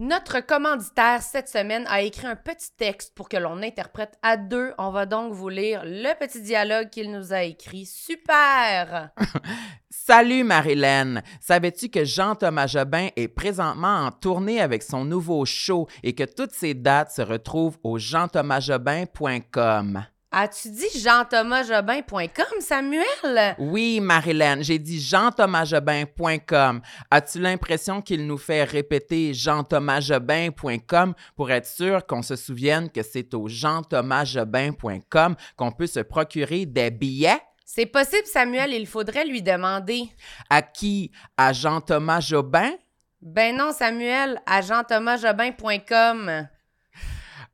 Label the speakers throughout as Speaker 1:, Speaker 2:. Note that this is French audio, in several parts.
Speaker 1: Notre commanditaire cette semaine a écrit un petit texte pour que l'on interprète à deux. On va donc vous lire le petit dialogue qu'il nous a écrit. Super!
Speaker 2: Salut Marilyn! Savais-tu que Jean-Thomas Jobin est présentement en tournée avec son nouveau show et que toutes ses dates se retrouvent au jeanthomasjobin.com?
Speaker 1: As-tu dit jean-thomas-jobin.com, Samuel?
Speaker 2: Oui, Marilyn, j'ai dit jeanthomasjobin.com. As-tu l'impression qu'il nous fait répéter jeanthomasjobin.com pour être sûr qu'on se souvienne que c'est au jeanthomasjobin.com qu'on peut se procurer des billets?
Speaker 1: C'est possible, Samuel, il faudrait lui demander.
Speaker 2: À qui? À Jean-Thomas Jobin?
Speaker 1: Ben non, Samuel, à jeanthomasjobin.com.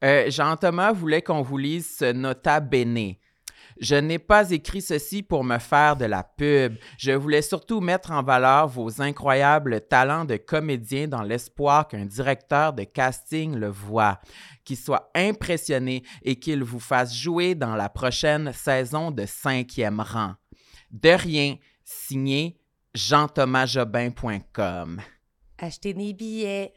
Speaker 2: Euh, Jean-Thomas voulait qu'on vous lise ce nota bene. Je n'ai pas écrit ceci pour me faire de la pub. Je voulais surtout mettre en valeur vos incroyables talents de comédien dans l'espoir qu'un directeur de casting le voie, qu'il soit impressionné et qu'il vous fasse jouer dans la prochaine saison de cinquième rang. De rien, signé jeanthomasjobin.com.
Speaker 1: Acheter des billets.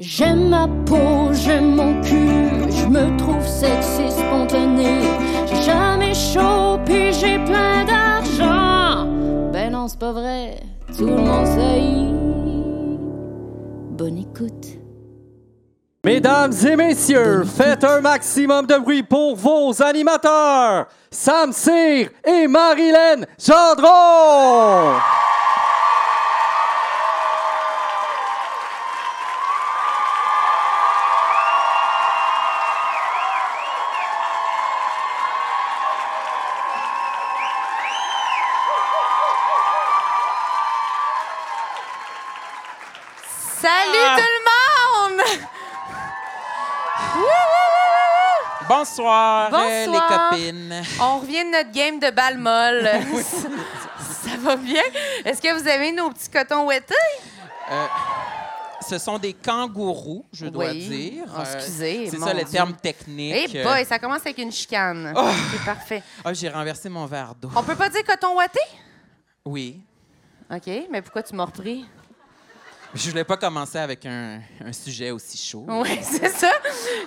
Speaker 3: J'aime ma peau, j'aime mon cul, je me trouve sexy spontané. J'ai jamais chaud, puis j'ai plein d'argent. Ben non, c'est pas vrai, tout le monde sait. Bonne écoute.
Speaker 4: Mesdames et messieurs, faites un maximum de bruit pour vos animateurs, Sam Cyr et Marilyn Gendron.
Speaker 1: Salut tout le monde!
Speaker 2: Bonsoir,
Speaker 1: euh, Bonsoir.
Speaker 2: les copines.
Speaker 1: On revient de notre game de balle molle. ça, ça va bien? Est-ce que vous aimez nos petits cotons ouettés?
Speaker 2: Ce sont des kangourous, je dois
Speaker 1: Oui.
Speaker 2: dire.
Speaker 1: Oh, excusez,
Speaker 2: Euh, C'est
Speaker 1: mon
Speaker 2: ça le
Speaker 1: Dieu.
Speaker 2: terme technique.
Speaker 1: Eh boy, ça commence avec une chicane.
Speaker 2: Oh.
Speaker 1: C'est parfait.
Speaker 2: Ah, j'ai renversé mon verre d'eau.
Speaker 1: On peut pas dire coton ouaté?
Speaker 2: Oui.
Speaker 1: OK, mais pourquoi tu m'as repris?
Speaker 2: Je voulais pas commencer avec un, un sujet aussi chaud.
Speaker 1: Oui, c'est ça.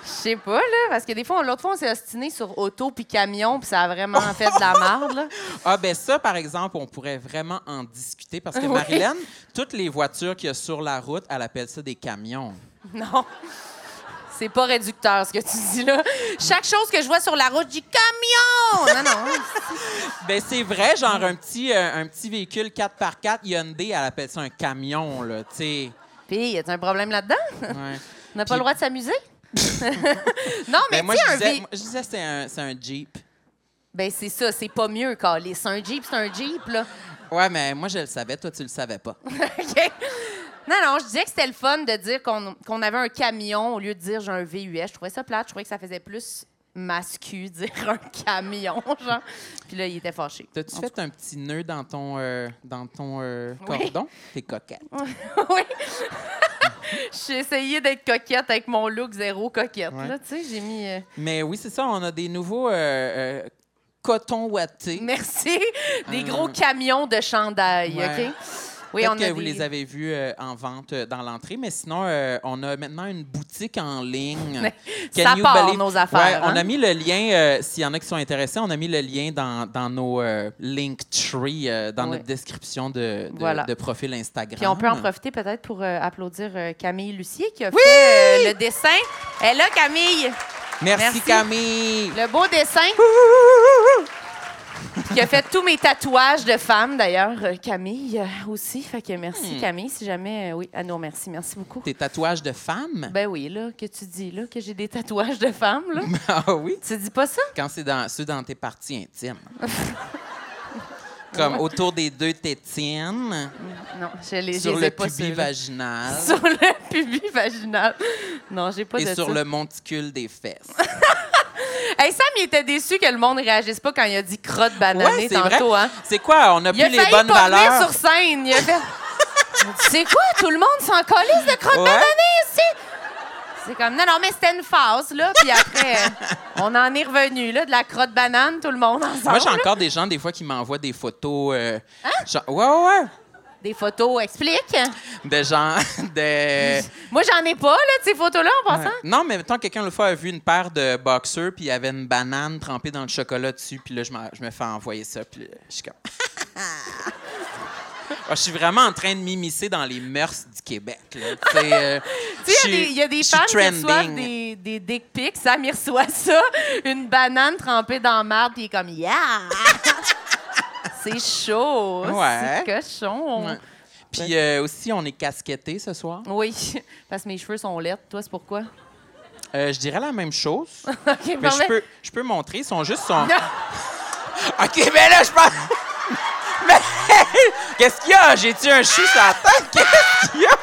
Speaker 1: Je sais pas, là, parce que des fois, on- l'autre fois, on s'est ostiné sur auto puis camion, puis ça a vraiment fait de la marde, là.
Speaker 2: Ah, ben ça, par exemple, on pourrait vraiment en discuter parce que
Speaker 1: Oui.
Speaker 2: Marilyn, toutes les voitures qu'il y a sur la route, elle appelle ça des camions.
Speaker 1: Non. C'est pas réducteur, ce que tu dis, là. Chaque chose que je vois sur la route, je dis camion! Non, non.
Speaker 2: Ben c'est vrai, genre un petit, euh, un petit véhicule 4x4 Hyundai, elle appelle ça un camion, là, tu sais.
Speaker 1: Puis, y a un problème là-dedans?
Speaker 2: Ouais. Ben,
Speaker 1: On n'a pas
Speaker 2: Puis-
Speaker 1: le droit de s'amuser? non, mais,
Speaker 2: Ben, moi,
Speaker 1: tu sais,
Speaker 2: je
Speaker 1: un
Speaker 2: disais,
Speaker 1: vé-
Speaker 2: moi, je disais c'est un, c'est un Jeep.
Speaker 1: Ben, c'est ça, c'est pas mieux, Carlis. Un Jeep, c'est un Jeep, là.
Speaker 2: Ouais, mais moi, je le savais, toi, tu le savais pas.
Speaker 1: OK. Non, non, je disais que c'était le fun de dire qu'on qu'on avait un camion au lieu de dire j'ai un VUS. Je trouvais ça plate. Je trouvais que ça faisait plus mascu dire un camion, genre. Puis là, il était fâché.
Speaker 2: T'as-tu fait un petit nœud dans ton, euh, dans ton euh, cordon? T'es coquette.
Speaker 1: oui. J'ai essayé d'être coquette avec mon look zéro coquette.
Speaker 2: Ouais.
Speaker 1: Là, tu sais, j'ai mis. euh,
Speaker 2: Mais oui, c'est ça, on a des nouveaux euh, euh, cotons ouatés.
Speaker 1: merci. Des
Speaker 2: Euh.
Speaker 1: gros camions de chandail,
Speaker 2: Ouais.
Speaker 1: OK? Oui,
Speaker 2: Peut-être
Speaker 1: on a
Speaker 2: que vous
Speaker 1: des-
Speaker 2: les avez vus euh, en vente euh, dans l'entrée, mais sinon, euh, on a maintenant une boutique en ligne.
Speaker 1: Ça part, nos affaires,
Speaker 2: Ouais, On
Speaker 1: hein?
Speaker 2: a mis le lien, euh, s'il y en a qui sont intéressés, on a mis le lien dans, dans nos euh, Linktree, euh, dans
Speaker 1: Ouais.
Speaker 2: notre description de, de-
Speaker 1: Voilà.
Speaker 2: de profil Instagram.
Speaker 1: Puis on peut en profiter peut-être pour euh, applaudir euh, Camille Lucier qui a fait euh, le dessin. Elle est là, Camille.
Speaker 2: Merci,
Speaker 1: Merci.
Speaker 2: Camille!
Speaker 1: Le beau dessin. qui a fait tous mes tatouages de femmes, d'ailleurs. euh, Camille euh, aussi. Fait que merci,
Speaker 2: Hmm.
Speaker 1: Camille, si jamais. euh, oui, ah non, merci, merci beaucoup.
Speaker 2: Tes tatouages de femmes?
Speaker 1: Ben oui, là, que tu dis, là, que j'ai des tatouages de femmes, là.
Speaker 2: ah oui?
Speaker 1: tu dis pas ça?
Speaker 2: Quand c'est dans, ceux dans tes parties intimes. Comme autour des deux tétines,
Speaker 1: Non, je les je
Speaker 2: sur
Speaker 1: les ai
Speaker 2: le
Speaker 1: pas
Speaker 2: pubis
Speaker 1: ceux-là.
Speaker 2: vaginal
Speaker 1: Sur le pubis vaginal. Non, j'ai pas de
Speaker 2: et sur
Speaker 1: ça.
Speaker 2: le monticule des fesses.
Speaker 1: Hey, Sam, il était déçu que le monde réagisse pas quand il a dit crotte bananée
Speaker 2: Ouais, c'est
Speaker 1: tantôt,
Speaker 2: vrai.
Speaker 1: hein?
Speaker 2: C'est quoi? On a
Speaker 1: Il a
Speaker 2: plus les
Speaker 1: failli
Speaker 2: bonnes
Speaker 1: pas venir
Speaker 2: valeurs.
Speaker 1: sur scène. Il a fait. Tu sais quoi? Tout le monde s'en calisse de crotte
Speaker 2: Ouais.
Speaker 1: bananée ici! C'est comme, non, non, mais c'était une phase, là. Puis après, euh, on en est revenu, là, de la crotte banane, tout le monde ensemble.
Speaker 2: Moi, j'ai
Speaker 1: là. Hein?
Speaker 2: encore des gens, des fois, qui m'envoient des photos. euh, genre- ouais, ouais, ouais.
Speaker 1: Des photos, explique.
Speaker 2: de gens, de...
Speaker 1: Moi, j'en ai pas, là, de ces photos-là, en passant.
Speaker 2: Ouais. Non, mais mettons, quelqu'un l'autre fois a vu une paire de boxers, puis il y avait une banane trempée dans le chocolat dessus, puis là, je, m'en- je me fais envoyer ça, puis là, je suis comme. Ah, je suis vraiment en train de m'immiscer dans les mœurs du Québec. Là. Tu sais, euh,
Speaker 1: Tu sais,
Speaker 2: je
Speaker 1: il y a
Speaker 2: suis-
Speaker 1: des- il y a des
Speaker 2: je suis
Speaker 1: femmes qui reçoivent
Speaker 2: trending.
Speaker 1: des, des dick pics. Sam, il reçoit ça, une banane trempée dans marde, puis il est comme « Yeah! » C'est chaud,
Speaker 2: Ouais.
Speaker 1: c'est cochon.
Speaker 2: Ouais. Puis euh, aussi, on est casquetté ce soir.
Speaker 1: Oui, parce que mes cheveux sont laids. Toi, c'est pourquoi?
Speaker 2: Euh, je dirais la même chose.
Speaker 1: OK,
Speaker 2: Mais
Speaker 1: parfait.
Speaker 2: je peux, je peux montrer, ils sont juste son.
Speaker 1: Non.
Speaker 2: OK, mais là, je pense. Mais qu'est-ce qu'il y a? J'ai-tu un chou sur la tête? Qu'est-ce qu'il y a?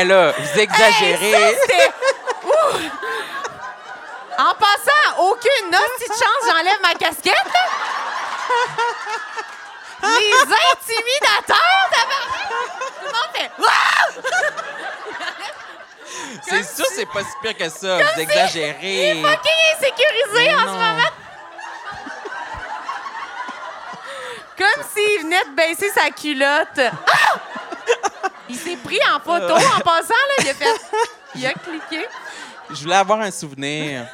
Speaker 2: Hé, là, vous exagérez.
Speaker 1: Hey, ça, c'était- Ouh! En passant, aucune petite chance, j'enlève ma casquette. là. Les intimidateurs, tabarnak! Tout le monde fait Waouh!
Speaker 2: c'est sûr, c'est pas si pire que ça. Vous exagérez.
Speaker 1: Fucking insécurisé en
Speaker 2: Non.
Speaker 1: ce moment! Comme s'il venait de baisser sa culotte. Ah! Il s'est pris en photo en passant, là. Il a fait. Il a cliqué.
Speaker 2: Je voulais avoir un souvenir.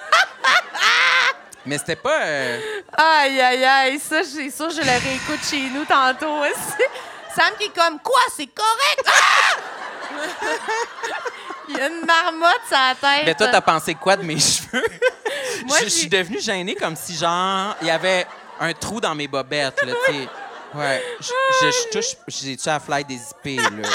Speaker 2: mais c'était pas. euh,
Speaker 1: Aïe, aïe, aïe, ça, c'est sûr, je le réécoute chez nous tantôt aussi. Sam qui est comme, quoi, c'est correct? Ah! Il y a une marmotte sur la tête.
Speaker 2: Mais toi, t'as pensé quoi de mes cheveux?
Speaker 1: Moi,
Speaker 2: je, je suis
Speaker 1: j'ai-
Speaker 2: devenue gênée comme si, genre, il y avait un trou dans mes bobettes, là, tu sais. Ouais. Je, je, je touche... J'ai-tu à fly des épées, là?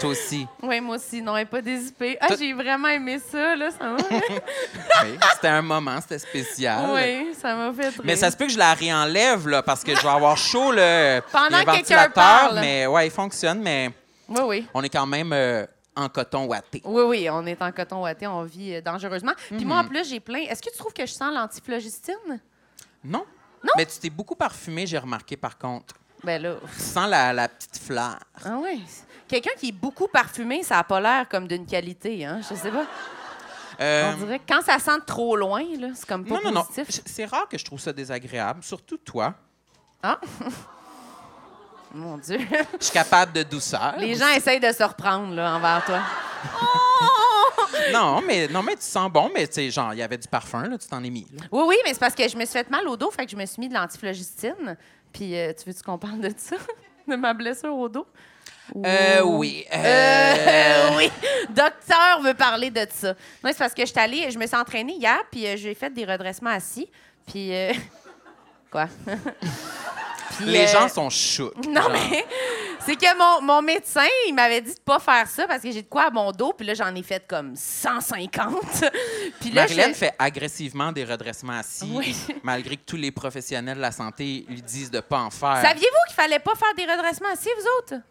Speaker 2: toi aussi.
Speaker 1: Oui, moi aussi, non, elle est pas désipée. Ah,
Speaker 2: Toi-
Speaker 1: j'ai vraiment aimé ça, là, ça m'a
Speaker 2: Oui. C'était un moment, c'était spécial.
Speaker 1: Oui, ça m'a fait rire.
Speaker 2: Ah. Mais ça se peut que je la réenlève, là, parce que je vais avoir chaud, là.
Speaker 1: Pendant
Speaker 2: Il y a un
Speaker 1: que quelqu'un
Speaker 2: ventilateur,
Speaker 1: parle.
Speaker 2: Mais ouais, il fonctionne, mais
Speaker 1: Oui, oui.
Speaker 2: on est quand même euh, en coton ouaté.
Speaker 1: Oui, oui, on est en coton ouaté, on vit euh, dangereusement. Puis moi, en
Speaker 2: Mhm.
Speaker 1: plus, j'ai plein... Est-ce que tu trouves que je sens l'antiphlogistine?
Speaker 2: Non?
Speaker 1: Non.
Speaker 2: Mais tu t'es beaucoup parfumé, j'ai remarqué, par contre.
Speaker 1: Ben là...
Speaker 2: Tu sens la, la petite fleur.
Speaker 1: Ah oui. Quelqu'un qui est beaucoup parfumé, ça a pas l'air comme d'une qualité, hein? Je sais pas.
Speaker 2: Euh,
Speaker 1: On dirait que quand ça sent trop loin, là, c'est comme pas
Speaker 2: Non, non, non.
Speaker 1: positif.
Speaker 2: Je- C'est rare que je trouve ça désagréable, surtout toi.
Speaker 1: Ah! Mon Dieu.
Speaker 2: Je suis capable de douceur.
Speaker 1: Les gens essayent de se reprendre là, envers toi.
Speaker 2: Non, mais, non, mais tu sens bon, mais tu sais, genre, il y avait du parfum, là, tu t'en es mis. là.
Speaker 1: Oui, oui, mais c'est parce que je me suis fait mal au dos, fait que je me suis mis de l'antiflogistine. Puis euh, tu veux-tu qu'on parle de ça? De ma blessure au dos?
Speaker 2: Euh, oui. euh,
Speaker 1: Euh, oui, docteur veut parler de ça. Non, c'est parce que je suis allée, je me suis entraînée hier, puis euh, j'ai fait des redressements assis, puis euh, quoi Puis,
Speaker 2: Les
Speaker 1: euh,
Speaker 2: gens sont choux.
Speaker 1: Non, mais c'est que mon, mon médecin, il m'avait dit de pas faire ça parce que j'ai de quoi à mon dos, puis là, j'en ai fait comme 150. puis là,
Speaker 2: Marilyn
Speaker 1: je-
Speaker 2: fait agressivement des redressements assis,
Speaker 1: Oui.
Speaker 2: malgré que tous les professionnels de la santé lui disent de pas en faire.
Speaker 1: Saviez-vous qu'il fallait pas faire des redressements assis, vous autres?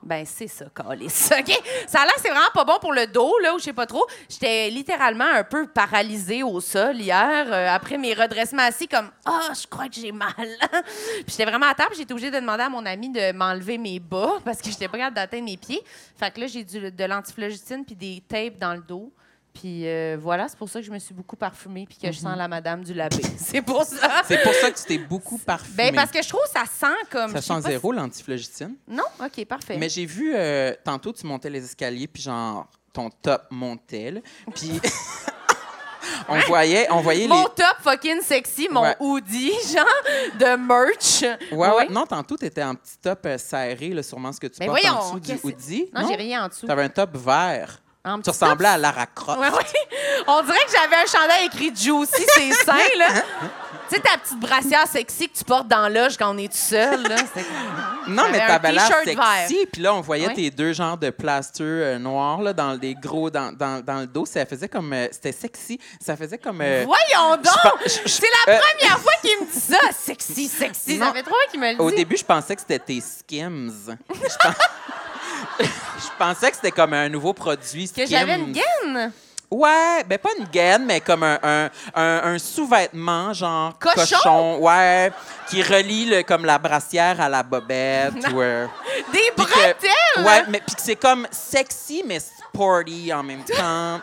Speaker 1: Ben, c'est ça, câlisse, OK? Ça a l'air, c'est vraiment pas bon pour le dos, là, ou je sais pas trop. J'étais littéralement un peu paralysée au sol hier, euh, après mes redressements assis, comme « Ah, je crois que j'ai mal! » Puis j'étais vraiment à table, j'étais obligée de demander à mon ami de m'enlever mes bas, parce que j'étais pas capable d'atteindre mes pieds. Fait que là, j'ai du, de l'antiflogistine puis des tapes dans le dos. Puis euh, voilà, c'est pour ça que je me suis beaucoup parfumée puis que je sens la madame du labé. c'est pour ça!
Speaker 2: C'est pour ça que tu t'es beaucoup parfumée.
Speaker 1: Ben, parce que je trouve que ça sent comme.
Speaker 2: Ça
Speaker 1: je sais
Speaker 2: sent
Speaker 1: pas
Speaker 2: zéro, l'antiflogistine.
Speaker 1: si- Non? OK, parfait.
Speaker 2: Mais j'ai vu, euh, tantôt, tu montais les escaliers, puis genre, ton top montait, là. Puis on voyait, on voyait
Speaker 1: Mon
Speaker 2: les...
Speaker 1: top fucking sexy, mon
Speaker 2: Ouais.
Speaker 1: hoodie, genre, de merch.
Speaker 2: Ouais, ouais.
Speaker 1: Ouais.
Speaker 2: Non, tantôt, tu étais en petit top euh, serré, là, sûrement ce que tu
Speaker 1: Mais
Speaker 2: portes
Speaker 1: voyons,
Speaker 2: en dessous du
Speaker 1: qu'est-ce-
Speaker 2: hoodie.
Speaker 1: Non, j'ai rien en dessous.
Speaker 2: Tu avais un top vert.
Speaker 1: Un
Speaker 2: Tu
Speaker 1: petit
Speaker 2: ressemblais à Lara Croft.
Speaker 1: Ouais, ouais. On dirait que j'avais un chandail écrit Juicy, c'est sain, là. tu sais, ta petite brassière sexy que tu portes dans l'âge quand on est tout seul, là. c'est-
Speaker 2: Non, mais
Speaker 1: T'avais un
Speaker 2: t'avais l'air
Speaker 1: t-shirt
Speaker 2: sexy. Puis là, on voyait
Speaker 1: Ouais.
Speaker 2: tes deux genres de plasteux euh, noirs là, dans les gros dans, dans, dans le dos. Ça faisait comme... euh, C'était sexy. Ça faisait comme... euh,
Speaker 1: Voyons donc!
Speaker 2: je- je-
Speaker 1: C'est la
Speaker 2: euh,
Speaker 1: première fois qu'il me dit ça. Sexy, sexy.
Speaker 2: Non.
Speaker 1: Ça fait trois qu'il me le dit.
Speaker 2: Au début, je pensais que c'était tes Skims. Je, pens- je pensais que c'était comme un nouveau produit Skims.
Speaker 1: que j'avais une gaine.
Speaker 2: Ouais, ben pas une gaine, mais comme un, un, un- un sous-vêtement genre
Speaker 1: Cochon?
Speaker 2: ouais, qui relie le, comme la brassière à la bobette. ou, euh,
Speaker 1: Des
Speaker 2: puis que-
Speaker 1: bretelles!
Speaker 2: Ouais, mais puis que c'est comme sexy mais sporty en même temps.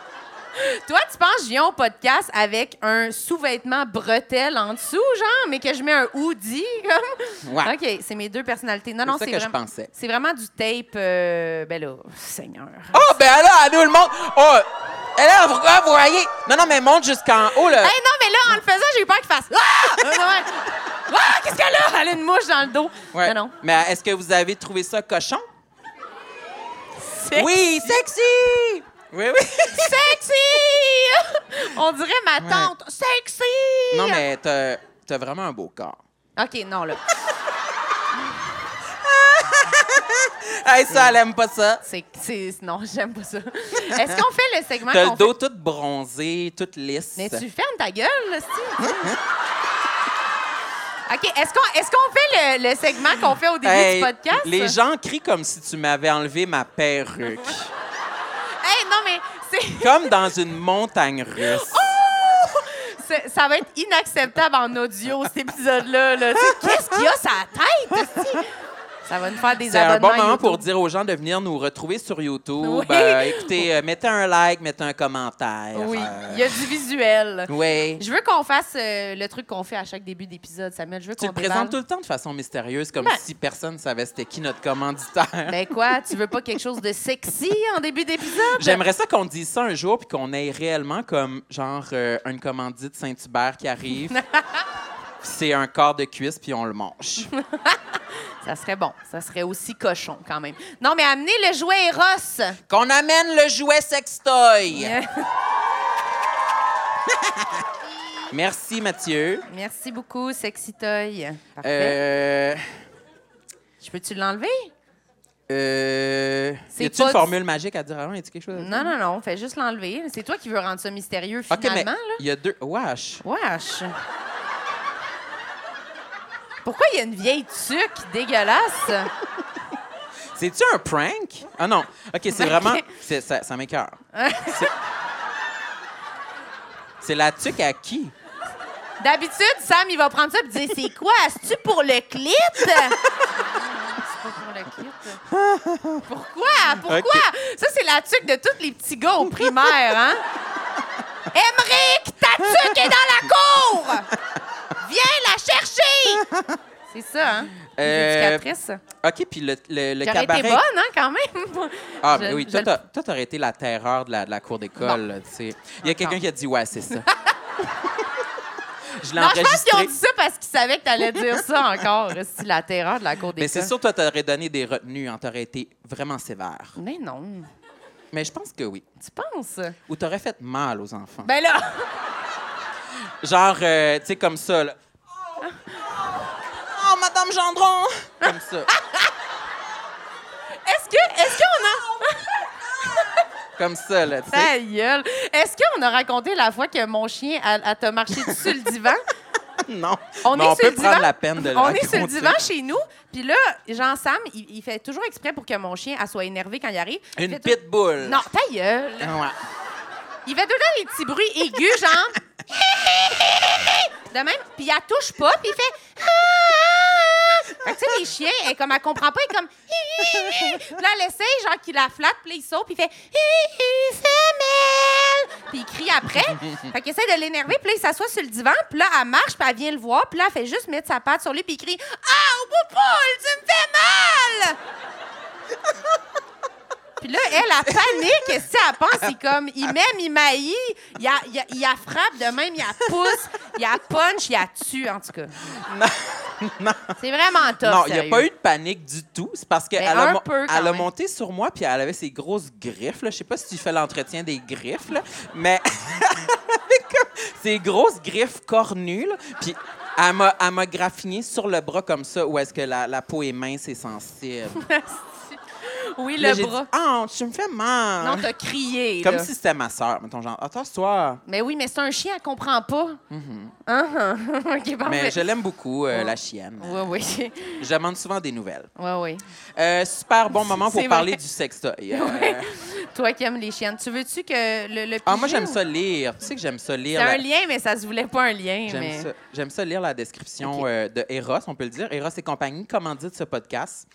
Speaker 1: Toi, tu penses que je viens au podcast avec un sous-vêtement bretelle en dessous, genre, mais que je mets un hoodie, comme?
Speaker 2: Ouais.
Speaker 1: OK, c'est mes deux personnalités. Non, non,
Speaker 2: ça
Speaker 1: c'est
Speaker 2: que je
Speaker 1: vraiment...
Speaker 2: pensais.
Speaker 1: C'est vraiment du tape, euh, ben là, Seigneur.
Speaker 2: Oh, ben là, à nous le monde. Oh, et là, vous, ah, vous voyez. Non, non, mais monte jusqu'en haut, là.
Speaker 1: Hey, non, mais là, en le faisant, j'ai eu peur qu'il fasse. Ah! Ouais, ouais. Ah, qu'est-ce qu'elle a? Elle a une mouche dans le dos.
Speaker 2: Ouais.
Speaker 1: Non, non.
Speaker 2: Mais est-ce que vous avez trouvé ça cochon?
Speaker 1: Sexy.
Speaker 2: Oui, sexy! Oui, oui.
Speaker 1: Sexy! On dirait ma tante. Sexy!
Speaker 2: non, mais t'as t'as vraiment un beau corps.
Speaker 1: OK, non, là.
Speaker 2: Hey, ça, elle aime pas ça.
Speaker 1: C'est, c'est- non, j'aime pas ça. Est-ce qu'on fait le segment
Speaker 2: T'as
Speaker 1: qu'on
Speaker 2: le dos tout bronzé, tout lisse.
Speaker 1: fait? Mais tu fermes ta gueule, là, Steve. OK, est-ce qu'on, est-ce qu'on fait le, le segment qu'on fait au début
Speaker 2: Hey,
Speaker 1: du podcast?
Speaker 2: Les gens crient comme si tu m'avais enlevé ma perruque.
Speaker 1: Hey, non, mais c'est...
Speaker 2: comme dans une montagne russe.
Speaker 1: Oh, C'est- ça va être inacceptable en audio, cet épisode-là. là. Tu sais, Qu'est-ce qu'il y a sur la tête? esti? Ça va nous faire des
Speaker 2: C'est un
Speaker 1: abonnements
Speaker 2: bon moment pour
Speaker 1: YouTube.
Speaker 2: dire aux gens de venir nous retrouver sur YouTube.
Speaker 1: Oui.
Speaker 2: Euh, écoutez, euh, mettez un like, mettez un commentaire.
Speaker 1: Oui,
Speaker 2: Euh,
Speaker 1: il y a du visuel.
Speaker 2: oui.
Speaker 1: Je veux qu'on fasse euh, le truc qu'on fait à chaque début d'épisode, Samuel. Je veux
Speaker 2: Tu
Speaker 1: qu'on
Speaker 2: le présentes tout
Speaker 1: déballe.
Speaker 2: le temps de façon mystérieuse, comme
Speaker 1: Ben-
Speaker 2: si personne savait c'était qui notre commanditaire.
Speaker 1: Ben quoi, tu veux pas quelque chose de sexy en début d'épisode?
Speaker 2: J'aimerais ça qu'on dise ça un jour puis qu'on ait réellement comme genre euh, une commandite Saint-Hubert qui arrive. Puis C'est un corps de cuisse puis on le mange.
Speaker 1: Ça serait bon. Ça serait aussi cochon quand même. Non, mais amenez le jouet Eros.
Speaker 2: qu'on amène le jouet sextoy. Merci Mathieu.
Speaker 1: Merci beaucoup, sexy toy. Parfait.
Speaker 2: Euh,
Speaker 1: Je peux-tu l'enlever?
Speaker 2: euh,
Speaker 1: C'est
Speaker 2: y a-tu une
Speaker 1: pas-
Speaker 2: formule magique à dire avant? Y a-tu quelque chose? à dire?
Speaker 1: Non, non, non, fais juste l'enlever. C'est toi qui veux rendre ça mystérieux
Speaker 2: Ok,
Speaker 1: finalement,
Speaker 2: mais
Speaker 1: là.
Speaker 2: il y a deux. Wesh.
Speaker 1: Wesh! Pourquoi il y a une vieille tuque dégueulasse?
Speaker 2: C'est-tu un prank? Ah non. OK, c'est vraiment. c'est- Ça, ça m'écoeure. C'est- C'est la tuque à qui?
Speaker 1: D'habitude, Sam, il va prendre ça et dire C'est quoi? Est-ce-tu pour le clit? C'est pas pour le clit. Pourquoi? Pourquoi? Ça, c'est la tuque de tous les petits gars au primaire, hein? Émeric, ta tuque est dans la cour! Viens la chercher! C'est ça, hein? Les
Speaker 2: Euh,
Speaker 1: éducatrices.
Speaker 2: OK, puis le, le, le
Speaker 1: J'aurais
Speaker 2: cabaret.
Speaker 1: été bonne, hein, quand même.
Speaker 2: Ah,
Speaker 1: Je-
Speaker 2: mais oui,
Speaker 1: je
Speaker 2: toi,
Speaker 1: le-
Speaker 2: t'as- toi, t'aurais été la terreur de la, de la cour d'école, là, tu sais. Il y a quelqu'un qui a dit, ouais, c'est ça. je l'ai
Speaker 1: Non, je pense qu'ils ont
Speaker 2: enregistré.
Speaker 1: dit ça parce qu'ils savaient que t'allais dire ça encore. C'est la terreur de la cour des
Speaker 2: Mais c'est sûr, toi, t'aurais donné des retenues, hein, t'aurais été vraiment sévère.
Speaker 1: Mais non.
Speaker 2: Mais je pense que oui.
Speaker 1: Tu penses?
Speaker 2: Ou t'aurais fait mal aux enfants.
Speaker 1: Ben là, Ben
Speaker 2: Genre, euh, tu sais, comme ça, là. Oh, Madame Gendron! Comme ça.
Speaker 1: est-ce que, est-ce qu'on
Speaker 2: comme ça, là, tu
Speaker 1: a...
Speaker 2: sais.
Speaker 1: Ta gueule. Est-ce qu'on a raconté la fois que mon chien a, a t'a marché dessus le divan?
Speaker 2: Non.
Speaker 1: Ben, On
Speaker 2: Mais
Speaker 1: est
Speaker 2: on
Speaker 1: sur
Speaker 2: peut
Speaker 1: le
Speaker 2: prendre
Speaker 1: divan.
Speaker 2: la peine de le
Speaker 1: On est sur le
Speaker 2: raconter.
Speaker 1: divan chez nous, puis là, Jean-Sam, il, il fait toujours exprès pour que mon chien elle soit énervé quand il arrive. Il
Speaker 2: Une
Speaker 1: fait tout-
Speaker 2: pitbull.
Speaker 1: Non, ta gueule.
Speaker 2: Ouais.
Speaker 1: Il fait tout le temps des petits bruits aigus, genre. De même, puis il la touche pas, puis il fait. Fait que, tu sais, les chiens, elle, comme, elle comprend pas, elle est comme. Puis là, elle essaye, genre, qu'il la flatte, puis là, il saute, puis il fait. Femelle! Puis il crie après. Fait qu'il essaie de l'énerver, puis là, il s'assoit sur le divan, puis là, elle marche, puis elle vient le voir, puis là, elle fait juste mettre sa patte sur lui, puis il crie Ah, au bout de poule, tu me fais mal! Puis là, elle, elle panique. Est-ce qu'elle pense? C'est comme, il m'aime, il m'haït. Il la il la- il la frappe de même, il la pousse, il la punch, il la tue, en tout cas. C'est vraiment top.
Speaker 2: Non, il n'y a pas eu de panique du tout. C'est parce qu'elle
Speaker 1: Mais
Speaker 2: a,
Speaker 1: Ben, un
Speaker 2: mo-
Speaker 1: peu, quand
Speaker 2: elle a
Speaker 1: même.
Speaker 2: monté sur moi, puis elle avait ses grosses griffes. là. Je sais pas si tu fais l'entretien des griffes, là, mais elle avait comme ses grosses griffes cornues. là. Puis elle m'a, elle m'a graffiné sur le bras comme ça, où est-ce que la, la peau est mince et sensible.
Speaker 1: Oui,
Speaker 2: Là,
Speaker 1: le
Speaker 2: j'ai
Speaker 1: bras.
Speaker 2: dit, Ah, tu me fais mal.
Speaker 1: Non, t'as crié.
Speaker 2: comme
Speaker 1: là.
Speaker 2: si c'était ma sœur. Mettons, genre, Ah, attends-toi.
Speaker 1: Mais oui, mais c'est un chien, elle comprend pas. Hein, hein. OK, parfait.
Speaker 2: Mm-hmm. Mais je l'aime beaucoup, euh, la chienne.
Speaker 1: Oui, oui.
Speaker 2: Je demande souvent des nouvelles.
Speaker 1: Oui, oui.
Speaker 2: Euh, super bon moment pour
Speaker 1: C'est
Speaker 2: parler
Speaker 1: vrai.
Speaker 2: du sextoy. Euh,
Speaker 1: Toi qui aimes les chiennes, tu veux-tu que le, le
Speaker 2: Ah, moi,
Speaker 1: pigeon-
Speaker 2: j'aime ça lire. Tu sais que j'aime ça lire.
Speaker 1: C'est un
Speaker 2: la-
Speaker 1: lien, mais ça se voulait pas un lien.
Speaker 2: J'aime
Speaker 1: mais...
Speaker 2: ça, j'aime ça lire la description
Speaker 1: Ok.
Speaker 2: euh, de Eros, on peut le dire. Eros et compagnie, comment dit ce podcast?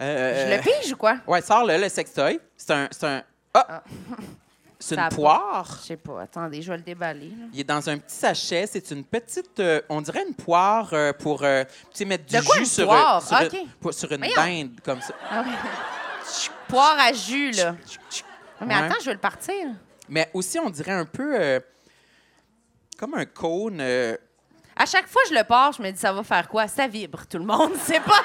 Speaker 2: Euh,
Speaker 1: Je le pige ou quoi?
Speaker 2: Ouais, sors-le, le sextoy. C'est un. C'est un... Ah! C'est
Speaker 1: Ça a
Speaker 2: une
Speaker 1: pas-
Speaker 2: poire.
Speaker 1: Je sais pas. Attendez, je vais le déballer. là.
Speaker 2: Il est dans un petit sachet. C'est une petite, euh, on dirait une poire euh, pour euh, tu sais, mettre du
Speaker 1: De quoi,
Speaker 2: jus
Speaker 1: une
Speaker 2: sur,
Speaker 1: poire?
Speaker 2: euh, sur, euh,
Speaker 1: OK.
Speaker 2: pour- sur une
Speaker 1: Voyons.
Speaker 2: dinde comme ça.
Speaker 1: Ah oui. Poire à jus, là. Ouais, Ah, Mais
Speaker 2: Ouais.
Speaker 1: attends, je vais le partir.
Speaker 2: Mais aussi, on dirait un peu euh, comme un cône. euh,
Speaker 1: À chaque fois je le pars, je me dis ça va faire quoi Ça vibre tout le monde, c'est pas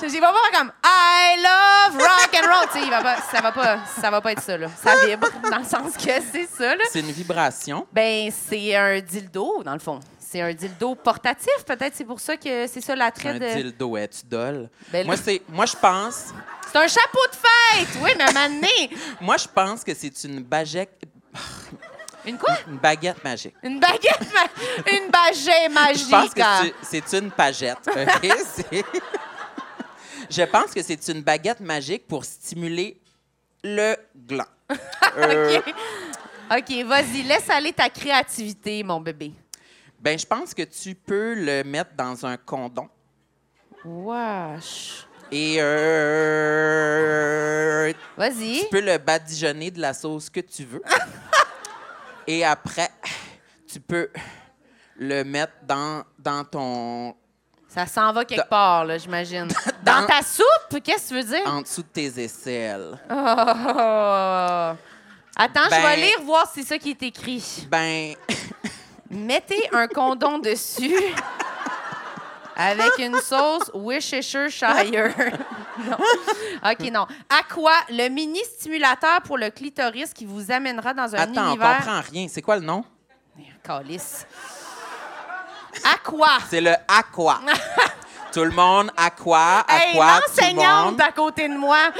Speaker 1: j'ai pas voir comme I love rock and roll, tu sais, il va pas ça va pas ça va pas être ça là. Ça vibre dans le sens que c'est ça là.
Speaker 2: c'est une vibration.
Speaker 1: Ben c'est un dildo dans le fond. C'est un dildo portatif, peut-être c'est pour ça que c'est ça
Speaker 2: C'est
Speaker 1: l'attrait
Speaker 2: un
Speaker 1: de
Speaker 2: dildo, hein, tu dole.
Speaker 1: Ben,
Speaker 2: moi,
Speaker 1: là-
Speaker 2: c'est, moi, je pense,
Speaker 1: C'est un chapeau de fête. Oui, mais à un moment donné,
Speaker 2: moi, je pense que c'est une bagette,
Speaker 1: une quoi
Speaker 2: une baguette magique.
Speaker 1: Une baguette ma- une baguette magique. hein.
Speaker 2: Je pense que c'est c'est une pagette. OK? C'est- Je pense que c'est une baguette magique pour stimuler le gland. Euh,
Speaker 1: OK, vas-y, laisse aller ta créativité mon bébé.
Speaker 2: Ben, je pense que tu peux le mettre dans un condom
Speaker 1: Wesh.
Speaker 2: et euh,
Speaker 1: Vas-y.
Speaker 2: tu peux le badigeonner de la sauce que tu veux. et après, tu peux le mettre dans, dans ton
Speaker 1: Ça s'en va quelque
Speaker 2: Dans-
Speaker 1: part, là, j'imagine. Dans...
Speaker 2: Dans-
Speaker 1: ta soupe? Qu'est-ce que tu veux dire?
Speaker 2: en dessous de tes aisselles.
Speaker 1: Ah. Oh. Attends, je
Speaker 2: Ben-
Speaker 1: vais lire voir si c'est ça qui est écrit.
Speaker 2: Ben,
Speaker 1: Mettez un condom dessus avec une sauce Worcestershire. non. OK, non. À quoi? Le mini stimulateur pour le clitoris qui vous amènera dans un
Speaker 2: attends, on
Speaker 1: univers...
Speaker 2: comprend rien. C'est quoi le nom?
Speaker 1: Calice. À quoi?
Speaker 2: C'est le aqua. tout le monde aqua,
Speaker 1: Hey,
Speaker 2: aqua, tout le
Speaker 1: l'enseignante
Speaker 2: monde.
Speaker 1: à côté de moi.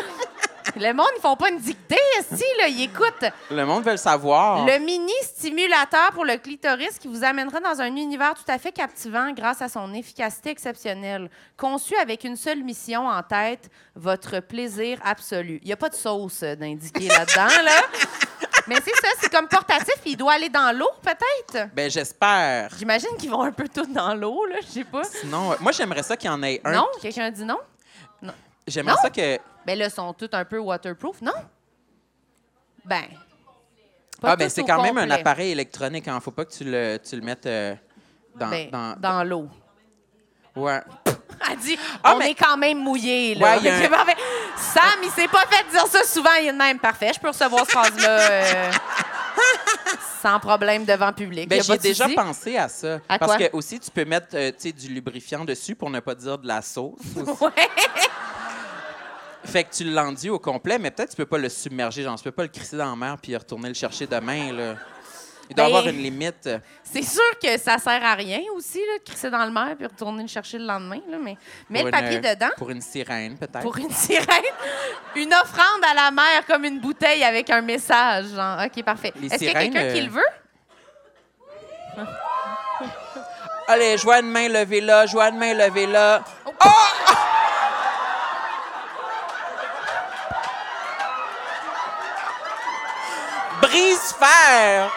Speaker 1: Le monde, ils font pas une dictée, si, là, ils écoutent.
Speaker 2: Le monde veut le savoir.
Speaker 1: ben- Le mini stimulateur pour le clitoris qui vous amènera dans un univers tout à fait captivant grâce à son efficacité exceptionnelle. Conçu avec une seule mission en tête, votre plaisir absolu. Il n'y a pas de sauce euh, d'indiquer là-dedans, là. Mais c'est ça, c'est comme portatif, puis il doit aller dans l'eau, peut-être.
Speaker 2: Ben, j'espère.
Speaker 1: J'imagine qu'ils vont un peu tous dans l'eau, là, je sais pas.
Speaker 2: Sinon, euh, moi, j'aimerais ça qu'il y en ait un.
Speaker 1: Non? Quelqu'un dit non?
Speaker 2: J'aimerais
Speaker 1: Non?
Speaker 2: ça que.
Speaker 1: Ben là, sont toutes un peu waterproof, non? Ben. pas
Speaker 2: Ah, ben,
Speaker 1: toutes
Speaker 2: c'est
Speaker 1: au
Speaker 2: quand même un
Speaker 1: complet.
Speaker 2: appareil électronique. Hein. Faut pas que tu le, tu le mettes euh, dans,
Speaker 1: Ben,
Speaker 2: dans-
Speaker 1: dans l'eau.
Speaker 2: Ouais.
Speaker 1: Elle dit,
Speaker 2: Ah,
Speaker 1: on
Speaker 2: mais-
Speaker 1: est quand même mouillé, là.
Speaker 2: Ouais, il y a
Speaker 1: Ok,
Speaker 2: un-
Speaker 1: parfait. Sam, il s'est pas fait dire ça souvent, il est de même. Parfait, je peux recevoir cette phrase-là euh, sans problème devant public.
Speaker 2: Ben,
Speaker 1: Y a pas
Speaker 2: j'ai
Speaker 1: de
Speaker 2: déjà
Speaker 1: souci.
Speaker 2: pensé à ça.
Speaker 1: À
Speaker 2: parce
Speaker 1: quoi?
Speaker 2: que aussi, tu peux mettre euh, tu sais, du lubrifiant dessus pour ne pas dire de la sauce. aussi.
Speaker 1: Ouais.
Speaker 2: fait que tu l'enduis au complet, mais peut-être tu peux pas le submerger. Genre, tu peux pas le crisser dans la mer puis retourner le chercher demain. Là. Il doit y
Speaker 1: Ben-
Speaker 2: avoir une limite.
Speaker 1: C'est sûr que ça sert à rien aussi, là, de crisser dans le mer puis retourner le chercher le lendemain, là, mais mets le
Speaker 2: pour une,
Speaker 1: papier
Speaker 2: euh,
Speaker 1: dedans.
Speaker 2: Pour une sirène, peut-être.
Speaker 1: Pour une sirène, une offrande à la mer comme une bouteille avec un message. genre. OK, parfait.
Speaker 2: Les
Speaker 1: Est-ce qu'il y a
Speaker 2: sirènes,
Speaker 1: quelqu'un qui
Speaker 2: euh,
Speaker 1: le veut?
Speaker 2: Allez, joie de main levez là, joie de main levez là. Oh! Brise fer.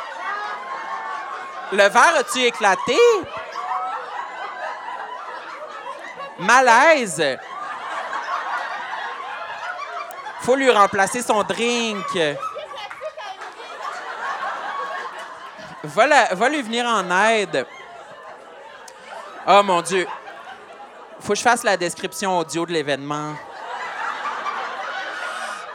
Speaker 2: Le verre a-tu éclaté? Malaise. Faut lui remplacer son drink. Va, la- va lui venir en aide. Oh mon Dieu. Faut que je fasse la description audio de l'événement.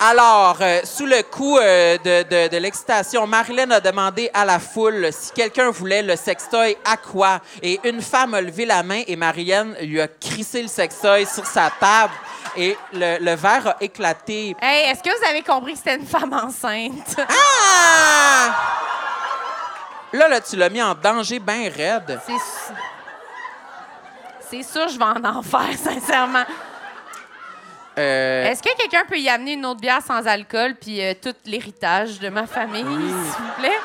Speaker 2: Alors, euh, sous le coup euh, de, de- de l'excitation, Marilyn a demandé à la foule si quelqu'un voulait le sextoy à quoi. Et une femme a levé la main et Marilyn lui a crissé le sextoy sur sa table et le, le verre a éclaté.
Speaker 1: Hey, est-ce que vous avez compris que c'était une femme enceinte?
Speaker 2: Ah! Là, là, tu l'as mis en danger bien raide.
Speaker 1: C'est su- C'est sûr, je vais en enfer, sincèrement.
Speaker 2: Euh,
Speaker 1: Est-ce que quelqu'un peut y amener une autre bière sans alcool puis euh, tout l'héritage de ma famille, s'il vous plaît?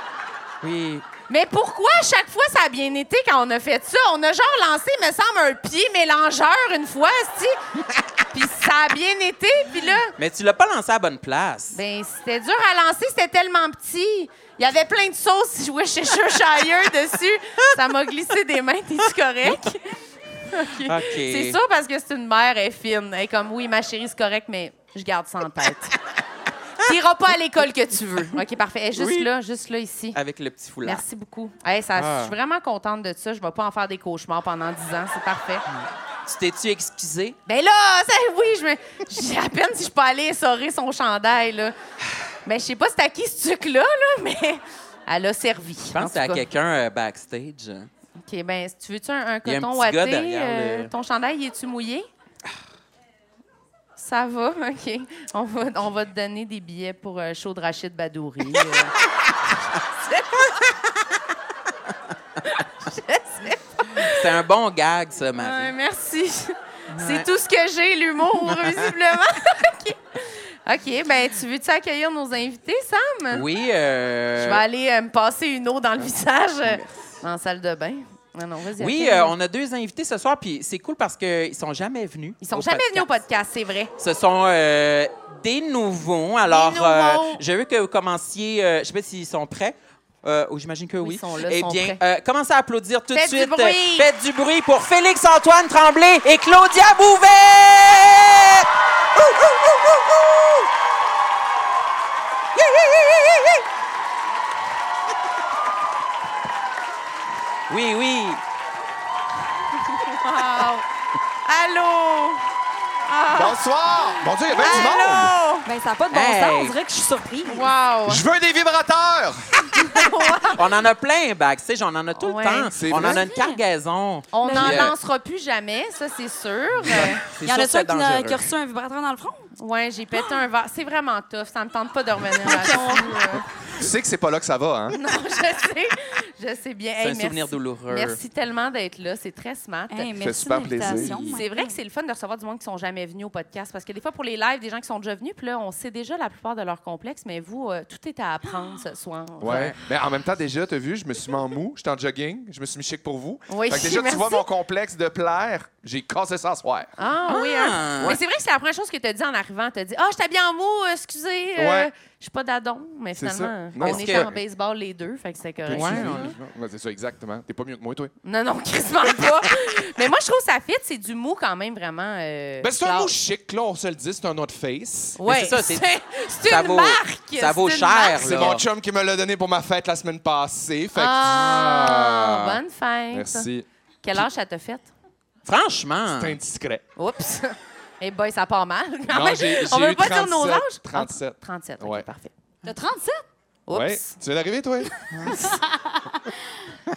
Speaker 2: oui.
Speaker 1: Mais pourquoi à chaque fois ça a bien été quand on a fait ça? On a genre lancé, me semble, un pied mélangeur une fois, c'ti. Puis ça a bien été, puis là,
Speaker 2: Mais tu l'as pas lancé à la bonne place.
Speaker 1: ben c'était dur à lancer, c'était tellement petit. Il y avait plein de sauce si je jouais chez Cheshire dessus. Ça m'a glissé des mains, t'es-tu correct? OK.
Speaker 2: OK.
Speaker 1: C'est sûr parce que c'est une mère, elle est fine. Elle est comme, oui, ma chérie, c'est correct, mais je garde ça en tête. T'iras pas à l'école que tu veux. OK, parfait. Eh, Juste
Speaker 2: Oui. Ah.
Speaker 1: là, juste là, ici.
Speaker 2: Avec le petit foulard.
Speaker 1: Merci beaucoup. Hey,
Speaker 4: Ah.
Speaker 1: ça, Je suis vraiment contente de ça. Je vais pas en faire des cauchemars pendant 10 ans. C'est parfait.
Speaker 2: Tu t'es-tu excusé?
Speaker 1: Ben là, ça, oui, je me. J'ai à peine si je peux aller essorer son chandail, là. Mais je sais pas c'est à qui ce truc-là, là, mais elle a servi.
Speaker 2: Je pense que c'est à quelqu'un euh, backstage.
Speaker 1: OK, ben, si tu veux-tu un, un
Speaker 2: Il y a un
Speaker 1: coton
Speaker 2: petit gars
Speaker 1: ouaté,
Speaker 2: derrière
Speaker 1: euh,
Speaker 2: le-
Speaker 1: ton chandail, il est-tu mouillé? Ça va, OK. On va, on va te donner des billets pour euh, show de Rachid Badouri. euh.
Speaker 2: Ah, C'est un bon gag, ça, Marie.
Speaker 1: Ouais, merci. C'est tout ce que j'ai, l'humour, visiblement. OK. OK, ben, tu veux-tu accueillir nos invités, Sam?
Speaker 2: Oui, euh, Ah.
Speaker 1: Je vais aller euh, me passer une eau dans le visage euh, dans la salle de bain. Non, non, vas-y.
Speaker 2: Oui,
Speaker 1: accueille-nous.
Speaker 2: euh, on a deux invités ce soir, puis c'est cool parce qu'ils sont jamais venus.
Speaker 1: Ils sont
Speaker 2: au
Speaker 1: jamais venus au
Speaker 2: podcast.
Speaker 1: podcast, c'est vrai.
Speaker 2: Ce sont euh, des nouveaux. Alors,
Speaker 1: nouveaux.
Speaker 2: euh, je veux que vous commenciez. euh, je sais pas s'ils sont prêts. Euh, ou J'imagine que oui.
Speaker 1: ils sont là,
Speaker 2: eh
Speaker 1: sont
Speaker 2: bien,
Speaker 1: prêts.
Speaker 2: euh, commencez à applaudir tout de
Speaker 1: Faites du
Speaker 2: suite.
Speaker 1: bruit.
Speaker 2: Euh, Faites du bruit pour Félix-Antoine Tremblay et Claudia Bouvet! Ouh, ouh, ouh, ouh, ouh! Hi, hi, hi, hi, hi, hi! Oui, oui.
Speaker 1: Wow. Allô?
Speaker 5: Bonsoir! Mon Dieu, il y a bien du monde!
Speaker 1: Allô?
Speaker 6: Ben, ça n'a pas de bon
Speaker 2: Hey.
Speaker 6: sens. On dirait que je suis surprise.
Speaker 1: Wow.
Speaker 5: Je veux des vibrateurs!
Speaker 2: On en a plein backstage, on en a tout
Speaker 1: Ouais.
Speaker 2: le temps.
Speaker 5: C'est
Speaker 2: On en
Speaker 5: vrai.
Speaker 2: a une cargaison.
Speaker 1: On
Speaker 6: Mais-
Speaker 1: n'en
Speaker 2: Puis, euh,
Speaker 1: lancera plus jamais, ça, c'est sûr. Euh,
Speaker 2: C'est
Speaker 6: Il y en
Speaker 2: sûr
Speaker 6: a
Speaker 2: que c'est
Speaker 6: ceux qui n'a-
Speaker 2: dangereux.
Speaker 6: qui a reçu un vibrateur dans le front.
Speaker 1: ouais, j'ai pété un verre. C'est vraiment tough. Ça me tente pas de revenir là-dessus. euh.
Speaker 5: Tu sais que c'est pas là que ça va, hein?
Speaker 1: Non, je sais. Je sais bien.
Speaker 2: C'est
Speaker 1: Hey,
Speaker 2: un
Speaker 1: merci.
Speaker 2: souvenir douloureux.
Speaker 1: Merci tellement d'être là. C'est très smart.
Speaker 6: Hey,
Speaker 5: fait
Speaker 6: merci de
Speaker 5: super plaisir.
Speaker 6: l'invitation.
Speaker 1: C'est vrai que c'est le fun de recevoir du monde qui sont jamais venus au podcast parce que des fois pour les lives des gens qui sont déjà venus puis là on sait déjà la plupart de leurs complexes mais vous euh, tout est à apprendre ce soir.
Speaker 5: Ouais. Mais en même temps, déjà, t'as vu, je me suis mis en mou, j'étais en jogging, je me suis mis chic pour vous.
Speaker 1: Oui,
Speaker 5: Fait que déjà,
Speaker 1: merci.
Speaker 5: tu vois mon complexe de plaire, j'ai cassé ça ce soir.
Speaker 1: Ah, oui hein?
Speaker 2: Ouais.
Speaker 1: Mais c'est vrai que c'est la première chose que tu as dit en arrivant, tu as dit "Ah, je t'habille en mou, euh, excusez, euh,
Speaker 5: Ouais.
Speaker 1: je suis pas d'adon" mais
Speaker 5: C'est
Speaker 1: finalement
Speaker 5: ça. Non,
Speaker 1: on
Speaker 5: c'est
Speaker 1: était
Speaker 2: que-
Speaker 1: en baseball les deux, fait que c'est
Speaker 5: T'as
Speaker 1: correct.
Speaker 5: suivi?
Speaker 2: Ouais,
Speaker 5: Ouais, c'est ça, exactement. T'es pas mieux que moi, toi.
Speaker 1: Non non, quasiment pas. mais moi je trouve ça fit, c'est du mou quand même vraiment euh,
Speaker 5: Ben, c'est un
Speaker 1: classe.
Speaker 5: mot chic, là, on se le dit, c'est un autre face.
Speaker 1: Ouais,
Speaker 2: Mais c'est ça,
Speaker 1: c'est
Speaker 2: c'est-
Speaker 1: c'est
Speaker 2: ça
Speaker 1: une
Speaker 2: vaut-
Speaker 1: marque.
Speaker 2: ça vaut
Speaker 1: c'est une
Speaker 2: cher,
Speaker 1: marque.
Speaker 5: C'est
Speaker 2: Là.
Speaker 5: mon chum qui me l'a donné pour ma fête la semaine passée. Fait que-
Speaker 1: Ah,
Speaker 5: Ah.
Speaker 1: bonne fête.
Speaker 5: Merci.
Speaker 1: Quel âge ça t'a fait?
Speaker 2: Franchement.
Speaker 5: C'est indiscret.
Speaker 1: Oups! Eh ben, ça part mal. Quand
Speaker 5: Non,
Speaker 1: même.
Speaker 5: j'ai-
Speaker 1: on
Speaker 5: j'ai
Speaker 1: veut
Speaker 5: eu
Speaker 1: pas dire nos
Speaker 5: 37,
Speaker 1: âges?
Speaker 5: 37.
Speaker 1: Ah, 37, OK,
Speaker 5: Ouais.
Speaker 1: parfait.
Speaker 6: T'as 37,
Speaker 1: Oups!
Speaker 5: Ouais. Tu viens d'arriver, toi?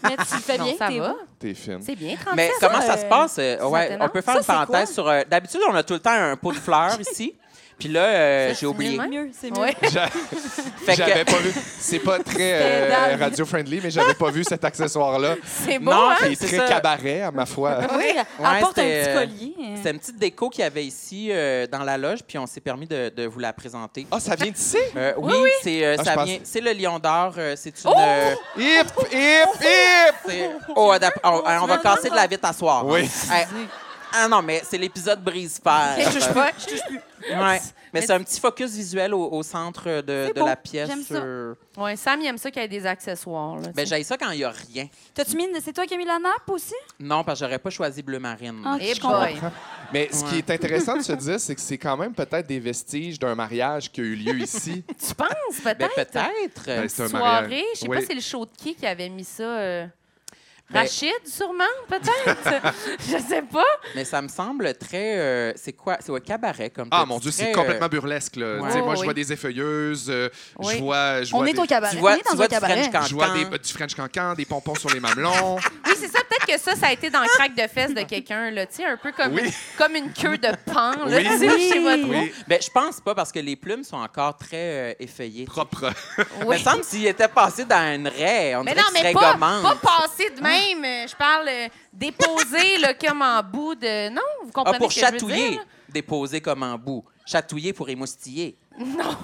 Speaker 6: mais tu le fais
Speaker 1: Non,
Speaker 6: bien.
Speaker 1: ça
Speaker 6: t'es
Speaker 1: va.
Speaker 6: beau.
Speaker 5: T'es fine.
Speaker 1: C'est bien, 37.
Speaker 2: Mais comment ça se passe? Euh, ouais,
Speaker 1: maintenant.
Speaker 2: on peut faire
Speaker 6: Ça,
Speaker 2: une
Speaker 6: c'est quoi?
Speaker 2: parenthèse sur. euh, D'habitude, on a tout le temps un pot de fleurs ici. Puis là, euh,
Speaker 1: Ça, c'est
Speaker 2: j'ai oublié.
Speaker 1: le même?
Speaker 6: Mieux, c'est mieux.
Speaker 1: Ouais.
Speaker 5: J'a-
Speaker 2: Fait que-
Speaker 5: J'avais pas vu. C'est pas très
Speaker 6: C'était
Speaker 5: euh,
Speaker 6: dingue.
Speaker 5: radio-friendly, mais j'avais pas vu cet accessoire-là.
Speaker 1: C'est beau,
Speaker 2: Non,
Speaker 1: hein?
Speaker 5: Il
Speaker 2: c'est-
Speaker 5: est très
Speaker 2: ça.
Speaker 5: cabaret, à ma foi.
Speaker 6: Oui, apporte un
Speaker 2: c'était,
Speaker 6: petit
Speaker 2: euh,
Speaker 6: collier.
Speaker 2: C'est une petite déco qu'il y avait ici euh, dans la loge, puis on s'est permis de, de vous la présenter.
Speaker 6: Oh!
Speaker 5: Ah, ça vient d'ici?
Speaker 2: Euh, oui, c'est euh,
Speaker 5: Ah,
Speaker 2: ça
Speaker 5: je pense-
Speaker 2: vient- c'est le Lion d'or. euh, c'est une.
Speaker 1: Oh!
Speaker 2: euh,
Speaker 5: Hip, hip, hip!
Speaker 2: c'est- oh, adap- on, on va casser de la vite à soir.
Speaker 5: Oui.
Speaker 2: Hey, ah non, mais c'est l'épisode brise-fer.
Speaker 1: Je touche pas. Je touche
Speaker 2: Ouais. Mais c'est un petit focus visuel au, au centre de,
Speaker 6: C'est
Speaker 2: de
Speaker 6: beau.
Speaker 2: la pièce. euh,
Speaker 6: J'aime ça.
Speaker 2: sur-
Speaker 1: plus. Ouais, Sam, il aime ça qu'il y ait des accessoires. Là,
Speaker 2: Ben,
Speaker 1: tu sais.
Speaker 2: j'aille ça quand il n'y a rien.
Speaker 6: T'as-tu mis... C'est toi qui as mis la nappe aussi?
Speaker 2: Non, parce que j'aurais pas choisi bleu marine.
Speaker 6: Ah,
Speaker 1: Eh
Speaker 6: je comprends.
Speaker 1: boy!
Speaker 2: Ben,
Speaker 5: Mais ce qui
Speaker 2: Ouais.
Speaker 5: est intéressant de se dire, c'est que c'est quand même peut-être des vestiges d'un mariage qui a eu lieu ici.
Speaker 1: Tu penses,
Speaker 2: Ben,
Speaker 1: peut-être?
Speaker 2: peut-être.
Speaker 5: Ben, c'est un
Speaker 1: Soirée, je sais pas
Speaker 5: Oui.
Speaker 1: c'est le show de qui qui avait mis ça. euh,
Speaker 2: Ben-
Speaker 1: Rachid, sûrement, peut-être? je sais pas.
Speaker 2: Mais ça me semble très. euh, c'est quoi? C'est un cabaret comme
Speaker 5: Ah
Speaker 2: petit,
Speaker 5: mon Dieu,
Speaker 2: très,
Speaker 5: c'est
Speaker 2: euh,
Speaker 5: complètement burlesque. Là.
Speaker 2: ouais.
Speaker 5: Tu sais, moi,
Speaker 1: Oh,
Speaker 5: je
Speaker 1: oui.
Speaker 5: vois des effeuilleuses, euh,
Speaker 1: Oui.
Speaker 5: je vois, je vois
Speaker 6: On est
Speaker 5: des-
Speaker 6: au cabaret.
Speaker 2: Tu vois,
Speaker 6: on est dans
Speaker 2: tu vois
Speaker 6: un
Speaker 2: du French
Speaker 6: cabaret.
Speaker 2: Cancan.
Speaker 5: Je vois des, du French cancan, des pompons sur les mamelons.
Speaker 1: Oui, c'est ça. Peut-être que ça, ça a été dans le crack de fesses de quelqu'un, là. Tu sais, un peu comme,
Speaker 5: Oui.
Speaker 1: une, comme une queue de pan, là.
Speaker 5: Oui.
Speaker 1: Tu sais, je sais pas trop.
Speaker 5: oui,
Speaker 2: Ben, je pense pas parce que les plumes sont encore très euh, effeuillées.
Speaker 5: propre.
Speaker 2: Mais il me semble s'il était passé dans une raie, on
Speaker 1: Mais
Speaker 2: dirait
Speaker 1: non,
Speaker 2: qu'il
Speaker 1: mais
Speaker 2: serait Ah,
Speaker 1: pas,
Speaker 2: gommante.
Speaker 1: pas passer de même. euh, Je parle euh, déposer là, comme en bout de. Non, vous
Speaker 2: Ah,
Speaker 1: comprenez
Speaker 2: pour
Speaker 1: ce que je veux
Speaker 2: chatouiller,
Speaker 1: dire, là?
Speaker 2: déposer comme en bout. Chatouiller pour émoustiller.
Speaker 1: Non.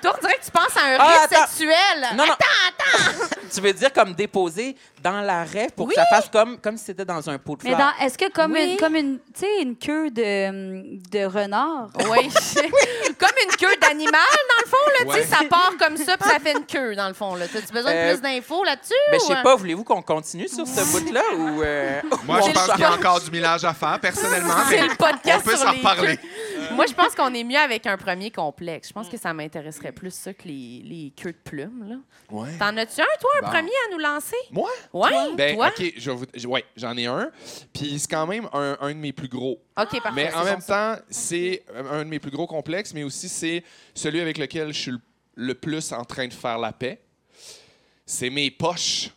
Speaker 1: Toi, on dirait que tu penses à un
Speaker 2: Ah,
Speaker 1: rite
Speaker 2: attends.
Speaker 1: sexuel.
Speaker 2: Non, non. tu veux dire comme déposer dans l'arrêt pour
Speaker 1: Oui.
Speaker 2: que ça fasse comme, comme si c'était dans un pot de
Speaker 6: Mais
Speaker 2: fleurs.
Speaker 6: dans, est-ce que comme
Speaker 1: Oui.
Speaker 6: une, comme une, tu sais, une queue de, hum, de renard?
Speaker 1: Oui. comme une queue d'animal, dans le fond, là. Tu
Speaker 5: Ouais.
Speaker 1: sais, ça part comme ça, puis ça fait une queue, dans le fond, là. Tu as besoin de
Speaker 2: Euh,
Speaker 1: plus d'infos là-dessus?
Speaker 7: Ben,
Speaker 2: Mais je sais
Speaker 1: ou- euh,
Speaker 2: pas, voulez-vous qu'on continue sur ce bout-là ou. euh,
Speaker 5: Moi,
Speaker 2: ou
Speaker 5: je
Speaker 2: on
Speaker 5: pense
Speaker 2: change?
Speaker 5: qu'il y a encore du millage à faire, personnellement.
Speaker 1: C'est
Speaker 5: mais
Speaker 1: le podcast
Speaker 5: on peut
Speaker 1: sur
Speaker 5: s'en
Speaker 1: les
Speaker 5: reparler.
Speaker 1: queues. Moi, je pense qu'on est mieux avec un premier complexe. Je pense que ça m'intéresserait plus ça que les, les queues de plumes. Là.
Speaker 5: Ouais.
Speaker 1: T'en as-tu un, toi, un
Speaker 5: Bon.
Speaker 1: premier à nous lancer?
Speaker 5: Moi?
Speaker 1: Oui,
Speaker 5: Ben,
Speaker 1: toi?
Speaker 5: OK, je vais vous... je- ouais, j'en ai un. Puis c'est quand même un, un de mes plus gros.
Speaker 1: OK, parfait.
Speaker 5: Mais
Speaker 1: c'est
Speaker 5: en
Speaker 1: bon,
Speaker 5: même
Speaker 1: ça.
Speaker 5: temps, c'est un de mes plus gros complexes, mais aussi c'est celui avec lequel je suis le- le plus en train de faire la paix. C'est mes poches.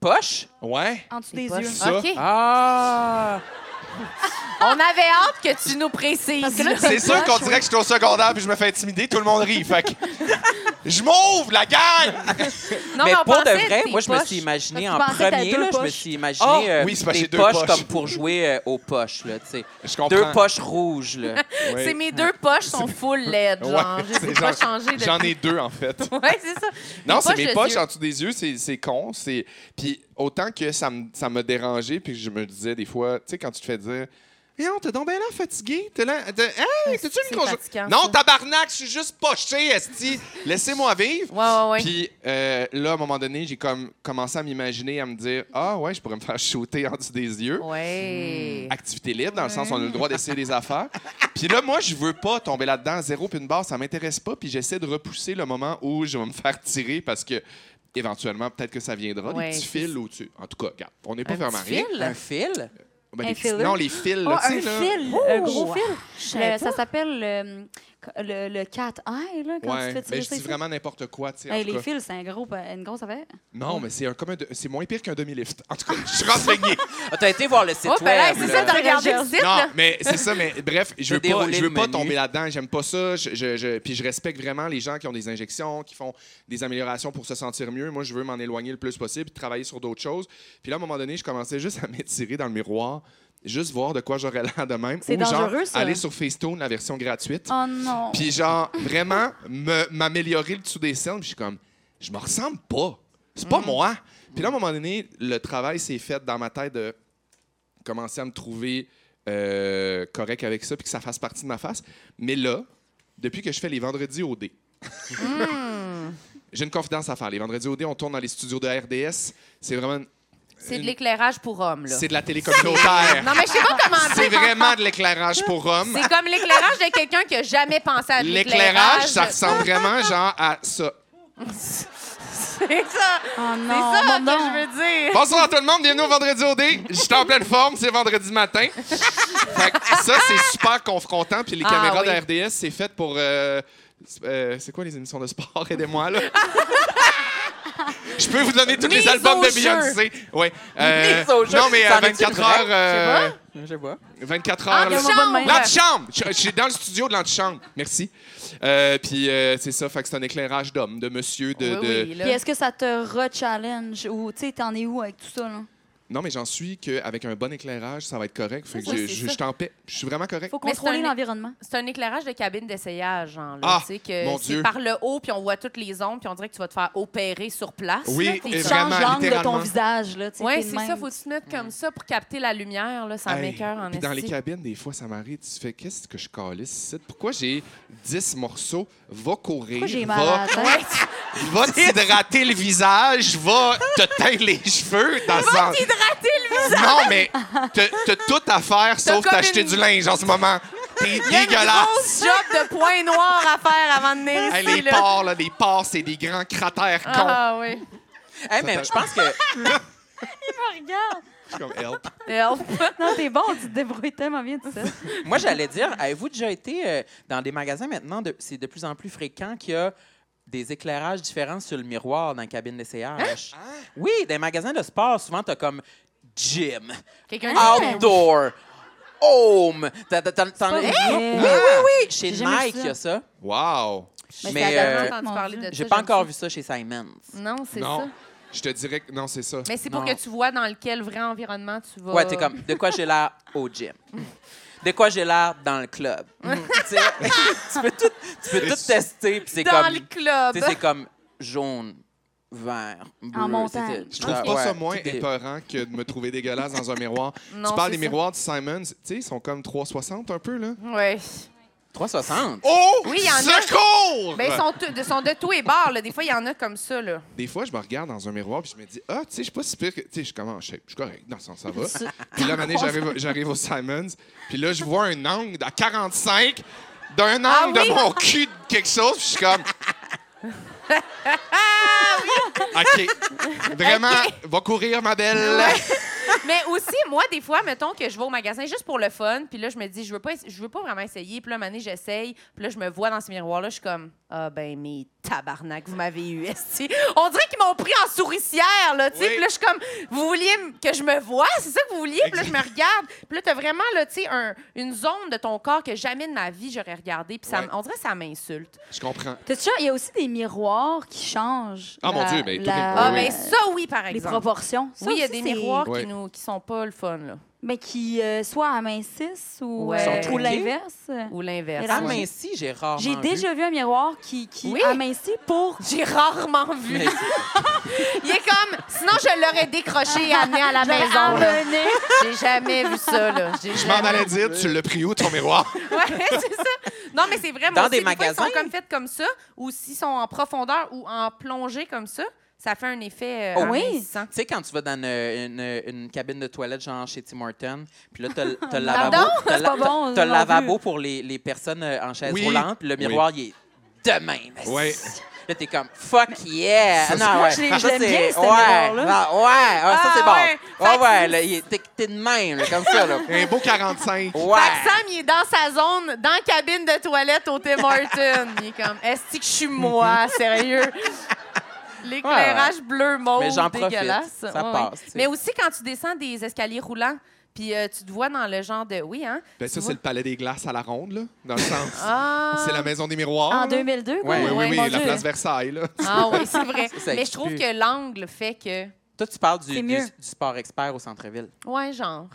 Speaker 7: Poche?
Speaker 5: Ouais.
Speaker 6: En dessous des
Speaker 1: Pas
Speaker 6: yeux.
Speaker 5: ça.
Speaker 1: OK.
Speaker 7: Ah!
Speaker 1: On avait hâte que tu nous précises.
Speaker 6: Parce que là,
Speaker 1: là.
Speaker 5: C'est sûr qu'on dirait que je suis au secondaire puis je me fais intimider, tout le monde rit. Fait que je m'ouvre, la gang!
Speaker 1: Non,
Speaker 7: mais
Speaker 1: on
Speaker 7: pour
Speaker 1: pensait
Speaker 7: de vrai,
Speaker 1: tes
Speaker 7: moi, je me suis
Speaker 1: poches.
Speaker 7: imaginé
Speaker 6: Parce
Speaker 7: en
Speaker 6: que tu pensais que t'avais
Speaker 7: premier,
Speaker 6: deux
Speaker 7: là, je me
Speaker 6: poches.
Speaker 7: suis imaginé
Speaker 5: Ah!
Speaker 7: euh,
Speaker 5: Oui, c'est parce que
Speaker 7: des
Speaker 5: j'ai deux
Speaker 7: poches
Speaker 5: poches.
Speaker 7: comme pour jouer euh, aux poches, là, tu sais.
Speaker 5: Je comprends.
Speaker 7: Deux poches rouges, là.
Speaker 5: Ouais.
Speaker 1: C'est mes deux poches sont full LED, genre.
Speaker 5: Ouais,
Speaker 1: je sais
Speaker 5: c'est
Speaker 1: pas
Speaker 5: genre-
Speaker 1: changer de...
Speaker 5: J'en ai deux, en fait.
Speaker 1: Ouais, c'est ça.
Speaker 5: Non,
Speaker 1: Mes
Speaker 5: c'est mes
Speaker 1: de
Speaker 5: poches
Speaker 1: yeux.
Speaker 5: en dessous des yeux, c'est c'est con. c'est- Puis autant que ça me ça me dérangeait, puis je me disais des fois, tu sais, quand tu te fais dire. Mais non, t'es donc bien là fatigué. T'es là. t'es- Hey, t'es-tu
Speaker 1: c'est
Speaker 5: une conjo-
Speaker 1: fatigant,
Speaker 5: Non,
Speaker 1: ça.
Speaker 5: tabarnak, je suis juste poché, Esti. Laissez-moi vivre.
Speaker 1: Ouais, ouais, ouais.
Speaker 5: Puis euh, là, à un moment donné, j'ai comme commencé à m'imaginer, à me dire Ah ouais, je pourrais me faire shooter en dessous des yeux.
Speaker 1: Ouais.
Speaker 5: Activité libre, dans le sens où on a le droit d'essayer des affaires. Puis là, moi, je veux pas tomber là-dedans, zéro puis une barre, ça m'intéresse pas. Puis j'essaie de repousser le moment où je vais me faire tirer parce que éventuellement, peut-être que ça viendra.
Speaker 1: Ouais,
Speaker 5: des petits
Speaker 1: c'est
Speaker 5: fils au-dessus. En tout cas, regarde, on n'est pas
Speaker 1: Un
Speaker 5: fermé à
Speaker 1: petit
Speaker 5: rien.
Speaker 7: Un
Speaker 1: fil?
Speaker 7: fil?
Speaker 5: Ben,
Speaker 6: Un
Speaker 5: des petits-
Speaker 6: filler?
Speaker 5: non, les fils,
Speaker 6: Oh,
Speaker 5: là,
Speaker 6: un
Speaker 5: tu sais, là.
Speaker 6: fil,
Speaker 5: Ah.
Speaker 6: un gros fil.
Speaker 1: savais
Speaker 6: Le- ça s'appelle euh, le, le cat eye, là, quand
Speaker 5: Ouais,
Speaker 6: tu te fais
Speaker 5: ben,
Speaker 6: tirer
Speaker 5: je dis
Speaker 6: ça.
Speaker 5: vraiment n'importe quoi, tu sais. en
Speaker 6: Hey,
Speaker 5: tout
Speaker 6: les
Speaker 5: cas.
Speaker 6: fils, c'est un gros, une grosse affaire.
Speaker 5: Non, mais c'est un comme un de- c'est moins pire qu'un demi-lift. En tout cas, je suis renseigné.
Speaker 7: Ah, t'as été voir le site
Speaker 1: Oh, ben là,
Speaker 7: web,
Speaker 1: c'est
Speaker 7: là.
Speaker 1: ça, t'as
Speaker 6: C'est
Speaker 1: regardé le
Speaker 6: Rogers.
Speaker 1: site,
Speaker 5: Non,
Speaker 1: là?
Speaker 5: mais c'est ça, mais bref, je veux
Speaker 7: T'as
Speaker 5: pas,
Speaker 7: déroulé
Speaker 5: je veux
Speaker 7: le
Speaker 5: pas
Speaker 7: menu.
Speaker 5: tomber là-dedans, j'aime pas ça. Je, je- je- puis je respecte vraiment les gens qui ont des injections, qui font des améliorations pour se sentir mieux. Moi, je veux m'en éloigner le plus possible, travailler sur d'autres choses. Puis là, à un moment donné, je commençais juste à m'étirer dans le miroir, juste voir de quoi j'aurais l'air de même.
Speaker 6: C'est
Speaker 5: Ou genre,
Speaker 6: dangereux, ça.
Speaker 5: aller sur Facetune, la version gratuite.
Speaker 6: Oh non.
Speaker 5: Puis genre, vraiment, me- m'améliorer le dessous des scènes. Puis je suis comme, je me ressemble pas. C'est
Speaker 1: Mm.
Speaker 5: pas moi. Puis là, à un moment donné, le travail s'est fait dans ma tête de commencer à me trouver euh, correct avec ça, puis que ça fasse partie de ma face. Mais là, depuis que je fais les vendredis au dé,
Speaker 1: Mm.
Speaker 5: j'ai une confidence à faire. Les vendredis au dé, on tourne dans les studios de RDS. C'est vraiment... une-
Speaker 1: C'est de
Speaker 5: une-
Speaker 1: l'éclairage pour hommes, là.
Speaker 5: C'est de la télé communautaire.
Speaker 1: Non, mais je sais pas comment
Speaker 5: C'est
Speaker 1: dire.
Speaker 5: vraiment de l'éclairage pour hommes.
Speaker 1: C'est comme l'éclairage de quelqu'un qui a jamais pensé à de
Speaker 5: L'éclairage, ça ressemble vraiment genre à ça.
Speaker 1: C'est ça.
Speaker 6: Oh
Speaker 1: C'est
Speaker 6: non,
Speaker 1: ça
Speaker 6: mon
Speaker 1: que
Speaker 6: nom.
Speaker 1: je veux dire.
Speaker 5: Bonsoir à tout le monde, bienvenue au Vendredi au dé. J'étais en pleine forme, c'est vendredi matin. Fait que ça, c'est super confrontant. Puis les
Speaker 1: Ah,
Speaker 5: caméras
Speaker 1: oui.
Speaker 5: de la RDS, c'est fait pour... euh, euh, c'est quoi les émissions de sport? Aidez-moi, là. Je peux vous donner tous
Speaker 1: Mise
Speaker 5: les albums
Speaker 1: au
Speaker 5: de
Speaker 1: jeu.
Speaker 5: Beyoncé. Ouais. euh,
Speaker 7: Mise au jeu.
Speaker 5: non, mais euh,
Speaker 7: Ça en est-tu
Speaker 5: 24
Speaker 7: vrai?
Speaker 5: heures... euh,
Speaker 7: Je vois.
Speaker 5: 24
Speaker 1: Ah,
Speaker 5: heures... là.
Speaker 1: le
Speaker 6: mon
Speaker 1: champ.
Speaker 6: bonne main.
Speaker 5: L'antichambre! Je je suis dans le studio de l'antichambre. Merci. Euh, puis euh, c'est ça, fait que c'est un éclairage d'homme, de monsieur, de...
Speaker 1: Oui,
Speaker 5: de-
Speaker 1: oui, là.
Speaker 6: Puis est-ce que ça te re-challenge ou tu sais, t'en es où avec tout ça, là?
Speaker 5: Non, mais j'en suis qu'avec un bon éclairage, ça va être correct. Fait que
Speaker 1: Ouais,
Speaker 5: je,
Speaker 1: c'est
Speaker 5: je,
Speaker 1: ça.
Speaker 5: je t'en paie. Je suis vraiment correct.
Speaker 6: Faut
Speaker 1: Mais
Speaker 6: contrôler
Speaker 1: c'est un-
Speaker 6: l'environnement.
Speaker 1: C'est un éclairage de cabine d'essayage, genre. Là,
Speaker 5: Ah,
Speaker 1: Tu sais que
Speaker 5: mon
Speaker 1: c'est
Speaker 5: Dieu.
Speaker 1: par le haut, puis on voit toutes les ondes, puis on dirait que tu vas te faire opérer sur place.
Speaker 5: Oui,
Speaker 1: là, t'es
Speaker 5: et
Speaker 1: genre-
Speaker 6: Tu
Speaker 5: vraiment,
Speaker 6: changes l'angle de
Speaker 5: littéralement.
Speaker 6: ton visage, là. tu sais,
Speaker 1: Ouais,
Speaker 6: t'es de
Speaker 1: c'est
Speaker 6: même.
Speaker 1: ça. Faut que tu te mettes comme ça pour capter la lumière, là. Ça
Speaker 5: Hey,
Speaker 1: m'écœure en
Speaker 5: puis dans les
Speaker 1: esti.
Speaker 5: cabines, des fois, ça m'arrive. Tu fais, qu'est-ce que je calisse ici? Pourquoi j'ai 10 morceaux? Va courir,
Speaker 6: Pourquoi j'ai mal à
Speaker 5: va,
Speaker 6: la tête?
Speaker 5: va t'hydrater le visage, va te teindre les cheveux. Dans va
Speaker 1: Hydrater le visage.
Speaker 5: Non, mais t'as t'as tout à faire sauf
Speaker 1: comme
Speaker 5: t'acheter
Speaker 1: une-
Speaker 5: du linge en ce moment.
Speaker 1: Il
Speaker 5: T'es
Speaker 1: y a une
Speaker 5: dégueulasse.
Speaker 1: grosse job de point noir à faire avant de venir
Speaker 5: Hey,
Speaker 1: ici,
Speaker 5: les
Speaker 1: là.
Speaker 5: porcs, là, les porcs, c'est des grands cratères cons.
Speaker 1: Ah oui.
Speaker 7: Hey, mais je pense que...
Speaker 6: Regarde!
Speaker 5: Je suis comme, help.
Speaker 1: Help.
Speaker 6: Non, t'es bon, tu te débrouilles tellement bien tout ça.
Speaker 7: Moi, j'allais dire, avez-vous déjà été euh, dans des magasins maintenant, de- c'est de plus en plus fréquent qu'il y a des éclairages différents sur le miroir dans la cabine d'essayage. Oui, des magasins de sport, souvent, t'as comme gym,
Speaker 1: Quelqu'un
Speaker 5: Ah,
Speaker 1: dit-
Speaker 7: outdoor, home. T'as- t'as- t'en- t'en-
Speaker 6: pas
Speaker 7: Oui,
Speaker 6: vrai.
Speaker 7: oui, oui. Chez
Speaker 6: J'ai jamais vu
Speaker 7: Nike, il y a ça.
Speaker 5: Wow.
Speaker 1: Mais
Speaker 7: Mais,
Speaker 1: c'est à
Speaker 7: euh,
Speaker 1: tellement entendu parler de ça.
Speaker 7: J'ai pas
Speaker 1: j'aime
Speaker 7: encore
Speaker 1: ça.
Speaker 7: vu ça chez Simons.
Speaker 1: Non, c'est
Speaker 5: non,
Speaker 1: ça.
Speaker 5: je te dirais que non, c'est ça.
Speaker 1: Mais c'est pour
Speaker 7: Non.
Speaker 1: que tu vois dans quel vrai environnement tu vas.
Speaker 7: Ouais, t'es comme, de quoi j'ai l'air au gym. De quoi j'ai l'air dans le club. Tu sais, tu peux tout, tu peux tout tester, puis c'est
Speaker 1: Dans
Speaker 7: comme...
Speaker 1: le club.
Speaker 6: Ah
Speaker 7: Tu
Speaker 6: ben.
Speaker 7: sais, c'est comme jaune, vert, bleu.
Speaker 6: montagne.
Speaker 7: c'est- c'est-
Speaker 5: Je trouve
Speaker 7: ah,
Speaker 5: pas
Speaker 7: ouais,
Speaker 5: ça moins
Speaker 7: tout est-
Speaker 5: épeurant que de me trouver dégueulasse dans un miroir.
Speaker 1: Non,
Speaker 5: tu parles
Speaker 1: c'est
Speaker 5: des
Speaker 1: ça.
Speaker 5: miroirs de Simons, tu sais, ils sont comme 360 un peu, là.
Speaker 1: Ouais.
Speaker 7: 360.
Speaker 5: Oh!
Speaker 1: Oui, il y en a.
Speaker 5: Secours!
Speaker 1: Ben, ils sont, tout- de, sont de tous et bords, là. Des fois, il y en a comme ça, là.
Speaker 5: Des fois, je me regarde dans un miroir puis je me dis, ah, tu sais, je suis pas si pire que. Tu sais, je suis comment? Je suis je suis correct, dans le sens, ça va. puis là, maintenant, j'arrive, j'arrive au Simons, puis là, je vois un angle à 45. d'un angle
Speaker 1: Ah oui?
Speaker 5: de mon cul de quelque chose, puis je suis comme.
Speaker 1: Ah
Speaker 5: OK. Vraiment, va courir, ma belle.
Speaker 1: Mais aussi, moi, des fois, mettons que je vais au magasin juste pour le fun, puis là, je me dis, je veux pas, ess- je veux pas vraiment essayer. Puis là, année, j'essaye. Puis là, je me vois dans ce miroir-là, je suis comme, ah ben, mais tabarnak, vous m'avez eu, esti. On dirait qu'ils m'ont pris en souricière, là, tu sais.
Speaker 5: Oui.
Speaker 1: Puis là, je suis comme, vous vouliez m- que je me voie? C'est ça que vous vouliez? Puis là, je me regarde. Puis là, t'as vraiment, là, tu sais, un- une zone de ton corps que jamais de ma vie j'aurais regardé. Puis ça, m-
Speaker 5: Ouais.
Speaker 1: on dirait que ça m'insulte.
Speaker 5: Je comprends.
Speaker 6: T'as-tu genre- Il y a aussi des miroirs qui changent.
Speaker 5: Ah, mon
Speaker 6: la-
Speaker 5: Dieu, ben, tout
Speaker 6: la-
Speaker 5: est-
Speaker 1: Ah,
Speaker 5: oui.
Speaker 1: ben, ça, oui, par
Speaker 6: les
Speaker 1: exemple.
Speaker 6: proportions. Ça
Speaker 1: Oui, il y a
Speaker 6: aussi,
Speaker 1: des
Speaker 6: c'est-
Speaker 1: miroirs
Speaker 5: Ouais.
Speaker 1: qui, nous, qui sont pas le fun, là.
Speaker 6: Mais qui euh, soit amincissent ou,
Speaker 1: Ouais.
Speaker 6: euh,
Speaker 1: Sont
Speaker 6: ou
Speaker 7: truqués.
Speaker 6: l'inverse.
Speaker 1: Ou l'inverse.
Speaker 6: Mais là,
Speaker 1: ouais.
Speaker 6: mais-
Speaker 7: Aminci, Ah, j'ai rarement
Speaker 6: J'ai
Speaker 7: vu.
Speaker 6: déjà vu un miroir qui, qui
Speaker 1: Oui.
Speaker 6: amincit pour.
Speaker 1: J'ai rarement vu.
Speaker 7: Mais-
Speaker 1: Il est comme, sinon je l'aurais décroché et amené à la
Speaker 6: J'aurais
Speaker 1: maison. là.
Speaker 6: emmené.
Speaker 1: J'ai jamais vu ça. Là. J'ai
Speaker 5: Je m'en
Speaker 1: jamais-
Speaker 5: allais dire, tu l'as pris où, ton miroir?
Speaker 1: Ouais, c'est ça. Non, mais c'est vrai. moi
Speaker 7: Dans
Speaker 1: aussi,
Speaker 7: des
Speaker 1: fois, ils
Speaker 7: magasins?
Speaker 1: sont comme faits comme ça, ou s'ils sont en profondeur ou en plongée comme ça, ça fait un effet euh,
Speaker 6: Oh oui.
Speaker 1: amincissant.
Speaker 7: Tu sais, quand tu vas dans une, une- euh, une cabine de toilette, genre chez Tim Hortons, puis là, t'as t'as le
Speaker 6: Pardon?
Speaker 7: lavabo, t'as
Speaker 6: C'est
Speaker 7: la-
Speaker 6: pas bon,
Speaker 7: t'as le
Speaker 6: non plus.
Speaker 7: lavabo pour les, les personnes euh, en chaise
Speaker 5: Oui.
Speaker 7: roulante, puis le
Speaker 5: Oui.
Speaker 7: miroir, il est de même.
Speaker 5: Ouais.
Speaker 7: Là, t'es comme « fuck yeah! »
Speaker 5: Ça,
Speaker 7: Non,
Speaker 5: c'est-
Speaker 6: Moi,
Speaker 7: ouais.
Speaker 6: je l'ai- je
Speaker 7: Ça,
Speaker 6: l'aime
Speaker 7: c'est-
Speaker 6: bien, ce
Speaker 7: ouais.
Speaker 6: miroir-là.
Speaker 7: Non, ouais, ouais, ça, c'est
Speaker 1: Ah,
Speaker 7: bon.
Speaker 1: ouais.
Speaker 7: Ouais,
Speaker 1: Fait que-
Speaker 7: ouais, là, il est- t'es t'es de même, là, comme ça, là.
Speaker 5: Un beau 45.
Speaker 7: Ouais.
Speaker 1: Fait que Sam, il est dans sa zone, dans la cabine de toilette au Tim Hortons. Il est comme, est-ce que je suis moi, sérieux? L'éclairage bleu mauve
Speaker 7: Mais j'en profite.
Speaker 1: dégueulasse.
Speaker 7: Ça passe, tu sais.
Speaker 1: Mais aussi quand tu descends des escaliers roulants, puis euh, tu te vois dans le genre de oui hein.
Speaker 5: Ben,
Speaker 1: Tu
Speaker 5: ça,
Speaker 1: vois-
Speaker 5: c'est le palais des glaces à la ronde, là, dans le sens.
Speaker 1: Ah.
Speaker 5: C'est la maison des miroirs.
Speaker 6: En
Speaker 5: là.
Speaker 6: 2002, quoi.
Speaker 7: Ouais,
Speaker 5: Oui, oui,
Speaker 1: Ouais,
Speaker 5: oui,
Speaker 1: mon
Speaker 5: la
Speaker 1: Dieu.
Speaker 5: place Versailles, là.
Speaker 1: Ah oui, c'est vrai.
Speaker 7: Ça, ça
Speaker 1: Mais je
Speaker 7: existe
Speaker 1: trouve
Speaker 7: plus.
Speaker 1: que l'angle fait que
Speaker 7: Toi, tu parles du,
Speaker 6: C'est
Speaker 7: du,
Speaker 6: mieux.
Speaker 7: du sport expert au centre-ville.
Speaker 1: ouais genre.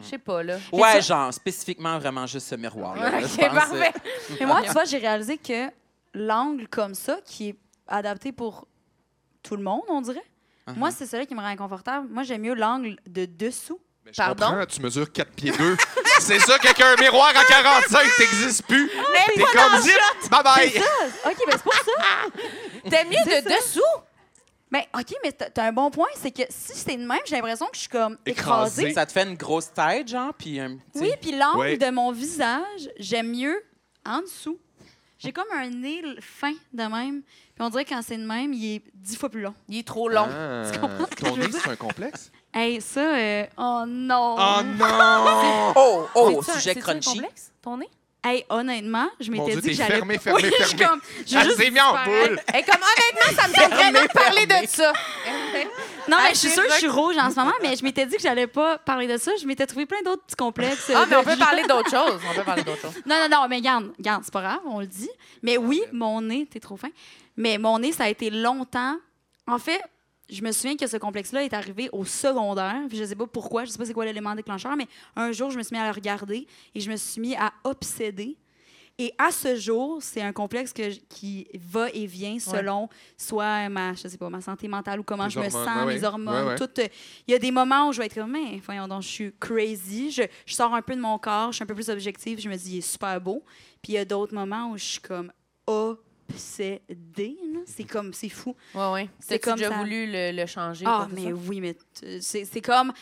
Speaker 1: Je sais pas là.
Speaker 7: Ouais, genre, spécifiquement, vraiment juste ce miroir-là. là, je
Speaker 1: OK,
Speaker 7: pense, euh,
Speaker 1: parfait.
Speaker 6: Mais moi, tu vois, j'ai réalisé que l'angle comme ça, qui est adapté pour tout le monde, on dirait,
Speaker 7: Uh-huh.
Speaker 6: moi, c'est celui qui me rend inconfortable. Moi, j'aime mieux l'angle de dessous.
Speaker 5: Mais je
Speaker 1: Pardon?
Speaker 5: comprends, tu mesures 4 pieds 2. c'est ça, quelqu'un, un miroir à 45, t'existes plus. T'es comme zip, bye bye.
Speaker 6: OK, ben c'est pour ça.
Speaker 1: T'aimes mieux de dessous
Speaker 6: Mais OK, mais t'as t'as un bon point, c'est que si c'est de même, j'ai l'impression que je suis comme
Speaker 5: Écrasée.
Speaker 6: écrasée.
Speaker 7: Ça te fait une grosse tête, genre, puis un petit-
Speaker 6: Oui, puis l'angle
Speaker 5: Ouais.
Speaker 6: de mon visage, j'aime mieux en dessous. J'ai comme un nez fin de même. Puis on dirait que quand c'est de même, il est dix fois plus long.
Speaker 1: Il est trop long.
Speaker 5: Ah. Ton nez, c'est un complexe?
Speaker 6: Hey, ça, euh, oh non!
Speaker 5: Oh non!
Speaker 7: Oh, oh,
Speaker 1: C'est-tu un-
Speaker 7: sujet
Speaker 1: c'est-tu un
Speaker 7: crunchy.
Speaker 1: complexe, ton nez?
Speaker 6: Hey, honnêtement, je
Speaker 5: Mon Dieu,
Speaker 6: m'étais dit
Speaker 5: t'es
Speaker 6: que j'allais...
Speaker 5: fermé, fermé,
Speaker 6: oui, je suis
Speaker 5: fermé.
Speaker 6: comme... j'ai
Speaker 5: Elle
Speaker 6: juste
Speaker 5: s'est Ah, mis en
Speaker 6: disparaître.
Speaker 5: boule.
Speaker 1: Et comme honnêtement, ça me tente vraiment de parler de ça. Ah,
Speaker 6: Non, mais
Speaker 1: Elle
Speaker 6: je suis
Speaker 1: s'est
Speaker 6: sûre que je
Speaker 1: rec-
Speaker 6: suis rouge en ce moment, mais je m'étais dit que j'allais pas parler de ça. Je m'étais trouvé plein d'autres petits complexes. euh,
Speaker 1: Ah mais on
Speaker 6: de-
Speaker 1: peut parler d'autre chose, on peut parler d'autre chose.
Speaker 6: Non, non, non, mais garde, garde, c'est pas grave, on le dit. Mais oui, mon nez, t'es trop fin. Mais mon nez, ça a été longtemps. En fait, je me souviens que ce complexe-là est arrivé au secondaire. Puis je sais pas pourquoi, je sais pas c'est quoi l'élément déclencheur, mais un jour, je me suis mis à le regarder et je me suis mis à obséder. Et à ce jour, c'est un complexe que j- qui va et vient selon soit ma, je sais pas, ma santé mentale ou comment
Speaker 5: Tes
Speaker 6: je me
Speaker 5: hormones,
Speaker 6: sens,
Speaker 5: ouais,
Speaker 6: mes
Speaker 5: ouais.
Speaker 6: hormones,
Speaker 5: Ouais, ouais.
Speaker 6: tout. euh, Il y a des moments où je vais être comme, mais voyons donc, je suis crazy, je, je sors un peu de mon corps, je suis un peu plus objective, je me dis, il est super beau. Puis il y a d'autres moments où je suis comme obsédée. là. C'est comme, c'est fou.
Speaker 1: Ouais ouais.
Speaker 6: C'est
Speaker 1: C'est
Speaker 6: comme
Speaker 1: comme déjà
Speaker 6: ça.
Speaker 1: voulu le, le changer
Speaker 6: Ah,
Speaker 1: pour ça?
Speaker 6: mais oui, mais t- c'est c'est comme,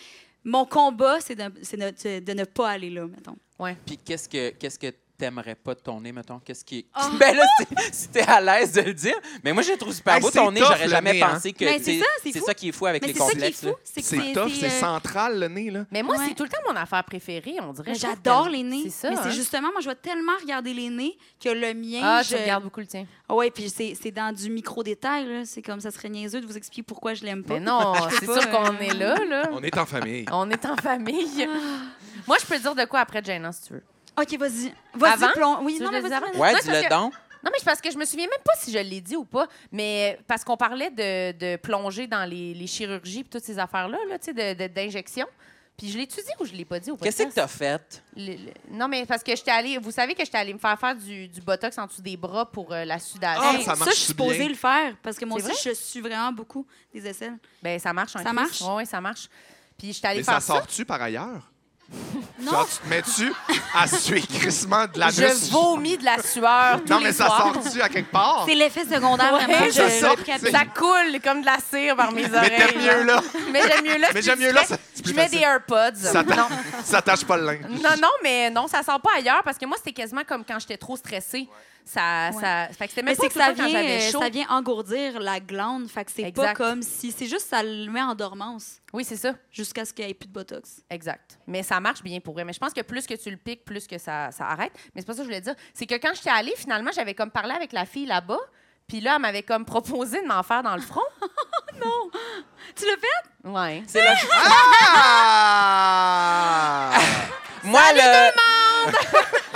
Speaker 6: mon combat, c'est de, c'est de- de ne pas aller là, mettons.
Speaker 7: Puis qu'est-ce que qu'est-ce que t'aimerais pas de ton nez, mettons? Qu'est-ce qui.
Speaker 6: Oh.
Speaker 7: Ben là, c'est- si t'es à l'aise de le dire. Mais moi, je le trouve super
Speaker 5: Hey,
Speaker 7: beau
Speaker 5: c'est
Speaker 7: ton nez.
Speaker 5: tough,
Speaker 7: J'aurais
Speaker 5: le
Speaker 7: jamais
Speaker 5: nez, hein?
Speaker 7: pensé que.
Speaker 6: Mais c'est
Speaker 7: t'sais,
Speaker 6: ça, c'est fou.
Speaker 7: ça qui est fou avec
Speaker 6: Mais
Speaker 7: les
Speaker 6: c'est ça qui est
Speaker 7: complexes.
Speaker 6: fou. que
Speaker 5: C'est tough, c'est
Speaker 6: euh,
Speaker 5: central, le nez, là.
Speaker 1: Mais moi,
Speaker 6: Ouais.
Speaker 1: c'est tout le temps mon affaire préférée, on dirait.
Speaker 6: Mais
Speaker 1: Je trouve
Speaker 6: J'adore
Speaker 1: que-
Speaker 6: les nez.
Speaker 1: C'est ça.
Speaker 6: mais
Speaker 1: hein?
Speaker 6: c'est justement, moi, je vais tellement regarder les nez que le mien.
Speaker 1: Ah,
Speaker 6: je...
Speaker 1: tu regardes beaucoup le tien.
Speaker 6: Oui, puis c'est c'est dans du micro-détail. là. C'est comme ça serait niaiseux de vous expliquer pourquoi je l'aime pas.
Speaker 1: Mais non,
Speaker 6: Je
Speaker 1: c'est
Speaker 6: peux pas,
Speaker 1: sûr qu'on
Speaker 6: euh,
Speaker 1: est là, là.
Speaker 5: On est en famille.
Speaker 1: On est en famille. Moi, je peux dire de quoi après Jane, hein, si tu veux.
Speaker 6: OK, vas-y. Vas-y,
Speaker 1: Avant?
Speaker 6: plomb. Oui,
Speaker 1: Tu
Speaker 6: non,
Speaker 1: veux
Speaker 6: mais
Speaker 1: que je
Speaker 6: vas-y.
Speaker 1: dise avant?
Speaker 6: vas-y.
Speaker 7: Ouais,
Speaker 1: Non, c'est
Speaker 7: dis-le
Speaker 1: parce que-
Speaker 7: donc.
Speaker 1: Non, mais c'est parce que je me souviens même pas si je l'ai dit ou pas, mais parce qu'on parlait de, de plonger dans les, les chirurgies et toutes ces affaires-là, là, tu sais, de- de- d'injection. Puis je l'ai-tu dit ou je l'ai pas dit au
Speaker 7: Qu'est-ce que
Speaker 1: podcast?
Speaker 7: t'as fait?
Speaker 1: Le- le- Non, mais parce que j'étais allée... Vous savez que j'étais allée me faire faire du, du botox en dessous des bras pour euh, la sudation.
Speaker 5: Ah,
Speaker 6: Hey,
Speaker 5: ça
Speaker 6: ça,
Speaker 5: marche
Speaker 6: je suis
Speaker 5: bien.
Speaker 6: supposée le faire parce que moi
Speaker 1: C'est
Speaker 6: aussi, je suis vraiment beaucoup des aisselles.
Speaker 1: Ben, ça marche en
Speaker 6: Ça marche?
Speaker 1: Oui, ça marche. Puis j'étais allée
Speaker 5: Mais
Speaker 1: faire ça.
Speaker 5: ça sort-tu par ailleurs?
Speaker 6: Non.
Speaker 5: Genre, tu te mets-tu à suer crissement de la
Speaker 1: Je vomis de la sueur tous
Speaker 5: Non,
Speaker 1: les
Speaker 5: mais ça
Speaker 1: soirs.
Speaker 5: sort-tu à quelque part?
Speaker 6: C'est l'effet secondaire,
Speaker 1: Ouais,
Speaker 6: vraiment.
Speaker 5: ça
Speaker 6: je-
Speaker 5: sort,
Speaker 6: je capte.
Speaker 5: c'est-
Speaker 1: Ça coule comme de la cire par mes
Speaker 5: Mais
Speaker 1: oreilles.
Speaker 5: t'aimes mieux, là.
Speaker 1: Mais j'aime mieux là.
Speaker 5: Mais
Speaker 1: c'est
Speaker 5: j'aime
Speaker 1: plus
Speaker 5: mieux là,
Speaker 1: discret.
Speaker 5: c'est plus
Speaker 1: Je mets
Speaker 5: facile.
Speaker 1: des AirPods.
Speaker 5: Ça t'a-
Speaker 1: Non.
Speaker 5: Ça tâche pas le linge.
Speaker 1: Non, non, mais non, ça sort pas ailleurs parce que moi, c'était quasiment comme quand j'étais trop stressée. Ça,
Speaker 6: Ouais.
Speaker 1: ça, fait que c'était
Speaker 6: Mais
Speaker 1: même pas
Speaker 6: c'est que
Speaker 1: tout le
Speaker 6: ça
Speaker 1: temps quand
Speaker 6: vient,
Speaker 1: j'avais
Speaker 6: euh,
Speaker 1: chaud.
Speaker 6: ça vient engourdir la glande. Fait que c'est pas
Speaker 1: Exact.
Speaker 6: comme si. C'est juste ça le met en dormance
Speaker 1: Oui, c'est ça,
Speaker 6: jusqu'à ce qu'il n'y ait plus de botox.
Speaker 1: exact. Mais ça marche bien pour vrai. Mais je pense que plus que tu le piques, plus que ça, ça arrête. Mais c'est pas ça que je voulais dire. C'est que quand j'étais allée, finalement, j'avais comme parlé avec la fille là-bas. Puis là, elle m'avait comme proposé de m'en faire dans le front.
Speaker 6: Tu l'as fait?
Speaker 1: Ouais.
Speaker 7: C'est la-
Speaker 5: Ah!
Speaker 2: Moi, le...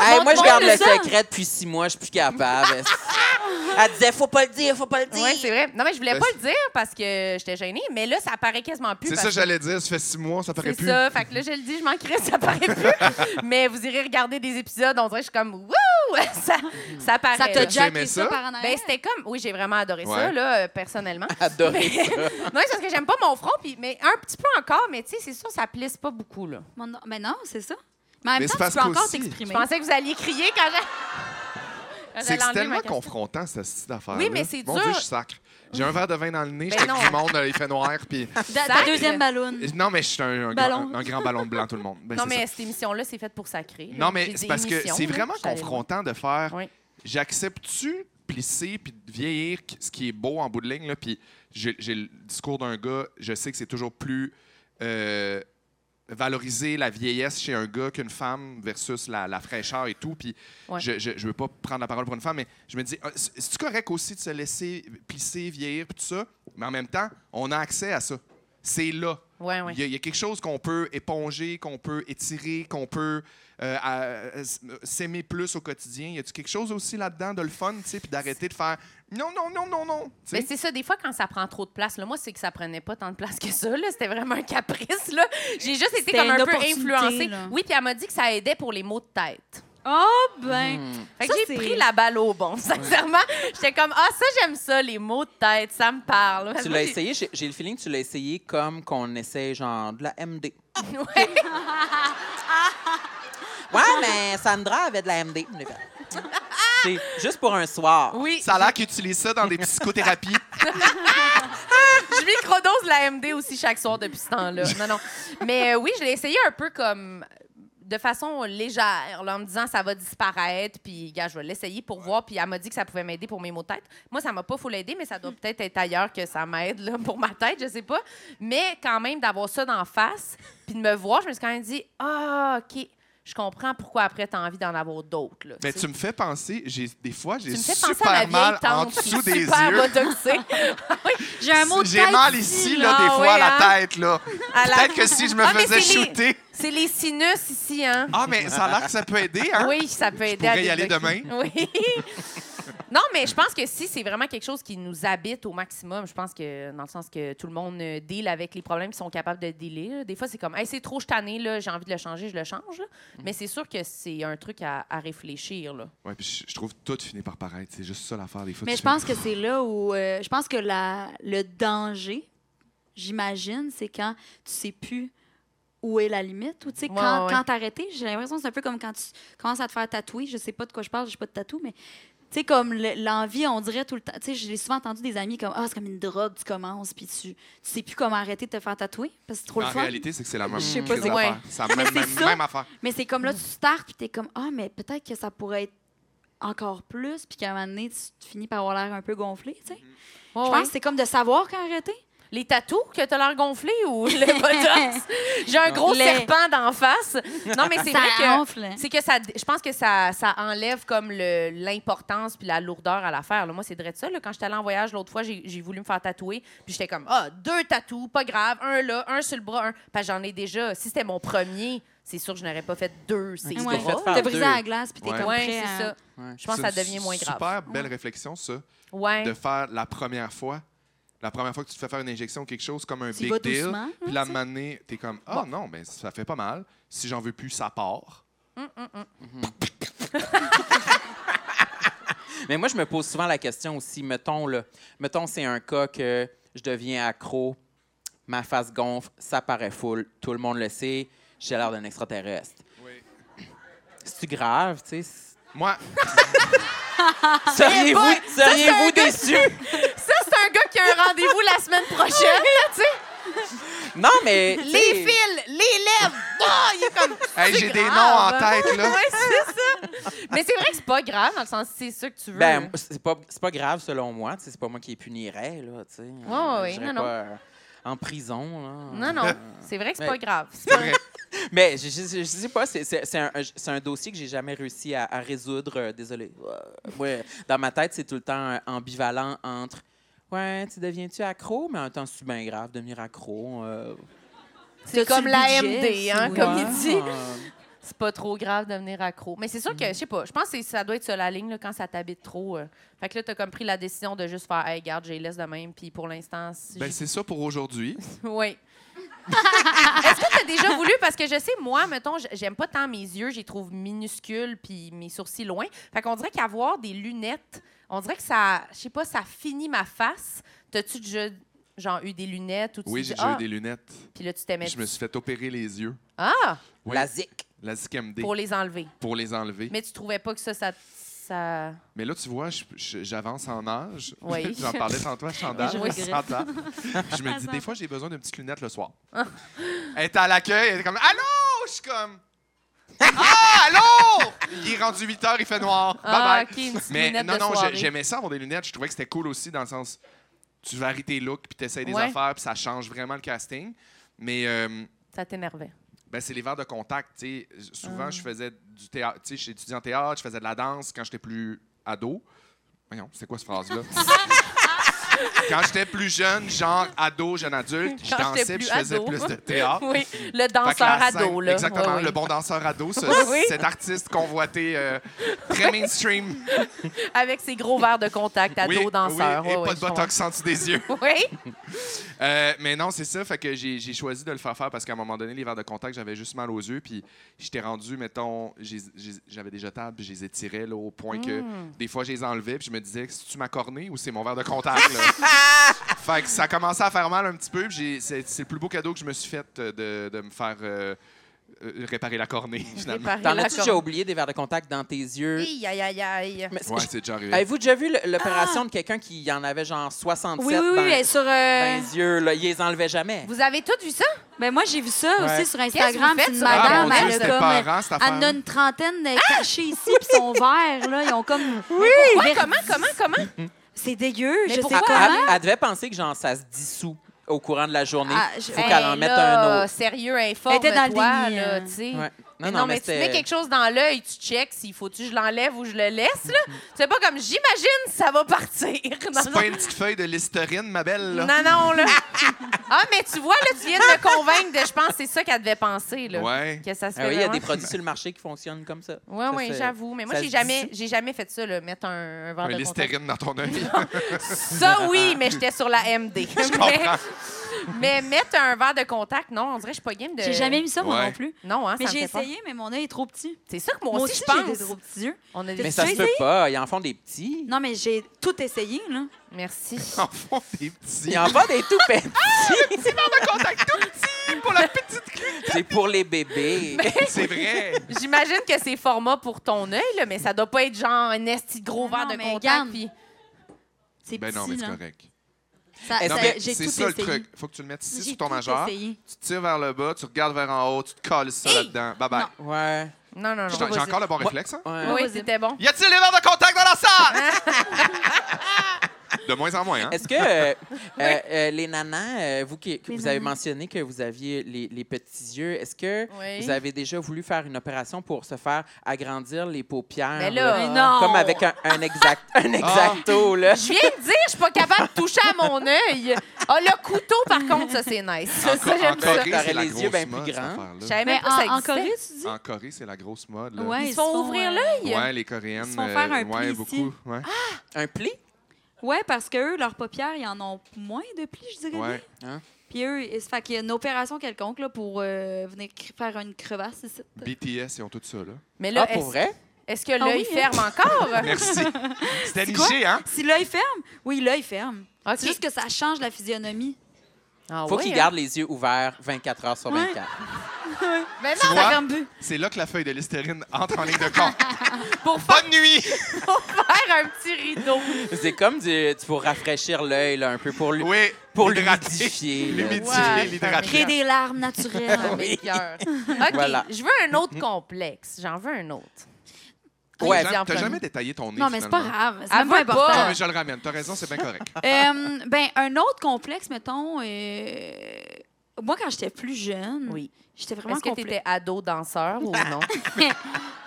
Speaker 2: Hey, moi, je
Speaker 6: Montre-moi
Speaker 2: garde le
Speaker 6: ça.
Speaker 2: secret depuis six mois. Je suis plus capable. Elle disait, faut pas le dire, faut pas le dire.
Speaker 1: Ouais, c'est vrai. Non, mais je voulais
Speaker 5: Ben,
Speaker 1: pas le dire parce que j'étais gênée. Mais là, ça paraît quasiment plus.
Speaker 5: C'est
Speaker 1: parce
Speaker 5: ça,
Speaker 1: que-
Speaker 5: j'allais dire. Ça fait six mois, ça ferait
Speaker 1: C'est
Speaker 5: plus.
Speaker 1: ça. Fait que là, je le dis, je m'en crisse, ça paraît plus. mais vous irez regarder des épisodes, on dirait que je suis comme wouh! Ça, ça paraît.
Speaker 6: Ça
Speaker 1: là.
Speaker 6: t'a
Speaker 5: Tu
Speaker 6: déjà
Speaker 5: aimais
Speaker 6: acquis ça
Speaker 5: ça?
Speaker 6: par en
Speaker 1: Ben,
Speaker 6: arrière?
Speaker 1: c'était comme. Oui, j'ai vraiment adoré ça,
Speaker 5: Ouais.
Speaker 1: là, euh, personnellement.
Speaker 2: Adoré
Speaker 1: Mais- non, mais c'est parce que j'aime pas mon front, puis mais un petit peu encore, mais tu sais, c'est sûr, ça plisse pas beaucoup, là.
Speaker 6: Mon- non, Mais non, c'est ça. Mais en même
Speaker 5: Mais c'est
Speaker 6: temps,
Speaker 5: parce
Speaker 6: tu peux encore
Speaker 5: qu'aussi-
Speaker 1: Ben, Je
Speaker 6: t'exprimer.
Speaker 1: pensais que vous alliez crier quand j'ai. quand
Speaker 5: C'est
Speaker 1: j'allais
Speaker 5: que c'est
Speaker 1: enlever ma
Speaker 5: tellement
Speaker 1: casquette.
Speaker 5: confrontant, cette petite affaire.
Speaker 1: Oui, mais c'est
Speaker 5: Mon
Speaker 1: dur.
Speaker 5: Dieu, je sacre. J'ai un verre de vin dans le nez,
Speaker 1: Ben
Speaker 5: j'étais
Speaker 1: non.
Speaker 5: avec du monde, il fait noir, puis...
Speaker 6: Ta- Ta
Speaker 1: Sac.
Speaker 6: deuxième ballon.
Speaker 5: Non, mais je suis un, un
Speaker 6: Ballon.
Speaker 5: grand, un grand ballon blanc, tout le monde. Ben,
Speaker 1: Non,
Speaker 5: c'est
Speaker 1: mais
Speaker 5: ça.
Speaker 1: cette émission-là, c'est faite pour sacrer. là.
Speaker 5: Non, mais
Speaker 1: J'ai
Speaker 5: c'est
Speaker 1: des
Speaker 5: parce que
Speaker 1: émissions,
Speaker 5: c'est
Speaker 1: là,
Speaker 5: vraiment
Speaker 1: je suis allée
Speaker 5: confrontant de faire...
Speaker 1: voir. Oui.
Speaker 5: J'accepte-tu plisser puis de vieillir qu- ce qui est beau en bout de ligne, là, puis j'ai j'ai le discours d'un gars, je sais que c'est toujours plus... euh, valoriser la vieillesse chez un gars qu'une femme versus la, la fraîcheur et tout. Puis
Speaker 1: Ouais.
Speaker 5: je, je, je veux pas prendre la parole pour une femme, mais je me dis, ah, c- c'est-tu correct aussi de se laisser plisser, vieillir, puis tout ça? Mais en même temps, on a accès à ça. C'est là.
Speaker 1: Ah Ouais, ouais.
Speaker 5: Il y, a- il y a quelque chose qu'on peut éponger, qu'on peut étirer, qu'on peut euh, à- euh, s- s'aimer plus au quotidien. Y a-tu quelque chose aussi là-dedans de le fun, tu sais, puis d'arrêter de faire non, non, non, non, non. tu
Speaker 1: Mais
Speaker 5: sais?
Speaker 1: c'est ça, des fois, quand ça prend trop de place, là, moi, c'est que ça prenait pas tant de place que ça. là. C'était vraiment un caprice. là. J'ai juste été
Speaker 6: C'était
Speaker 1: comme un
Speaker 6: une
Speaker 1: peu
Speaker 6: opportunité,
Speaker 1: influencée.
Speaker 6: là.
Speaker 1: Oui, puis elle m'a dit que ça aidait pour les maux de tête.
Speaker 6: Oh, ben.
Speaker 5: Hmm.
Speaker 1: Fait que
Speaker 6: Ça,
Speaker 1: j'ai
Speaker 6: c'est-
Speaker 1: pris la balle au bon, sincèrement. J'étais comme, ah, ça, j'aime ça, les maux de tête, ça me parle.
Speaker 2: Tu l'as essayé, j'ai j'ai le feeling que tu l'as essayé comme qu'on essaie genre de la MD.
Speaker 1: Ouais.
Speaker 2: Ouais, mais Sandra avait de la MD. on l'a fait. C'est juste pour un soir.
Speaker 1: Oui,
Speaker 5: Ça a l'air qu'ils utilisent ça dans des psychothérapies.
Speaker 1: je microdose la MD aussi chaque soir depuis ce temps-là. Non, non. Mais euh, oui, je l'ai essayé un peu comme de façon légère, là, en me disant ça va disparaître, puis gars, je vais l'essayer pour voir, puis elle m'a dit que ça pouvait m'aider pour mes maux de tête. Moi, ça m'a pas full aidé, mais ça doit peut-être être ailleurs que ça m'aide là, pour ma tête, je sais pas. Mais quand même, d'avoir ça d'en face, puis de me voir, je me suis quand même dit, ah, OK, je comprends pourquoi après, tu as envie d'en avoir d'autres. là,
Speaker 5: Mais
Speaker 1: tu sais.
Speaker 5: tu me fais penser, j'ai des fois, j'ai
Speaker 1: Tu me fais penser à ma
Speaker 5: super
Speaker 1: vieille
Speaker 5: mal en
Speaker 1: tante qui
Speaker 5: dessous
Speaker 1: est
Speaker 5: des
Speaker 1: super
Speaker 5: yeux.
Speaker 1: botoxée.
Speaker 6: J'ai un mot de
Speaker 5: J'ai
Speaker 6: tête
Speaker 5: mal ici, là, des
Speaker 1: là,
Speaker 5: fois, à
Speaker 1: oui, hein?
Speaker 5: la tête, là.
Speaker 1: À la-
Speaker 5: Peut-être que si je me
Speaker 1: Ah, mais
Speaker 5: faisais
Speaker 1: c'est les-
Speaker 5: shooter.
Speaker 1: C'est les sinus ici, hein?
Speaker 5: Ah, mais ça a l'air que ça peut aider, hein?
Speaker 1: Oui, ça peut aider
Speaker 5: pourrais
Speaker 1: à
Speaker 5: y aller
Speaker 1: débloquer.
Speaker 5: demain.
Speaker 1: Oui. non, mais je pense que si c'est vraiment quelque chose qui nous habite au maximum, je pense que dans le sens que tout le monde euh, deal avec les problèmes qu'ils sont capables de dealer. là. Des fois, c'est comme, hey, c'est trop, je suis tannée, là, j'ai envie de le changer, je le change. là.
Speaker 5: Mm.
Speaker 1: Mais c'est sûr que c'est un truc à, à réfléchir. Là.
Speaker 5: Ouais, puis je- je trouve tout finit par paraître. C'est juste ça l'affaire des fois.
Speaker 6: Mais
Speaker 5: tu
Speaker 6: je
Speaker 5: fais-
Speaker 6: pense que c'est là où. euh, je pense que la, le danger, j'imagine, c'est quand tu sais plus où est la limite. Ou tu sais,
Speaker 1: Ouais,
Speaker 6: quand,
Speaker 1: ouais.
Speaker 6: quand t'arrêter, j'ai l'impression que c'est un peu comme quand tu commences à te faire tatouer. Je sais pas de quoi je parle, j'ai pas de tatou, mais. Tu sais, comme le- l'envie, on dirait tout le temps. Tu sais, je l'ai souvent entendu des amis comme Ah, c'est comme une drogue, tu commences, puis tu, tu sais plus comment arrêter de te faire tatouer, parce que c'est trop
Speaker 5: En
Speaker 6: le fun.
Speaker 5: réalité, c'est que c'est la même,
Speaker 6: Je sais pas,
Speaker 5: crise
Speaker 6: c'est-
Speaker 5: d'affaires.
Speaker 1: Ouais.
Speaker 5: C'est la même,
Speaker 6: Mais c'est
Speaker 5: même-
Speaker 6: ça.
Speaker 5: même affaire.
Speaker 6: Mais c'est comme là, tu starts, puis t'es comme, ah, mais peut-être que ça pourrait être encore plus, puis qu'à un moment donné, tu finis par avoir l'air un peu gonflé, tu sais.
Speaker 1: Ouais,
Speaker 6: Je
Speaker 1: ouais.
Speaker 6: pense que c'est comme de savoir quand arrêter.
Speaker 1: Les tatous que t'as l'air gonflé ou le botox? J'ai un gros
Speaker 6: Les-
Speaker 1: serpent d'en face. Non, mais c'est
Speaker 6: Ça
Speaker 1: vrai que...
Speaker 6: gonfle.
Speaker 1: C'est que ça, je pense que ça, ça enlève comme le- l'importance puis la lourdeur à l'affaire. là. Moi, c'est vrai de ça. là. Quand j'étais allée en voyage l'autre fois, j'ai j'ai voulu me faire tatouer. Puis j'étais comme, ah, deux tatous, pas grave, un là, un sur le bras, un. Parce que j'en ai déjà. Si c'était mon premier, c'est sûr que je n'aurais pas fait deux. C'est drôle.
Speaker 2: Ouais. Tu t'es fait faire
Speaker 6: T'as brisé
Speaker 2: deux.
Speaker 6: à la glace, puis t'es
Speaker 5: Ouais.
Speaker 6: comme
Speaker 1: Ouais,
Speaker 6: prêt
Speaker 1: c'est
Speaker 6: à-
Speaker 1: ça.
Speaker 2: Ouais.
Speaker 1: Je pense que
Speaker 5: C'est
Speaker 1: ça
Speaker 5: une
Speaker 1: devient moins grave. Hein?
Speaker 5: Super belle réflexion, ça,
Speaker 1: Ouais.
Speaker 5: de faire la première fois. La première fois que tu te fais faire une injection, quelque chose comme un
Speaker 6: Tu
Speaker 5: big
Speaker 6: vas
Speaker 5: deal.
Speaker 6: doucement, hein,
Speaker 5: Puis la manée, t'es comme, ah non, mais ça fait pas mal. Si j'en veux plus, ça part.
Speaker 2: Mais moi, je me pose souvent la question aussi, mettons, là, mettons, c'est un cas que je deviens accro, ma face gonfle, ça paraît full, tout le monde le sait. j'ai l'air d'un extraterrestre.
Speaker 5: Oui.
Speaker 2: C'est-tu grave, tu sais?
Speaker 5: Moi,
Speaker 2: Seriez-vous
Speaker 1: Ah, boy, ça,
Speaker 2: seriez
Speaker 1: c'est un gars-
Speaker 2: déçus?
Speaker 1: Ça, c'est un gars qui a un rendez-vous la semaine prochaine, là, tu sais.
Speaker 2: Non, mais. tu sais,
Speaker 1: Les fils, les lèvres, ah, il est comme.
Speaker 5: hey,
Speaker 1: C'est
Speaker 5: j'ai des noms en
Speaker 1: grave. hein?
Speaker 5: tête, là.
Speaker 1: Ouais, c'est ça. Mais c'est vrai que c'est pas grave, dans le sens, c'est ça que tu veux.
Speaker 2: Ben, c'est pas, c'est pas grave selon moi, tu sais, c'est pas moi qui les punirais, là, tu sais.
Speaker 1: ouais, ouais,
Speaker 2: J'irais
Speaker 1: non, non.
Speaker 2: pas, euh, en prison,
Speaker 1: non,
Speaker 2: là.
Speaker 1: non, c'est vrai que c'est
Speaker 2: Mais-
Speaker 1: pas grave. C'est
Speaker 5: C'est
Speaker 1: pas-
Speaker 5: vrai.
Speaker 2: Mais je, je- je sais pas, c'est- c'est c'est un, c'est un dossier que j'ai jamais réussi à, à résoudre. euh, désolé. Euh, ouais, dans ma tête, c'est tout le temps euh, ambivalent entre ouais, tu deviens-tu accro, mais en même temps, c'est bien grave de devenir accro. euh,
Speaker 1: C'est
Speaker 6: T'as-tu
Speaker 1: comme
Speaker 6: le
Speaker 1: la MD,
Speaker 6: budget,
Speaker 1: hein,
Speaker 6: ou-
Speaker 1: comme
Speaker 2: ouais,
Speaker 1: il dit.
Speaker 2: euh,
Speaker 1: C'est pas trop grave de venir accro. Mais c'est sûr que, je sais pas, je pense que c'est- ça doit être ça la ligne, là, quand ça t'habite trop. euh. Fait que là, t'as comme pris la décision de juste faire, hey, garde, j'ai laisse de même, puis pour l'instant, si
Speaker 5: Ben,
Speaker 1: j'y-
Speaker 5: c'est ça pour aujourd'hui.
Speaker 1: Oui. Est-ce que tu as déjà voulu? Parce que je sais, moi, mettons, j- j'aime pas tant mes yeux, je les trouve minuscules, puis mes sourcils loin. Fait qu'on dirait qu'avoir des lunettes, on dirait que ça, je sais pas, ça finit ma face. T'as-tu déjà, genre, eu des lunettes? Ou tu
Speaker 5: Oui,
Speaker 1: dis,
Speaker 5: j'ai déjà
Speaker 1: ah,
Speaker 5: eu des lunettes.
Speaker 1: Puis là, tu t'aimais.
Speaker 5: Je me suis fait opérer les yeux.
Speaker 1: Ah,
Speaker 5: Oui,
Speaker 2: La zic.
Speaker 5: la ZikMD
Speaker 1: pour les enlever.
Speaker 5: pour les enlever. Mais,
Speaker 1: Mais tu trouvais pas que ça, ça. ça...
Speaker 5: là, tu vois, je- je- j'avance en âge.
Speaker 1: Oui.
Speaker 5: J'en parlais tantôt à Chandal.
Speaker 1: Je regrette.
Speaker 5: à Chantal. Je me dis, des fois, j'ai besoin d'une petite lunette le soir. elle est à l'accueil, elle est comme Allô Je suis comme Ah, allô Il est rendu 8 heures, il fait noir. Bye
Speaker 1: Ah,
Speaker 5: bye.
Speaker 1: ok, une petite
Speaker 5: Mais
Speaker 1: lunette
Speaker 5: non,
Speaker 1: de
Speaker 5: non,
Speaker 1: soirée.
Speaker 5: j'ai- j'aimais ça avoir des lunettes. Je trouvais que c'était cool aussi dans le sens tu varies tes looks puis t'essayes des
Speaker 1: Ouais.
Speaker 5: affaires puis ça change vraiment le casting. Mais euh,
Speaker 1: Ça t'énervait.
Speaker 5: ben, c'est les verres de contact. tu sais. Souvent,
Speaker 1: Ah.
Speaker 5: je faisais du théâtre. tu sais, J'ai étudié en théâtre, je faisais de la danse quand j'étais plus ado. Voyons, c'est quoi cette phrase-là? quand j'étais plus jeune, genre ado, jeune adulte, je
Speaker 1: Quand j'étais
Speaker 5: dansais puis je
Speaker 1: plus
Speaker 5: faisais
Speaker 1: ado.
Speaker 5: plus de théâtre.
Speaker 1: Oui, le
Speaker 5: Fait que la
Speaker 1: danseur
Speaker 5: scène-
Speaker 1: ado, là.
Speaker 5: Exactement,
Speaker 1: Ouais, ouais.
Speaker 5: le bon danseur ado, ce-
Speaker 1: Oui.
Speaker 5: cet artiste convoité euh, très mainstream.
Speaker 1: Avec ses gros verres de contact, ado
Speaker 5: Oui,
Speaker 1: danseur.
Speaker 5: oui,
Speaker 1: ouais,
Speaker 5: et
Speaker 1: ouais,
Speaker 5: pas
Speaker 1: je
Speaker 5: de botox senti des yeux.
Speaker 1: comprends. Oui.
Speaker 5: Euh, mais non, c'est ça. Fait que j'ai j'ai choisi de le faire faire parce qu'à un moment donné, les verres de contact, j'avais juste mal aux yeux. Puis j'étais rendu, mettons, j'ai- j'ai- j'avais des jetables, puis je les étirais là, au point que des fois, je les enlevais. Puis je me disais, c'est-tu ma cornée ou c'est mon verre de contact? là? fait que ça commençait à faire mal un petit peu. puis j'ai- C'est c'est le plus beau cadeau que je me suis fait euh, de, de me faire euh, euh, réparer la cornée, finalement.
Speaker 1: Réparer
Speaker 2: T'en
Speaker 1: la
Speaker 2: as-tu déjà oublié des verres de contact dans tes yeux?
Speaker 1: Aïe, aïe, aïe, aïe.
Speaker 2: Mais c'est-
Speaker 5: Ouais,
Speaker 2: je-
Speaker 5: c'est déjà arrivé.
Speaker 2: Avez-vous déjà vu le-
Speaker 1: Ah.
Speaker 2: l'opération de quelqu'un qui en avait genre 67
Speaker 6: Oui, oui, oui,
Speaker 2: dans,
Speaker 6: elle est sur. euh,
Speaker 2: dans les yeux? Là. Il les enlevait jamais.
Speaker 1: Vous avez tous vu ça?
Speaker 6: Ben moi, j'ai vu ça
Speaker 2: Ouais.
Speaker 6: aussi sur
Speaker 1: que vous
Speaker 6: Instagram.
Speaker 1: faites
Speaker 6: une
Speaker 1: sur
Speaker 5: Ah,
Speaker 6: madame,
Speaker 5: mon Dieu,
Speaker 6: elle a
Speaker 5: c'était
Speaker 6: comme. euh,
Speaker 5: pas rare, cette
Speaker 6: Elle en a
Speaker 5: affaire.
Speaker 6: une trentaine euh, cachées ici, puis son verre, là, ils ont comme. Oui!
Speaker 1: Ouais, comment, comment, comment?
Speaker 6: C'est dégueu,
Speaker 1: Mais
Speaker 6: je sais
Speaker 1: pourquoi? hein?
Speaker 6: pas.
Speaker 2: Elle, elle devait penser que genre ça se dissout au courant de la journée.
Speaker 6: Ah, je-
Speaker 2: Faut qu'elle en
Speaker 1: Hey,
Speaker 2: mette
Speaker 1: là,
Speaker 2: un autre.
Speaker 1: Sérieux, informe
Speaker 6: Elle était dans le
Speaker 1: toi,
Speaker 6: déni,
Speaker 1: là,
Speaker 6: hein.
Speaker 1: tu sais.
Speaker 2: Ouais.
Speaker 1: Mais Non, mais, tu mets
Speaker 2: c'était-
Speaker 1: quelque chose dans l'œil, tu checks s'il faut-tu que je l'enlève ou je le laisse, là.
Speaker 2: Mm-hmm.
Speaker 1: C'est pas comme, j'imagine, ça va partir. Non,
Speaker 5: C'est pas une petite feuille de listerine, ma belle.
Speaker 1: non,
Speaker 5: Là.
Speaker 1: non, non, là. ah, mais tu vois, là, tu viens de me convaincre de, je pense, que c'est ça qu'elle devait penser, là.
Speaker 5: Ouais.
Speaker 1: Que ça se fait
Speaker 2: Ah oui, il y a
Speaker 1: vraiment.
Speaker 2: des produits sur le marché qui fonctionnent comme ça.
Speaker 1: Ouais,
Speaker 2: Ça,
Speaker 1: ouais,
Speaker 2: c'est-
Speaker 1: j'avoue. Mais moi,
Speaker 2: ça
Speaker 1: j'ai
Speaker 2: se
Speaker 1: jamais,
Speaker 2: dissout.
Speaker 1: j'ai jamais fait ça, là, mettre un, un verre
Speaker 5: Un
Speaker 1: de contact.
Speaker 5: listerine dans ton œil.
Speaker 1: Ça, oui, mais j'étais sur la MD.
Speaker 5: comprends.
Speaker 1: mais, mais mettre un verre de contact, non, on dirait que je suis pas game de.
Speaker 6: J'ai jamais mis ça, moi
Speaker 5: Ouais.
Speaker 6: non plus.
Speaker 1: Non, hein,
Speaker 6: Mais
Speaker 1: ça me
Speaker 6: j'ai
Speaker 1: fait pas.
Speaker 6: essayé, mais mon œil est trop petit.
Speaker 1: C'est ça que moi,
Speaker 6: Moi
Speaker 1: aussi,
Speaker 6: aussi,
Speaker 1: je
Speaker 6: j'ai
Speaker 1: pense.
Speaker 6: des trop petits yeux.
Speaker 1: On a des-
Speaker 2: Mais ça se
Speaker 6: Tu
Speaker 2: peut pas. Ils en font des petits.
Speaker 6: Non, mais j'ai tout essayé, là.
Speaker 1: Merci.
Speaker 5: en font des petits.
Speaker 2: Ils en font des tout
Speaker 1: Ah,
Speaker 2: petits.
Speaker 5: Contact tout petit pour la petite
Speaker 2: C'est pour les bébés.
Speaker 5: C'est vrai.
Speaker 1: J'imagine que c'est format pour ton œil, là, mais ça doit pas être genre un esti de gros
Speaker 6: Non,
Speaker 1: verre de
Speaker 6: mais
Speaker 1: contact.
Speaker 6: garde.
Speaker 1: puis-
Speaker 6: C'est
Speaker 5: Ben
Speaker 6: petit,
Speaker 5: non, mais c'est
Speaker 6: là.
Speaker 5: correct.
Speaker 6: Ça-
Speaker 2: Non,
Speaker 6: ça-
Speaker 2: mais
Speaker 6: J'ai tout
Speaker 5: C'est ça le
Speaker 6: essayé.
Speaker 5: truc. Faut que tu le mettes ici
Speaker 6: J'ai
Speaker 5: sur ton
Speaker 6: tout
Speaker 5: majeur.
Speaker 6: essayé.
Speaker 5: Tu tires vers le bas, tu regardes vers en haut, tu te colles ça
Speaker 1: Hey!
Speaker 5: là-dedans. Bye bye.
Speaker 6: Non.
Speaker 2: Ouais.
Speaker 1: Non, non, non.
Speaker 5: J'ai j'ai encore le bon réflexe, hein?
Speaker 2: ouais.
Speaker 1: Oui, Oui, c'était bon.
Speaker 5: Y a-t-il des verres de contact dans la salle? de moins en moins, hein?
Speaker 2: Est-ce que euh, euh, euh, les nanas, euh, vous qui que
Speaker 6: Les
Speaker 2: vous avez
Speaker 6: nanas.
Speaker 2: mentionné que vous aviez les, les petits yeux, est-ce que
Speaker 1: Oui.
Speaker 2: vous avez déjà voulu faire une opération pour se faire agrandir les paupières?
Speaker 1: Mais là- Mais
Speaker 6: non!
Speaker 2: Comme avec un, un exact, un exacto, là.
Speaker 1: Je viens de dire, je suis pas capable de toucher à mon œil. Ah, le couteau, par contre, ça, c'est nice. Ça,
Speaker 5: En,
Speaker 1: ça,
Speaker 5: en
Speaker 1: j'aime ça.
Speaker 5: Corée,
Speaker 2: T'aurais
Speaker 5: c'est la
Speaker 2: les
Speaker 5: grosse
Speaker 2: yeux bien
Speaker 5: mode,
Speaker 2: plus
Speaker 5: cette
Speaker 2: grands.
Speaker 5: affaire-là.
Speaker 1: Je savais
Speaker 6: Mais
Speaker 1: même pas que ça
Speaker 6: en, en
Speaker 1: existait.
Speaker 6: Corée, tu dis?
Speaker 5: En Corée, c'est la grosse mode. Là.
Speaker 6: Ouais,
Speaker 1: Ils se font ouvrir
Speaker 6: euh,
Speaker 1: l'œil?
Speaker 5: Ouais, les Coréennes. euh,
Speaker 6: Ils se font faire un Ah,
Speaker 5: ouais,
Speaker 6: pli
Speaker 5: beaucoup.
Speaker 6: ici.
Speaker 5: Ouais.
Speaker 2: Un pli?
Speaker 6: Ouais, parce que eux, leurs paupières, ils en ont moins de plis, je dirais.
Speaker 5: ouais.
Speaker 6: Puis eux, il- fait qu'il y a une opération quelconque là, pour euh, venir cr- faire une crevasse ici.
Speaker 5: BTS, ils ont tout ça, là.
Speaker 1: Mais là,
Speaker 2: Ah, pour
Speaker 1: est-ce-
Speaker 2: vrai?
Speaker 1: est-ce que
Speaker 6: Ah
Speaker 1: l'œil
Speaker 6: oui, hein?
Speaker 1: ferme encore?
Speaker 5: Merci. C'était
Speaker 6: quoi?
Speaker 5: niché, hein?
Speaker 6: Si l'œil ferme, oui, l'œil ferme.
Speaker 1: Ok.
Speaker 6: C'est juste que ça change la physionomie.
Speaker 1: Ah
Speaker 2: Faut
Speaker 1: ouais,
Speaker 2: qu'ils
Speaker 1: hein?
Speaker 2: gardent les yeux ouverts 24 heures sur
Speaker 6: Ouais.
Speaker 2: 24.
Speaker 1: Mais
Speaker 5: Tu
Speaker 1: non,
Speaker 6: Ça
Speaker 5: vois,
Speaker 6: ferme plus.
Speaker 5: c'est là que la feuille de listérine entre en ligne de compte.
Speaker 1: pour faire,
Speaker 5: Bonne nuit!
Speaker 1: pour faire un petit rideau.
Speaker 2: C'est comme du, tu- pour rafraîchir l'œil là, un peu pour lui,
Speaker 5: Oui,
Speaker 2: pour
Speaker 5: l'hydrater.
Speaker 2: l'humidifier. là.
Speaker 5: L'humidifier,
Speaker 1: Ouais,
Speaker 5: l'hydrater.
Speaker 6: Créer des larmes
Speaker 1: Ah,
Speaker 6: naturelles.
Speaker 1: mes cœurs. OK,
Speaker 2: Voilà.
Speaker 1: je veux un autre complexe. J'en veux un autre.
Speaker 5: T'as
Speaker 2: Ouais.
Speaker 5: jamais- T'as jamais détaillé ton nez,
Speaker 6: Non, mais c'est pas
Speaker 5: finalement.
Speaker 6: grave. C'est
Speaker 1: Ah,
Speaker 6: même pas
Speaker 1: va pas.
Speaker 5: Non,
Speaker 6: important.
Speaker 5: mais je le ramène. T'as raison, c'est bien correct.
Speaker 6: Euh, ben, un autre complexe, mettons. euh, Moi, quand j'étais plus jeune,
Speaker 1: Oui.
Speaker 6: j'étais vraiment
Speaker 1: Est-ce que tu
Speaker 6: complexe.
Speaker 1: étais ado danseur ou non?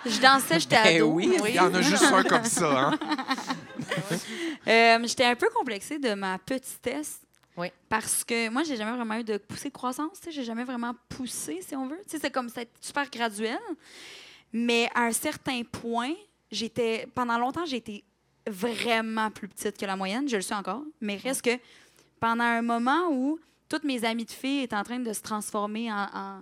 Speaker 6: Je dansais, j'étais
Speaker 2: Ben
Speaker 6: ado.
Speaker 2: oui,
Speaker 5: Il y en a juste un comme ça, hein?
Speaker 6: Euh, j'étais un peu complexée de ma petitesse.
Speaker 1: Oui.
Speaker 6: Parce que moi, j'ai jamais vraiment eu de poussée de croissance. tu sais, J'ai jamais vraiment poussé, si on veut. Tu sais, C'est comme ça, super graduel. Mais à un certain point, j'étais pendant longtemps, j'étais vraiment plus petite que la moyenne. Je le suis encore. Mais reste que pendant un moment où toutes mes amies de filles étaient en train de se transformer en, en,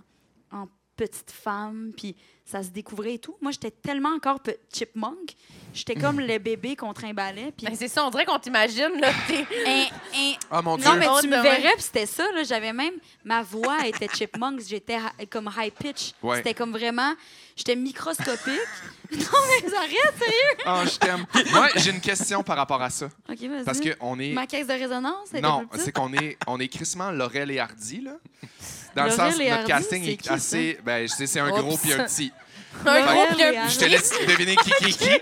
Speaker 6: en petites femmes, puis ça se découvrait et tout, moi, j'étais tellement encore pe- chipmunk. J'étais comme le bébé qu'on trimballait. Puis
Speaker 1: Ben, c'est ça, on dirait qu'on t'imagine. Là, t'es-
Speaker 6: Hein, hein.
Speaker 5: Oh mon Dieu!
Speaker 6: Non, mais tu
Speaker 1: Dieu.
Speaker 6: me verrais, puis c'était ça. là. J'avais même. Ma voix était chipmunks, j'étais hi- comme high pitch.
Speaker 5: Ouais.
Speaker 6: C'était comme vraiment. J'étais microscopique. non, mais arrête, sérieux.
Speaker 5: Oh, je t'aime. Moi, j'ai une question par rapport à ça.
Speaker 6: OK, vas-y.
Speaker 5: Parce qu'on est...
Speaker 6: Ma caisse de résonance, elle
Speaker 5: Non,
Speaker 6: était plus
Speaker 5: c'est
Speaker 6: petite.
Speaker 5: qu'on est, on est crissement Laurel et Hardy, là. Dans le
Speaker 6: Laurel
Speaker 5: sens,
Speaker 6: et
Speaker 5: notre
Speaker 6: Hardy,
Speaker 5: casting
Speaker 6: c'est
Speaker 5: est
Speaker 6: qui, ça?
Speaker 5: assez. Ben, je sais, c'est un gros
Speaker 1: Oups.
Speaker 5: puis un petit.
Speaker 1: un
Speaker 6: Ouais,
Speaker 1: gros
Speaker 6: ouais,
Speaker 1: vieux.
Speaker 5: Je te laisse deviner qui qui est qui.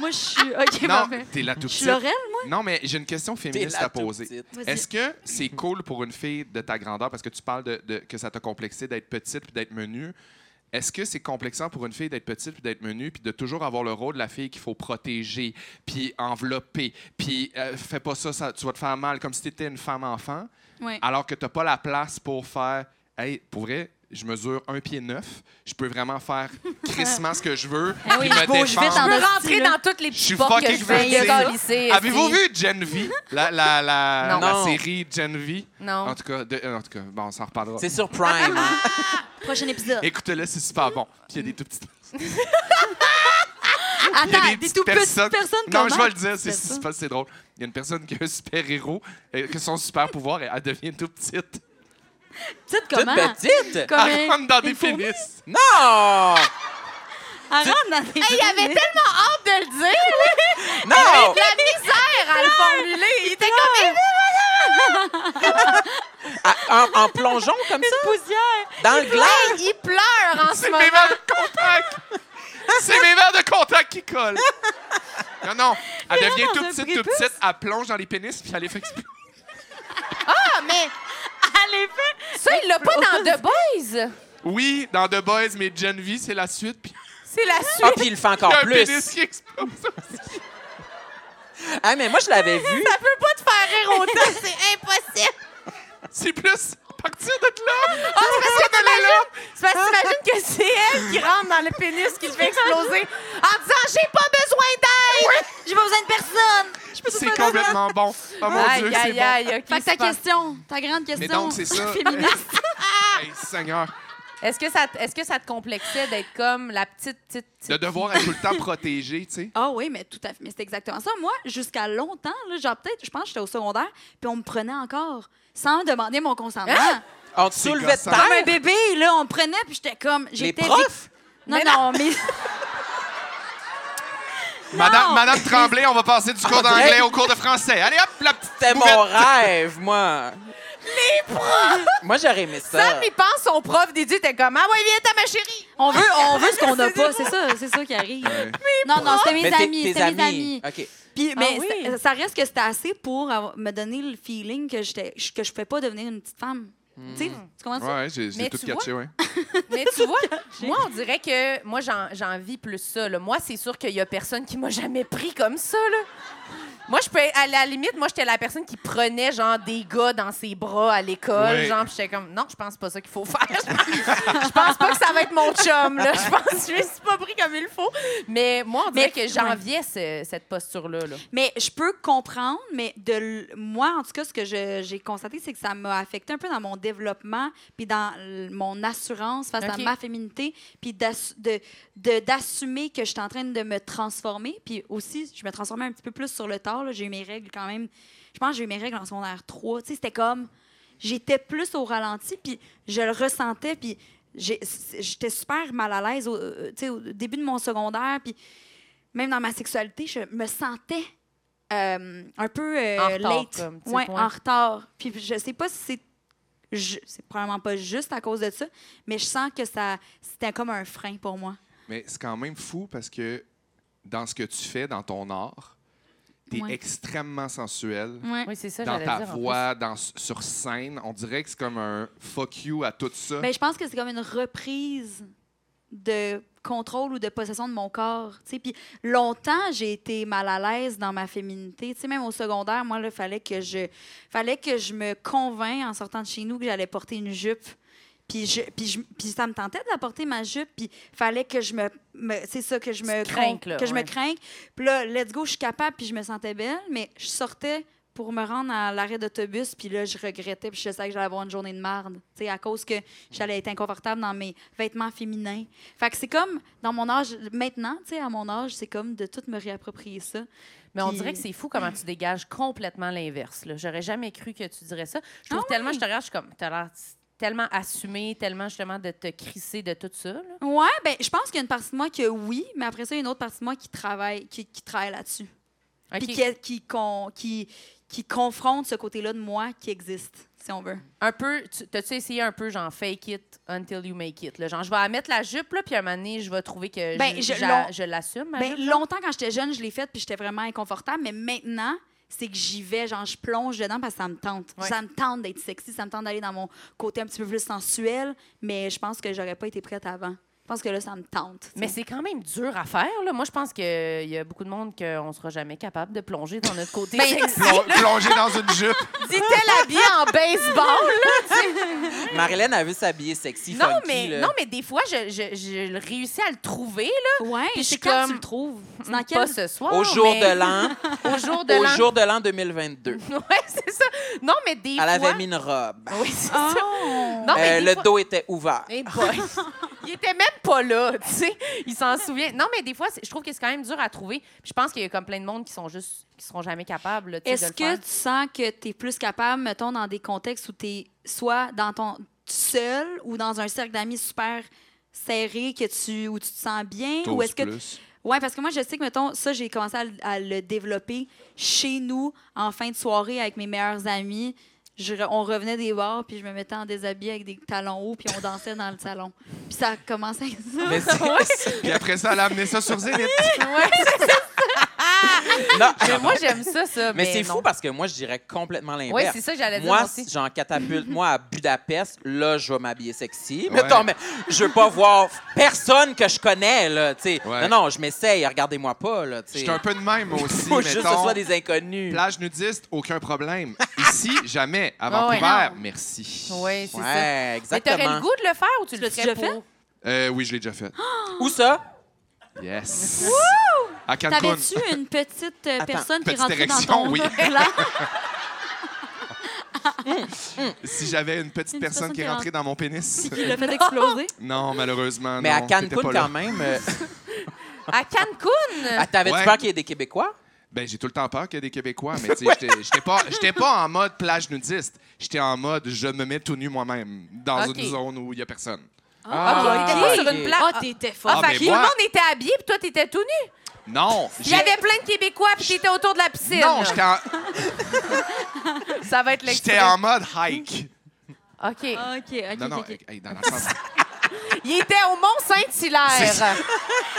Speaker 6: Moi, je suis. OK,
Speaker 5: Non,
Speaker 6: parfait.
Speaker 5: t'es la toute
Speaker 6: Je suis
Speaker 5: petite.
Speaker 6: Laurel,
Speaker 5: Non, mais j'ai une question
Speaker 2: T'es
Speaker 5: féministe
Speaker 2: la
Speaker 5: à
Speaker 2: toute
Speaker 5: poser.
Speaker 2: petite.
Speaker 6: moi. Vas-y.
Speaker 5: Est-ce que c'est cool pour une fille de ta grandeur, parce que tu parles de, de- que ça t'a complexé d'être petite puis d'être menue, est-ce que c'est complexant pour une fille d'être petite puis d'être menue puis de toujours avoir le rôle de la fille qu'il faut protéger, puis envelopper, puis euh, fais pas ça, ça, tu vas te faire mal, comme si t'étais une femme enfant?
Speaker 6: Ouais.
Speaker 5: alors que tu n'as pas la place pour faire Hey, pour vrai, je mesure un pied neuf, je peux vraiment faire crissement ce que je veux,
Speaker 6: Ah
Speaker 5: puis
Speaker 6: oui,
Speaker 5: me
Speaker 6: je bouge vite
Speaker 1: Je
Speaker 5: défendre.
Speaker 6: en-
Speaker 1: peux
Speaker 6: Hostie,
Speaker 1: rentrer
Speaker 6: là.
Speaker 1: dans toutes les
Speaker 5: Je suis
Speaker 1: petites portes que
Speaker 5: fucking
Speaker 1: je veux. Il y a
Speaker 5: vexée.
Speaker 1: dans le lycée,
Speaker 5: Avez-vous
Speaker 1: aussi.
Speaker 5: vu Gen V? La, la, la,
Speaker 1: Non.
Speaker 5: la
Speaker 2: Non.
Speaker 5: série Gen V?
Speaker 1: Non.
Speaker 5: En tout cas, de- euh, en tout cas bon, on s'en reparlera.
Speaker 2: C'est sur Prime. hein.
Speaker 6: Prochain épisode.
Speaker 5: Écoutez-le, c'est super bon. Puis il y a des tout petites. Il y a
Speaker 6: Attends,
Speaker 5: des
Speaker 6: des
Speaker 5: petites
Speaker 6: tout
Speaker 5: personnes.
Speaker 6: petites personnes
Speaker 5: Non, je
Speaker 6: comment?
Speaker 5: vais le dire, c'est
Speaker 6: Personne.
Speaker 5: c'est pas- c'est drôle. Il y a une personne qui a un super héros, que son super pouvoir, elle, elle devient tout petite.
Speaker 6: Petite
Speaker 2: Toute
Speaker 6: comment?
Speaker 2: petite.
Speaker 6: Comme
Speaker 5: Elle
Speaker 6: un-
Speaker 5: rentre dans
Speaker 6: une
Speaker 5: des
Speaker 6: fourmi.
Speaker 5: pénis.
Speaker 2: Non!
Speaker 6: Elle rentre dans des
Speaker 1: Il avait
Speaker 6: pénis.
Speaker 1: tellement hâte de le dire.
Speaker 2: Non!
Speaker 1: De la misère à le formuler. Il était comme...
Speaker 2: À- en, en plongeon comme ça?
Speaker 6: poussière.
Speaker 2: Dans le glace?
Speaker 1: Hey, il pleure en ce
Speaker 5: C'est
Speaker 1: moment.
Speaker 5: mes verres de contact! C'est mes verres de contact qui collent! Non, non, elle devient
Speaker 6: non,
Speaker 5: toute
Speaker 6: c'est un
Speaker 5: petite, toute
Speaker 6: prépuce.
Speaker 5: petite, elle plonge dans les pénis puis elle les fait exploser.
Speaker 1: Ah, mais
Speaker 6: Elle est faite.
Speaker 1: ça, il l'a pas dans The Boys.
Speaker 5: Oui, dans The Boys, mais Gen V, c'est la suite, puis
Speaker 1: C'est la
Speaker 2: Ah,
Speaker 1: suite.
Speaker 2: puis il le fait
Speaker 5: il y
Speaker 2: encore
Speaker 5: a un pénis
Speaker 2: plus.
Speaker 5: qui explose.
Speaker 2: Ah, mais moi, je l'avais vu.
Speaker 1: Ça peut pas te faire rire autant. C'est impossible.
Speaker 5: C'est plus partir de là!
Speaker 1: Ah, c'est parce que
Speaker 5: On est là!
Speaker 1: C'est parce que t'imagines que c'est elle qui rentre dans le pénis qui le fait exploser en disant J'ai pas besoin d'aide!
Speaker 6: J'ai pas besoin de personne. Je peux tout
Speaker 5: C'est
Speaker 6: faire dans-
Speaker 5: complètement bon. Oh mon Dieu,
Speaker 1: Aïe,
Speaker 5: c'est
Speaker 1: aïe,
Speaker 5: bon.
Speaker 1: aïe, ok.
Speaker 6: Fait que ta
Speaker 1: super.
Speaker 6: question, ta grande question.
Speaker 5: Mais donc, c'est ça.
Speaker 6: Féministe.
Speaker 5: Hey, Seigneur,
Speaker 1: Est-ce que, ça, te- est-ce que ça te complexait d'être comme la petite, petite, petite?
Speaker 5: de devoir être tout le temps protégé, tu sais.
Speaker 6: Ah oui, mais tout à fait. Mais c'est exactement ça. Moi, jusqu'à longtemps, là, genre peut-être, je pense que j'étais au secondaire, puis on me prenait encore sans demander mon consentement.
Speaker 2: On te soulevait de
Speaker 5: gossant.
Speaker 2: terre.
Speaker 6: Comme un bébé, là, on me prenait, puis j'étais comme...
Speaker 2: Les
Speaker 6: j'étais
Speaker 2: profs?
Speaker 6: Non, non, mais...
Speaker 5: Madame, Madame Tremblay, on va passer du cours d'anglais
Speaker 2: hey.
Speaker 5: au cours de français. Allez hop, la petite
Speaker 2: C'était mon
Speaker 5: bouvette.
Speaker 2: rêve, moi. Les profs! Moi, j'aurais aimé ça.
Speaker 1: Sam, il pense son prof déduit, t'es comme Ah ouais, viens, t'as ma chérie!
Speaker 6: On veut, on veut ce qu'on n'a pas, c'est ça, c'est ça qui arrive. Non, non, c'était mes
Speaker 2: t'es-
Speaker 6: amis,
Speaker 2: tes
Speaker 6: c'était mes amis.
Speaker 2: OK.
Speaker 6: Puis,
Speaker 1: Ah
Speaker 6: mais
Speaker 1: oui.
Speaker 6: c'était- ça reste que c'était assez pour avoir- me donner le feeling que j'étais, que je pouvais pas devenir une petite femme. Tu sais, tu comprends ça?
Speaker 5: Ouais, j'ai
Speaker 1: Mais
Speaker 5: j'ai tout
Speaker 1: tu
Speaker 5: catché, ouais.
Speaker 1: Mais tu vois, moi, on dirait que moi, j'en, j'en vis plus ça. là. Moi, c'est sûr qu'il y a personne qui m'a jamais pris comme ça. Là. Moi, je peux, à la limite, moi, j'étais la personne qui prenait genre des gars dans ses bras à l'école.
Speaker 5: Ouais.
Speaker 1: Genre, puis j'étais comme, non, je pense pas ça qu'il faut faire. je pense pas que ça va être mon chum. Là. Je pense que je me suis pas pris comme il faut. Mais moi, on dirait
Speaker 6: Mais-
Speaker 1: que j'enviais ce- cette posture-là. là.
Speaker 6: Mais je peux comprendre, mais de l- moi, en tout cas, ce que je- j'ai constaté, c'est que ça m'a affecté un peu dans mon développement, puis dans l- mon assurance face
Speaker 1: Ok.
Speaker 6: à ma féminité, puis d'assu- de- de- d'assumer que je suis en train de me transformer. Puis aussi, je me transformais un petit peu plus sur le tard. là. J'ai eu mes règles quand même. Je pense que j'ai eu mes règles en secondaire 3. Tu sais, c'était comme... J'étais plus au ralenti, puis je le ressentais, puis j'ai- c'est- j'étais super mal à l'aise au, euh, tu sais, au début de mon secondaire. Puis même dans ma sexualité, je me sentais euh, un peu euh,
Speaker 1: En retard,
Speaker 6: late.
Speaker 1: comme, tu sais,
Speaker 6: ouais,
Speaker 1: ouais.
Speaker 6: en retard. Puis je sais pas si c'est. ju- C'est probablement pas juste à cause de ça, mais je sens que ça c'était comme un frein pour moi.
Speaker 5: Mais c'est quand même fou parce que dans ce que tu fais, dans ton art, t'es
Speaker 6: Ouais. Mm,
Speaker 5: extrêmement sensuel.
Speaker 6: Ouais.
Speaker 1: Oui, c'est ça,
Speaker 5: Dans
Speaker 1: j'allais
Speaker 5: ta
Speaker 1: dire. en
Speaker 5: voix, dans, sur scène, on dirait que c'est comme un fuck you à tout ça.
Speaker 6: Ben, je pense que c'est comme une reprise de contrôle ou de possession de mon corps. tu sais. Puis longtemps, j'ai été mal à l'aise dans ma féminité. Tu sais, même au secondaire, moi, il fallait, que je- fallait que je me convainc en sortant de chez nous que j'allais porter une jupe. Puis, je, puis, je- puis ça me tentait de la porter, ma jupe. Puis fallait que je me... me- c'est ça, que je me
Speaker 1: te craignes, là,
Speaker 6: Que je me
Speaker 1: ouais.
Speaker 6: crainte. Puis là, let's go, je suis capable, puis je me sentais belle. Mais je sortais pour me rendre à l'arrêt d'autobus, puis là, je regrettais, puis je savais que j'allais avoir une journée de marde. Tu sais, à cause que j'allais être inconfortable dans mes vêtements féminins. Fait que c'est comme, dans mon âge, maintenant, tu sais, à mon âge, c'est comme de tout me réapproprier ça.
Speaker 1: Mais on
Speaker 6: Puis-
Speaker 1: dirait que c'est fou comment tu dégages complètement l'inverse. là. J'aurais jamais cru que tu dirais ça. Je
Speaker 6: Ah
Speaker 1: trouve tellement, je te regarde, je suis comme, t'as l'air tellement assumé, tellement justement de te crisser de tout ça. là.
Speaker 6: Ouais, ben, je pense qu'il y a une partie de moi que oui, mais après ça, il y a une autre partie de moi qui travaille, qui, qui travaille là-dessus.
Speaker 1: OK.
Speaker 6: Puis qui, qui, con- qui, qui confronte ce côté-là de moi qui existe, si on veut.
Speaker 1: Un peu, tu- t'as-tu essayé un peu genre fake it until you make it? Là? Genre, je vais la mettre la jupe, là, puis à un moment donné, je vais trouver que
Speaker 6: Ben,
Speaker 1: je,
Speaker 6: je-
Speaker 1: j'a-
Speaker 6: long-
Speaker 1: je l'assume. ma
Speaker 6: Ben,
Speaker 1: jupe, genre.
Speaker 6: longtemps, quand j'étais jeune, je l'ai faite, puis j'étais vraiment inconfortable. Mais maintenant, c'est que j'y vais, genre, je plonge dedans parce que ça me tente.
Speaker 1: Ouais.
Speaker 6: Ça me tente d'être sexy, ça me tente d'aller dans mon côté un petit peu plus sensuel, mais je pense que j'aurais pas été prête avant. Je pense que là, ça me tente. tu sais.
Speaker 1: Mais c'est quand même dur à faire. Là. Moi, je pense qu'il y a beaucoup de monde qu'on ne sera jamais capable de plonger dans notre côté
Speaker 6: Ben,
Speaker 1: sexy.
Speaker 5: Plon- Plonger dans une jupe.
Speaker 1: Dit-elle habillée en baseball?
Speaker 2: Marilyn a vu s'habiller sexy.
Speaker 1: Non,
Speaker 2: funky,
Speaker 1: mais,
Speaker 2: là.
Speaker 1: non, mais des fois, je, je, je le réussis à le trouver. Là.
Speaker 6: Ouais,
Speaker 1: Puis
Speaker 6: c'est
Speaker 1: c'est
Speaker 6: quand
Speaker 1: comme-
Speaker 6: tu le trouves. C'est
Speaker 1: Pas
Speaker 6: dans quel...
Speaker 1: ce soir.
Speaker 2: Au jour
Speaker 1: Oh, mais-
Speaker 2: de l'an.
Speaker 1: Au jour de
Speaker 2: Au
Speaker 1: l'an.
Speaker 2: jour de l'an 2022.
Speaker 1: Ouais, c'est ça. Non, mais des
Speaker 2: Elle
Speaker 1: fois.
Speaker 2: avait mis une robe.
Speaker 1: Oui, c'est ça.
Speaker 6: Oh!
Speaker 1: Non, mais
Speaker 2: Ah. Euh,
Speaker 1: des
Speaker 2: le
Speaker 1: fois-
Speaker 2: dos était ouvert.
Speaker 1: Eh boy. il était même pas là, tu sais. Il s'en souvient. Non, mais des fois, c'est- je trouve que c'est quand même dur à trouver. Puis je pense qu'il y a comme plein de monde qui sont juste qui seront jamais capables là, tu sais,
Speaker 6: Est-ce
Speaker 1: de le
Speaker 6: que
Speaker 1: faire.
Speaker 6: tu sens que tu es plus capable, mettons, dans des contextes où tu es soit dans ton seul ou dans un cercle d'amis super serré que tu, où tu te sens bien? Ou
Speaker 5: T'oses
Speaker 6: est-ce que
Speaker 5: plus.
Speaker 6: Oui, parce que moi, je sais que, mettons, ça, j'ai commencé à, le- à le développer chez nous en fin de soirée avec mes meilleurs amis. Je re- on revenait des bars, puis je me mettais en déshabillé avec des talons hauts, puis on dansait dans le salon. Puis ça commençait avec ça.
Speaker 2: Mais c'est-
Speaker 5: Puis après ça, elle a amené ça sur Zénith.
Speaker 2: Non,
Speaker 1: Mais moi j'aime ça ça.
Speaker 2: mais c'est
Speaker 1: non.
Speaker 2: fou parce que moi, je dirais complètement l'inverse.
Speaker 1: Oui, c'est ça que j'allais dire
Speaker 2: Moi,
Speaker 1: moi aussi.
Speaker 2: j'en catapulte. Moi, à Budapest, là, je vais m'habiller sexy.
Speaker 5: Ouais.
Speaker 2: Mettons, mais je veux pas voir personne que je connais, là, tu sais.
Speaker 5: Ouais.
Speaker 2: Non, non, je m'essaye, regardez-moi pas, là, tu sais.
Speaker 5: J'étais un peu de même moi aussi.
Speaker 2: Faut juste que ce
Speaker 5: mettons.
Speaker 2: soit des inconnus.
Speaker 5: Plage nudiste, aucun problème. Ici, jamais. À
Speaker 1: Ah ouais,
Speaker 5: Vancouver, merci.
Speaker 1: Oui, c'est ça.
Speaker 2: Ouais,
Speaker 1: Mais t'aurais le
Speaker 2: exactement.
Speaker 1: goût de le faire ou tu, le
Speaker 6: l'as-tu
Speaker 1: ferais
Speaker 6: déjà
Speaker 1: pour?
Speaker 5: Euh, oui, je l'ai déjà fait.
Speaker 2: Où ça?
Speaker 5: Yes. À Cancun.
Speaker 6: T'avais-tu une petite euh,
Speaker 2: Attends,
Speaker 6: personne qui
Speaker 5: petite
Speaker 6: rentrait
Speaker 5: érection,
Speaker 6: dans ton
Speaker 5: oui.
Speaker 6: plan?
Speaker 5: Si j'avais une petite personne
Speaker 6: Une personne
Speaker 5: qui
Speaker 6: qui
Speaker 5: est rentrée dans mon pénis.
Speaker 6: qui l'a fait exploser?
Speaker 5: Non, malheureusement.
Speaker 2: Mais à
Speaker 5: Ah non,
Speaker 2: Cancun,
Speaker 5: t'étais pas là.
Speaker 2: quand même. euh,
Speaker 1: À Cancun.
Speaker 2: ah, T'avais-tu
Speaker 5: Ouais.
Speaker 2: peur qu'il y ait des Québécois?
Speaker 5: Ben, j'ai tout le temps peur qu'il y ait des Québécois, mais tu sais, j'étais- j'étais pas, j'étais pas en mode plage nudiste. J'étais en mode je me mets tout nu moi-même dans
Speaker 1: Ok.
Speaker 5: une zone où il y a personne.
Speaker 1: Ah, ok,
Speaker 2: Ah,
Speaker 1: t'étais
Speaker 2: ok.
Speaker 1: pas sur une plage. Ah,
Speaker 6: t'étais
Speaker 1: Ah,
Speaker 5: Ah,
Speaker 1: fait
Speaker 5: mais
Speaker 1: que tout le
Speaker 5: moi-
Speaker 1: monde était habillé, puis toi, t'étais tout nu.
Speaker 5: Non,
Speaker 1: Il y
Speaker 5: j'ai-
Speaker 1: avait plein de Québécois, puis t'étais autour de la piscine.
Speaker 5: non, j'étais en,
Speaker 1: Ça va être l'extrait.
Speaker 5: j'étais en mode hike.
Speaker 1: OK.
Speaker 6: OK, OK,
Speaker 5: Non, non,
Speaker 6: OK.
Speaker 5: hey, dans le sens-
Speaker 1: Il était au Mont-Saint-Hilaire.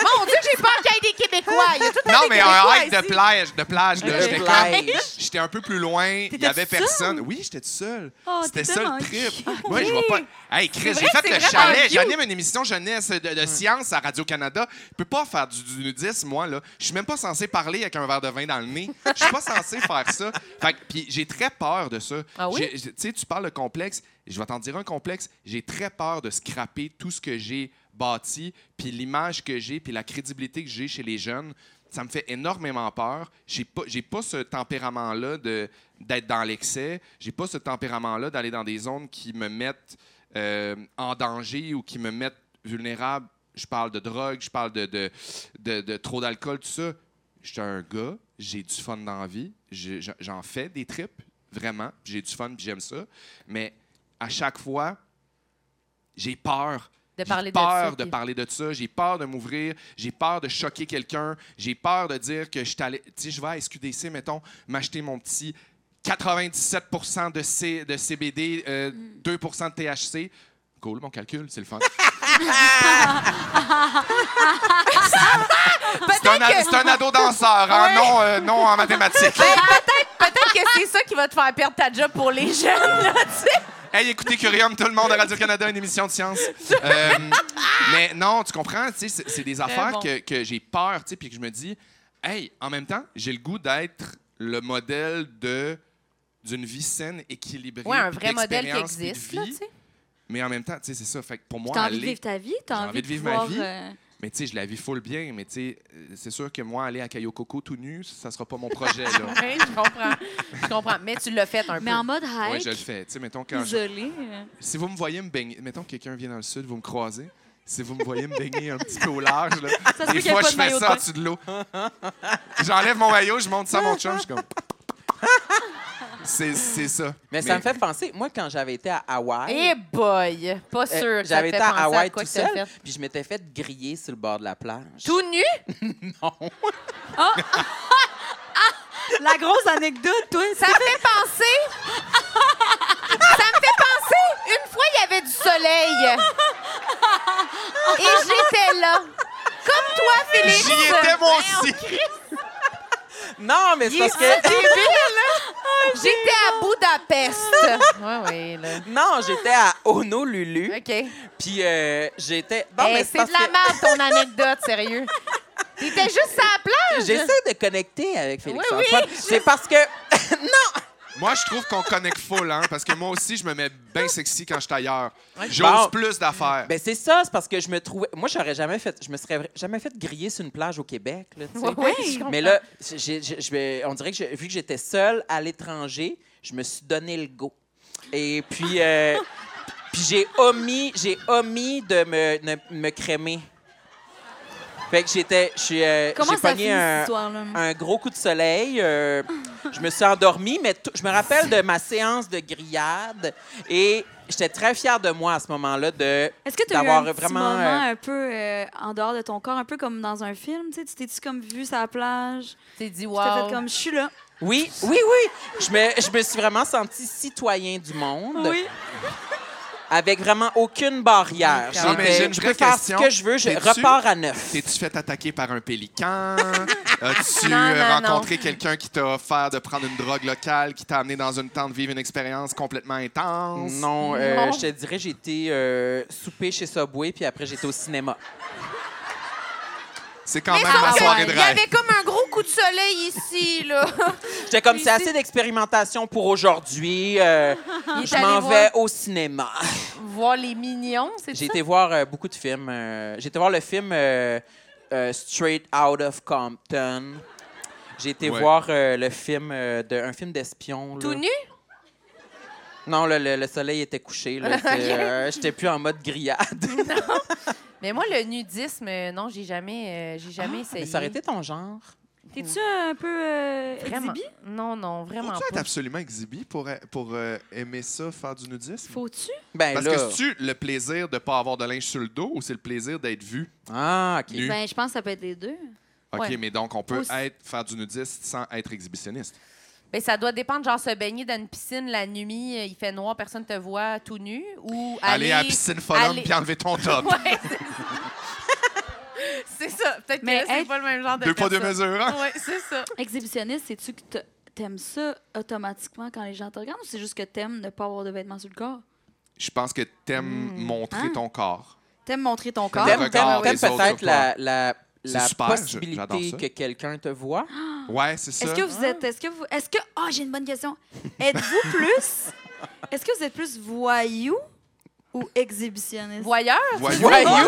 Speaker 1: Mon Dieu, j'ai peur qu'il y ait des Québécois. Il y a tout un
Speaker 5: Non,
Speaker 1: des
Speaker 5: mais
Speaker 1: Québécois
Speaker 5: un hike de
Speaker 1: ici.
Speaker 5: plage, de plage, là,
Speaker 2: De
Speaker 5: j'étais
Speaker 2: plage.
Speaker 5: comme- J'étais un peu plus loin, il y
Speaker 6: T'étais
Speaker 5: avait
Speaker 6: tout seul?
Speaker 5: personne. Oui, j'étais tout seul.
Speaker 6: Oh,
Speaker 5: C'était
Speaker 6: t'es
Speaker 5: ça
Speaker 6: tellement
Speaker 5: le trip. Moi, je vois pas. Hey, Chris,
Speaker 1: vrai
Speaker 5: j'ai
Speaker 1: que
Speaker 5: fait
Speaker 1: c'est
Speaker 5: le
Speaker 1: vraiment
Speaker 5: chalet.
Speaker 1: cute.
Speaker 5: J'anime une émission jeunesse de, de science à Radio-Canada. Je peux pas faire du, du nudisme, moi, là. Je suis même pas censé parler avec un verre de vin dans le nez. Je suis pas censé faire ça. Fait que- puis j'ai très peur de ça.
Speaker 1: Ah oui?
Speaker 5: J'ai- j'ai- Tu sais, tu parles de complexe. Je vais t'en dire un complexe. J'ai très peur de scraper tout ce que j'ai bâti, puis l'image que j'ai, puis la crédibilité que j'ai chez les jeunes. Ça me fait énormément peur. J'ai pas, j'ai pas ce tempérament-là de, d'être dans l'excès. J'ai pas ce tempérament-là d'aller dans des zones qui me mettent euh, en danger ou qui me mettent vulnérable. Je parle de drogue, je parle de, de, de- de trop d'alcool, tout ça. J'étais un gars, j'ai du fun dans la vie, j'ai- j'en- j'en fais des trips, vraiment, puis j'ai du fun, puis j'aime ça. Mais à chaque fois, j'ai peur
Speaker 1: De
Speaker 5: J'ai
Speaker 1: parler de
Speaker 5: peur
Speaker 1: ça,
Speaker 5: de
Speaker 1: puis-
Speaker 5: parler de ça. J'ai peur de m'ouvrir. J'ai peur de choquer quelqu'un. J'ai peur de dire que je suis allé- Tu sais, je vais à SQDC, mettons, m'acheter mon petit 97 de, C- de CBD, euh,
Speaker 1: Mm.
Speaker 5: 2 de THC. Cool, mon calcul, c'est le fun. c'est un, ad- c'est un ado danseur, hein, non, euh, non en mathématiques.
Speaker 1: Ben, peut-être, peut-être que c'est ça qui va te faire perdre ta job pour les jeunes, là, tu sais.
Speaker 5: Hey, écoutez Curium, tout le monde à Radio-Canada, une émission de science. Euh, mais non, tu comprends, tu sais, c'est c'est des affaires
Speaker 1: bon.
Speaker 5: que, que j'ai peur, tu sais, puis que je me dis, hey, en même temps, j'ai le goût d'être le modèle de d'une vie saine, équilibrée.
Speaker 1: Ouais, un
Speaker 5: puis
Speaker 1: vrai modèle qui
Speaker 5: d'expérience, puis de
Speaker 1: existe, là,
Speaker 5: vie.
Speaker 1: tu sais.
Speaker 5: Mais en même temps, tu sais, c'est ça. Fait que pour moi,
Speaker 6: T'as envie de
Speaker 5: aller.
Speaker 6: vivre ta vie? T'as
Speaker 5: j'ai
Speaker 6: envie,
Speaker 5: envie de vivre ma
Speaker 6: pouvoir,
Speaker 5: vie.
Speaker 6: euh,
Speaker 5: Mais tu sais, je la vis full bien, mais tu sais, euh, c'est sûr que moi, aller à Cayo Coco tout nu, ça sera pas mon projet, là.
Speaker 1: Oui, je comprends. Je comprends. Mais tu l'as fait un
Speaker 6: Mais
Speaker 1: peu.
Speaker 6: en mode
Speaker 5: Ouais, je le
Speaker 6: hike,
Speaker 5: fais. Tu sais, mettons, quand je-
Speaker 6: isolé. euh.
Speaker 5: Si vous me voyez me baigner, mettons que quelqu'un vient dans le sud, vous me croisez. Si vous me voyez me baigner un petit peu au large, là,
Speaker 6: se peut
Speaker 5: des
Speaker 6: qu'il y ait
Speaker 5: fois
Speaker 6: pas
Speaker 5: je
Speaker 6: de
Speaker 5: fais
Speaker 6: maillot de
Speaker 5: ça en
Speaker 6: bain.
Speaker 5: dessous de l'eau. J'enlève mon maillot, je monte ça à mon chum, je suis comme. C'est c'est ça.
Speaker 2: Mais, ça me fait penser, moi, quand j'avais été à Hawaï.
Speaker 1: Eh boy! Pas sûr.
Speaker 2: euh,
Speaker 1: que ça
Speaker 2: J'avais
Speaker 1: te fait
Speaker 2: été à
Speaker 1: penser
Speaker 2: Hawaï
Speaker 1: quoi
Speaker 2: tout
Speaker 1: que t'as
Speaker 2: seul,
Speaker 1: fait.
Speaker 2: puis je m'étais fait griller sur le bord de la plage.
Speaker 1: Tout nu? Oh. Ah!
Speaker 6: La grosse anecdote, toi,
Speaker 1: Ça me fait penser. ça me fait penser. Une fois, il y avait du soleil. Et j'étais là. Comme toi, Philippe.
Speaker 5: J'y étais moi aussi!
Speaker 2: Non, mais c'est
Speaker 1: Il est
Speaker 2: parce que.
Speaker 1: débile. J'étais à Budapest. Oui, oui, là.
Speaker 2: Non, j'étais à Honolulu.
Speaker 1: OK.
Speaker 2: Puis euh, j'étais. Non,
Speaker 1: Hey,
Speaker 2: mais
Speaker 1: c'est
Speaker 2: parce
Speaker 1: de la
Speaker 2: que
Speaker 1: merde, ton anecdote, sérieux. T'étais juste à la plage.
Speaker 2: J'essaie de connecter avec Félix
Speaker 1: Oui, oui,
Speaker 2: Antoine.
Speaker 1: je-
Speaker 2: C'est parce que.
Speaker 5: Moi, je trouve qu'on connecte full, hein, parce que moi aussi, je me mets bien sexy quand je suis ailleurs. J'ose
Speaker 2: Bon.
Speaker 5: plus d'affaires.
Speaker 2: Ben c'est ça, c'est parce que je me trouvais. Moi, j'aurais jamais fait. Je me serais jamais fait griller sur une plage au Québec. Là, tu sais.
Speaker 1: Ouais, je comprends.
Speaker 2: Mais là, j'ai- j'ai- je vais- on dirait que j'ai- vu que j'étais seule à l'étranger, je me suis donné le go. Et puis, euh, puis j'ai omis, j'ai omis de me, de me crémer. Fait que j'étais, je suis, euh,
Speaker 6: Comment
Speaker 2: j'ai
Speaker 6: ça
Speaker 2: pogné
Speaker 6: finit, cette
Speaker 2: un,
Speaker 6: histoire-là?
Speaker 2: un gros coup de soleil. euh, je me suis endormie, mais tout- je me rappelle de ma séance de grillade et j'étais très fière de moi à ce moment-là de
Speaker 6: Est-ce que tu as eu
Speaker 2: d'avoir
Speaker 6: un petit
Speaker 2: vraiment
Speaker 6: moment
Speaker 2: euh,
Speaker 6: un peu euh, en dehors de ton corps, un peu comme dans un film? Tu sais, tu t'es-tu comme vu sur la plage?
Speaker 1: T'es dit,
Speaker 6: Tu t'es fait
Speaker 1: wow.
Speaker 6: comme, je suis là.
Speaker 2: oui, oui, oui. Je me, je me suis vraiment sentie citoyen du monde
Speaker 6: Oui.
Speaker 2: avec vraiment aucune barrière.
Speaker 1: Non,
Speaker 2: J'étais-
Speaker 5: mais j'ai une
Speaker 2: je
Speaker 5: vraie
Speaker 2: peux faire ce
Speaker 5: question.
Speaker 2: que je veux, je
Speaker 5: T'es-tu-
Speaker 2: repars à neuf.
Speaker 5: T'es-tu fait attaquer par un pélican? As-tu
Speaker 1: Non,
Speaker 5: euh,
Speaker 1: non, non.
Speaker 5: rencontré quelqu'un qui t'a offert de prendre une drogue locale, qui t'a amené dans une tente vivre une expérience complètement intense?
Speaker 2: Non, euh,
Speaker 1: Non.
Speaker 2: je te dirais, j'ai été euh, souper chez Subway, puis après, j'étais au cinéma.
Speaker 5: C'est quand
Speaker 1: Mais
Speaker 5: même
Speaker 1: sauf
Speaker 5: ma
Speaker 1: que
Speaker 5: soirée de
Speaker 1: Il y
Speaker 5: rêve.
Speaker 1: avait comme un gros coup de soleil ici, là.
Speaker 2: J'étais comme,
Speaker 1: Puis
Speaker 2: c'est
Speaker 1: c'est-
Speaker 2: assez d'expérimentation pour aujourd'hui. euh,
Speaker 1: Il est
Speaker 2: je
Speaker 1: allé
Speaker 2: m'en
Speaker 1: voir-
Speaker 2: vais au cinéma.
Speaker 1: Voir les mignons, c'est
Speaker 2: J'ai
Speaker 1: ça?
Speaker 2: été voir euh, beaucoup de films. euh, j'ai été voir le film euh, euh, Straight Out of Compton. J'ai été
Speaker 5: Ouais.
Speaker 2: voir euh, le film euh, de, un film d'espion. là.
Speaker 1: Tout nu?
Speaker 2: Non, le, le- le soleil était couché. là. C'est, euh, J'étais plus en mode grillade.
Speaker 1: Mais moi, le nudisme, euh, non, j'ai jamais, euh,
Speaker 5: Ah,
Speaker 1: j'ai jamais essayé.
Speaker 2: Mais ça aurait été ton genre.
Speaker 6: T'es-tu un peu euh,
Speaker 1: Vraiment.
Speaker 6: exhibi?
Speaker 1: Non, non, vraiment
Speaker 5: Faut-tu être
Speaker 1: pas.
Speaker 5: absolument exhibi pour, pour euh, aimer ça, faire du nudisme?
Speaker 6: Faut-tu?
Speaker 2: Ben
Speaker 5: Parce
Speaker 2: là.
Speaker 5: que c'est-tu le plaisir de pas avoir de linge sur le dos ou c'est le plaisir d'être vu?
Speaker 2: Ah, OK.
Speaker 5: Nu.
Speaker 6: Ben, je pense que ça peut être les deux.
Speaker 5: OK,
Speaker 1: Ouais.
Speaker 5: mais donc on peut
Speaker 1: Aussi.
Speaker 5: être, faire du nudisme sans être exhibitionniste.
Speaker 1: Ben, ça doit dépendre, genre se baigner dans une piscine la nuit, euh, il fait noir, personne te voit tout nu, ou
Speaker 5: Aller
Speaker 1: aller...
Speaker 5: à la piscine folle
Speaker 1: aller-
Speaker 5: puis enlever ton top.
Speaker 1: Ouais, c'est ça. C'est ça. Peut-être que
Speaker 6: Mais
Speaker 1: là, c'est
Speaker 6: être-
Speaker 1: pas le même genre de
Speaker 5: Deux pas deux
Speaker 1: personne.
Speaker 5: mesures, hein?
Speaker 1: ben, Ouais, c'est ça.
Speaker 6: Exhibitionniste, c'est-tu que t'a- t'aimes ça automatiquement quand les gens te regardent ou c'est juste que t'aimes ne pas avoir de vêtements sur le corps?
Speaker 5: Je pense que t'aimes montrer
Speaker 6: Hein?
Speaker 5: ton corps.
Speaker 6: T'aimes montrer ton
Speaker 5: T'aimes
Speaker 6: corps?
Speaker 2: T'aimes
Speaker 5: regard
Speaker 2: t'aimes-
Speaker 5: des
Speaker 2: t'aimes
Speaker 5: autres sur
Speaker 2: peut-être
Speaker 5: toi.
Speaker 2: la, la, la
Speaker 5: C'est super, je- j'adore
Speaker 2: possibilité
Speaker 5: ça.
Speaker 2: que quelqu'un te voit.
Speaker 5: Ouais, c'est ça.
Speaker 6: Est-ce que vous êtes. Est-ce que vous. Est-ce que. Ah, j'ai une bonne question. Êtes-vous plus. Est-ce que vous êtes plus voyou ou exhibitionniste?
Speaker 1: Voyeur?
Speaker 5: Voyou.
Speaker 2: Voyou.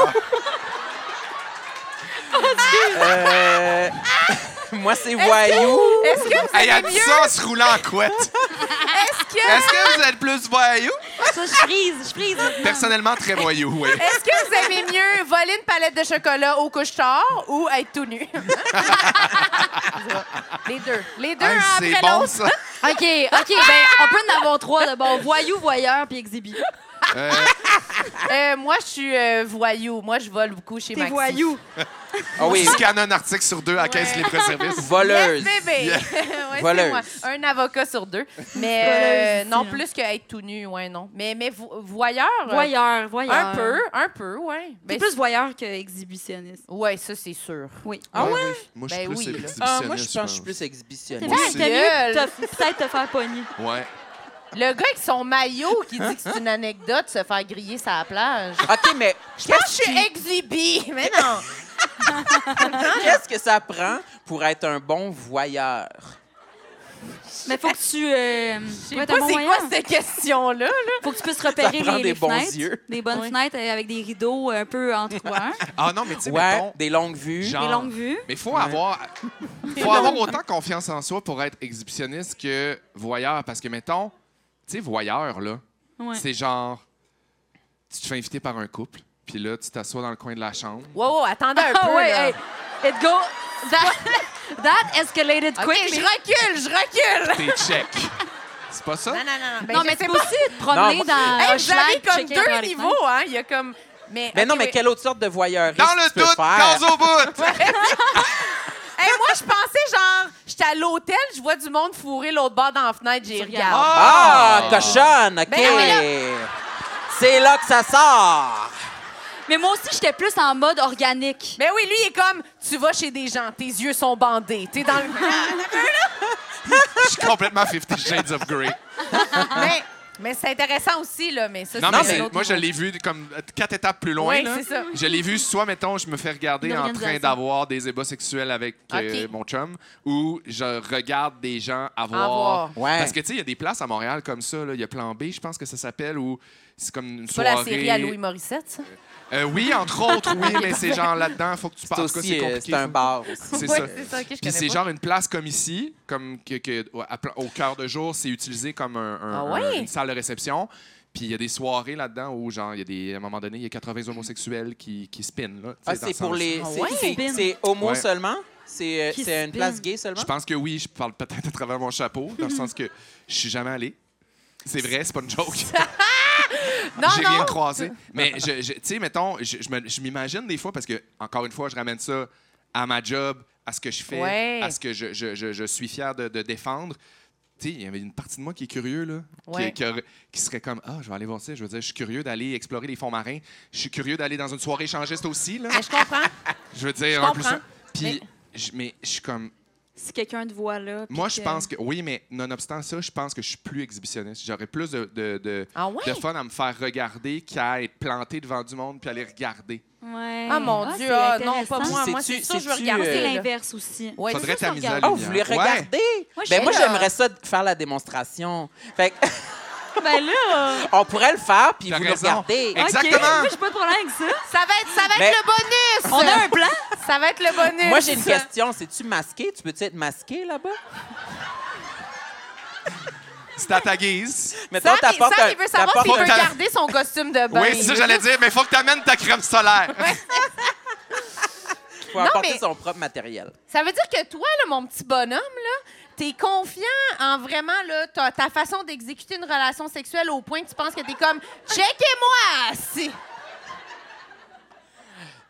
Speaker 2: Euh, moi, c'est voyou.
Speaker 1: Est-ce que vous
Speaker 5: Hey,
Speaker 1: aimez
Speaker 5: elle
Speaker 1: mieux?
Speaker 5: dit ça en se roulant en couette.
Speaker 1: Est-ce que,
Speaker 5: Est-ce que vous êtes plus voyou?
Speaker 6: Ça, je frise, je frise.
Speaker 5: Personnellement, très voyou, oui.
Speaker 1: est-ce que vous aimez mieux voler une palette de chocolat au couche-tard ou être tout nu? les deux. Les deux,
Speaker 2: Ah,
Speaker 1: hein,
Speaker 5: Hey,
Speaker 1: un
Speaker 5: c'est
Speaker 1: après
Speaker 5: bon,
Speaker 1: l'autre.
Speaker 5: ça.
Speaker 6: OK, OK, ben on peut en avoir trois d'abord. Voyou, voyeur, puis exhibi.
Speaker 5: Euh,
Speaker 1: Euh, moi, je suis euh, voyou. Moi, je vole beaucoup chez
Speaker 6: T'es
Speaker 1: Maxi.
Speaker 6: voyou.
Speaker 2: Ah oui,
Speaker 5: Tu scannes un article sur deux à 15
Speaker 1: Ouais.
Speaker 5: livres-service.
Speaker 2: voleuse.
Speaker 1: Yes, bébé. Ouais, c'est
Speaker 2: Voleuse.
Speaker 1: moi. Un avocat sur deux. Mais euh,
Speaker 6: Voleuse,
Speaker 1: non,
Speaker 6: hein.
Speaker 1: plus qu'être tout nu, ouais, non. Mais, mais vo- voyeur, euh,
Speaker 6: Voyeur, voyeur.
Speaker 1: un peu, un peu, ouais.
Speaker 6: T'es
Speaker 1: Ben,
Speaker 6: plus voyeur que exhibitionniste.
Speaker 1: Ouais, ça, c'est sûr.
Speaker 6: Oui.
Speaker 2: Ah ouais?
Speaker 5: Moi, je
Speaker 1: Ben
Speaker 5: suis plus
Speaker 1: oui, là.
Speaker 5: exhibitionniste.
Speaker 2: Ah, moi, je pense que je suis plus exhibitionniste.
Speaker 5: Moi
Speaker 6: T'as
Speaker 5: aussi.
Speaker 6: t'as mieux
Speaker 1: Gueule.
Speaker 6: te- peut-être te faire pogner.
Speaker 5: Ouais.
Speaker 1: Le gars avec son maillot qui dit que c'est une anecdote, se faire griller sa plage.
Speaker 2: OK, mais
Speaker 1: Ah, Je
Speaker 2: qu'est-ce
Speaker 1: suis
Speaker 2: qui-
Speaker 1: exhibée, mais non.
Speaker 2: qu'est-ce que ça prend pour être un bon voyeur?
Speaker 6: Mais faut que tu. euh,
Speaker 1: Je
Speaker 6: ouais,
Speaker 1: sais
Speaker 6: t'as
Speaker 1: pas
Speaker 6: un bon
Speaker 1: c'est
Speaker 6: moyen.
Speaker 1: quoi cette question-là.
Speaker 6: Faut que tu puisses repérer
Speaker 2: prend
Speaker 6: les,
Speaker 2: des
Speaker 6: les
Speaker 2: bons
Speaker 6: fenêtres.
Speaker 2: yeux.
Speaker 6: Des bonnes fenêtres euh, avec des rideaux un peu entrouvants,
Speaker 5: Ah non, mais tu sais,
Speaker 2: Ouais,
Speaker 5: mettons,
Speaker 2: des longues vues.
Speaker 5: genre-
Speaker 6: des longues vues.
Speaker 5: Mais faut avoir, faut avoir autant confiance en soi pour être exhibitionniste que voyeur. Parce que, mettons, tu sais, voyeur, là,
Speaker 6: Ouais.
Speaker 5: c'est genre, tu te fais inviter par un couple, puis là, tu t'assois dans le coin de la chambre.
Speaker 1: Wow, wow, attendez un
Speaker 6: Ah
Speaker 1: peu.
Speaker 6: ouais,
Speaker 1: là.
Speaker 6: hey, it go. That, that escalated
Speaker 1: OK,
Speaker 6: quick.
Speaker 1: je recule, je recule.
Speaker 5: T'es check. C'est pas ça?
Speaker 1: Non, non, non. non. Ben,
Speaker 6: non,
Speaker 1: je
Speaker 6: mais
Speaker 1: sais
Speaker 6: tu peux
Speaker 1: pas.
Speaker 6: aussi te promener
Speaker 2: Non,
Speaker 6: dans.
Speaker 1: Hey,
Speaker 6: un
Speaker 1: vous avez
Speaker 6: schlag,
Speaker 1: comme
Speaker 6: checker dans
Speaker 1: deux
Speaker 6: les
Speaker 1: niveaux, hein. Il y a comme. Mais,
Speaker 2: Mais Ben non,
Speaker 1: ok,
Speaker 2: mais
Speaker 1: oui.
Speaker 2: quelle autre sorte de voyeurisme
Speaker 5: Dans le
Speaker 2: tu peux
Speaker 5: doute,
Speaker 2: faire?
Speaker 5: dans au bout!
Speaker 1: Hey, moi, je pensais genre, j'étais à l'hôtel, je vois du monde fourrer l'autre bord dans la fenêtre, j'y regarde.
Speaker 2: Ah, cochonne, OK.
Speaker 1: Ben
Speaker 2: C'est là que ça sort.
Speaker 6: fenêtres. Mais moi aussi, j'étais plus en mode organique.
Speaker 1: Mais Ben oui, lui, il est comme, tu vas chez des gens, tes yeux sont bandés. T'es dans le.
Speaker 5: Je suis complètement 50 Shades of Grey.
Speaker 1: mais mais c'est intéressant aussi, là. Mais ça,
Speaker 5: Non,
Speaker 1: c'est
Speaker 5: mais
Speaker 1: un
Speaker 5: c'est-
Speaker 1: autre
Speaker 5: moi, je
Speaker 1: niveau.
Speaker 5: l'ai vu comme quatre étapes plus loin.
Speaker 1: Oui,
Speaker 5: là.
Speaker 1: c'est ça.
Speaker 5: Je l'ai vu soit, mettons, je me fais regarder
Speaker 6: Une
Speaker 5: en train
Speaker 6: organisation.
Speaker 5: d'avoir des ébats sexuels avec euh,
Speaker 1: Ok.
Speaker 5: mon chum, ou je regarde des gens avoir.
Speaker 1: Avoir.
Speaker 2: Ouais.
Speaker 5: Parce que, tu sais, il y a des places à Montréal comme ça. là. Il y a Plan B, je pense que ça s'appelle, où c'est comme une
Speaker 1: C'est
Speaker 5: soirée.
Speaker 1: pas la série à Louis Morissette, ça?
Speaker 5: Euh, oui, entre autres, oui, mais c'est genre là-dedans, faut que tu
Speaker 2: C'est
Speaker 5: passes. quoi,
Speaker 2: aussi,
Speaker 5: c'est
Speaker 2: euh,
Speaker 5: compliqué.
Speaker 2: c'est un bar aussi.
Speaker 5: C'est
Speaker 1: Ouais,
Speaker 5: ça.
Speaker 1: c'est ça, ok, je
Speaker 5: Puis
Speaker 1: connais
Speaker 5: c'est
Speaker 1: pas.
Speaker 5: genre une place comme ici, comme que, que- au- à pla- au cœur de jour, c'est utilisé comme un- un-
Speaker 1: Ah
Speaker 5: un-
Speaker 1: ouais?
Speaker 5: une salle de réception. Puis il y a des soirées là-dedans où, genre, il y a des, à un moment donné, il y a 80 homosexuels qui, qui spinent. Là, tu
Speaker 2: Ah,
Speaker 5: sais, dans
Speaker 2: c'est
Speaker 5: ce
Speaker 2: pour
Speaker 5: sens-là.
Speaker 2: les.
Speaker 1: Ah
Speaker 2: c'est-
Speaker 1: ouais?
Speaker 2: C'est c'est homo
Speaker 5: Ouais.
Speaker 2: seulement? C'est euh,
Speaker 6: Qui
Speaker 2: c'est une
Speaker 6: spin.
Speaker 2: place gay seulement?
Speaker 5: Je pense que oui, je parle peut-être à travers mon chapeau, dans le sens que je suis jamais allé. C'est vrai, c'est pas une joke.
Speaker 1: Non,
Speaker 5: J'ai
Speaker 1: non.
Speaker 5: rien croisé. Mais, je, je- tu sais, mettons, je, je me- je m'imagine des fois, parce que, encore une fois, je ramène ça à ma job, à ce que je fais,
Speaker 1: Ouais.
Speaker 5: à ce que je, je- je- je suis fier de, de défendre. Tu sais, il y avait une partie de moi qui est curieux, là, qui-
Speaker 1: Ouais.
Speaker 5: qui, aurait- qui serait comme Ah, je vais aller voir ça. Je veux dire, je suis curieux d'aller explorer les fonds marins. Je suis curieux d'aller dans une soirée échangiste aussi, là.
Speaker 1: Mais je comprends.
Speaker 5: Je veux dire,
Speaker 1: Ah, je
Speaker 5: en plus.
Speaker 1: comprends.
Speaker 5: Puis, je- mais je suis comme
Speaker 6: Si quelqu'un te voit là. puis
Speaker 5: moi, je
Speaker 6: que-
Speaker 5: pense que. Oui, mais nonobstant ça, je pense que je suis plus exhibitionniste. J'aurais plus de, de, de,
Speaker 1: Ah ouais?
Speaker 5: de fun à me faire regarder qu'à être planté devant du monde puis aller regarder.
Speaker 6: Ouais.
Speaker 1: Ah, mon Dieu,
Speaker 6: c'est
Speaker 1: ah, non, pas
Speaker 6: intéressant.
Speaker 1: moi.
Speaker 2: Puis
Speaker 1: Moi,
Speaker 2: sais-tu-
Speaker 1: c'est sûr, je veux
Speaker 2: sais-tu,
Speaker 1: regarder.
Speaker 2: euh,
Speaker 6: C'est
Speaker 1: là.
Speaker 6: l'inverse aussi.
Speaker 1: Ouais,
Speaker 5: Faudrait
Speaker 1: c'est sûr,
Speaker 5: tamiser
Speaker 1: je
Speaker 5: la
Speaker 2: Ah,
Speaker 1: regarde.
Speaker 2: vous voulez
Speaker 5: Ouais.
Speaker 2: regarder?
Speaker 6: Moi, je
Speaker 2: ben
Speaker 6: suis
Speaker 2: moi,
Speaker 6: là.
Speaker 2: j'aimerais ça faire la démonstration. Fait que,
Speaker 6: Ben là.
Speaker 2: on pourrait le faire, puis
Speaker 5: T'as
Speaker 2: vous
Speaker 5: raison.
Speaker 2: le regardez.
Speaker 5: Hey, Exactement.
Speaker 6: OK. Moi, j'ai pas de problème avec ça.
Speaker 1: Ça va être, ça va être
Speaker 2: Mais-
Speaker 1: le bonus!
Speaker 6: On a un plan.
Speaker 1: Ça va être le bonus!
Speaker 2: Moi, j'ai une question. C'est-tu masqué? Tu peux-tu être masqué là-bas?
Speaker 5: C'est à ta guise.
Speaker 2: Mettons,
Speaker 1: Sam, il-
Speaker 2: t'apportes
Speaker 1: Sam,
Speaker 2: un-
Speaker 1: il veut savoir
Speaker 2: t'apportes
Speaker 1: s'il
Speaker 5: Faut
Speaker 1: peut
Speaker 5: que t'a-
Speaker 1: garder son costume de bain.
Speaker 5: oui, c'est ça que j'allais dire, mais faut que t'amènes ta crème solaire.
Speaker 2: un- faut apporter
Speaker 1: mais-
Speaker 2: son propre matériel.
Speaker 1: Ça veut dire que toi, là, mon petit bonhomme, là, t'es confiant en vraiment là, ta, ta façon d'exécuter une relation sexuelle au point que tu penses que t'es comme « Checkez-moi! » C'est-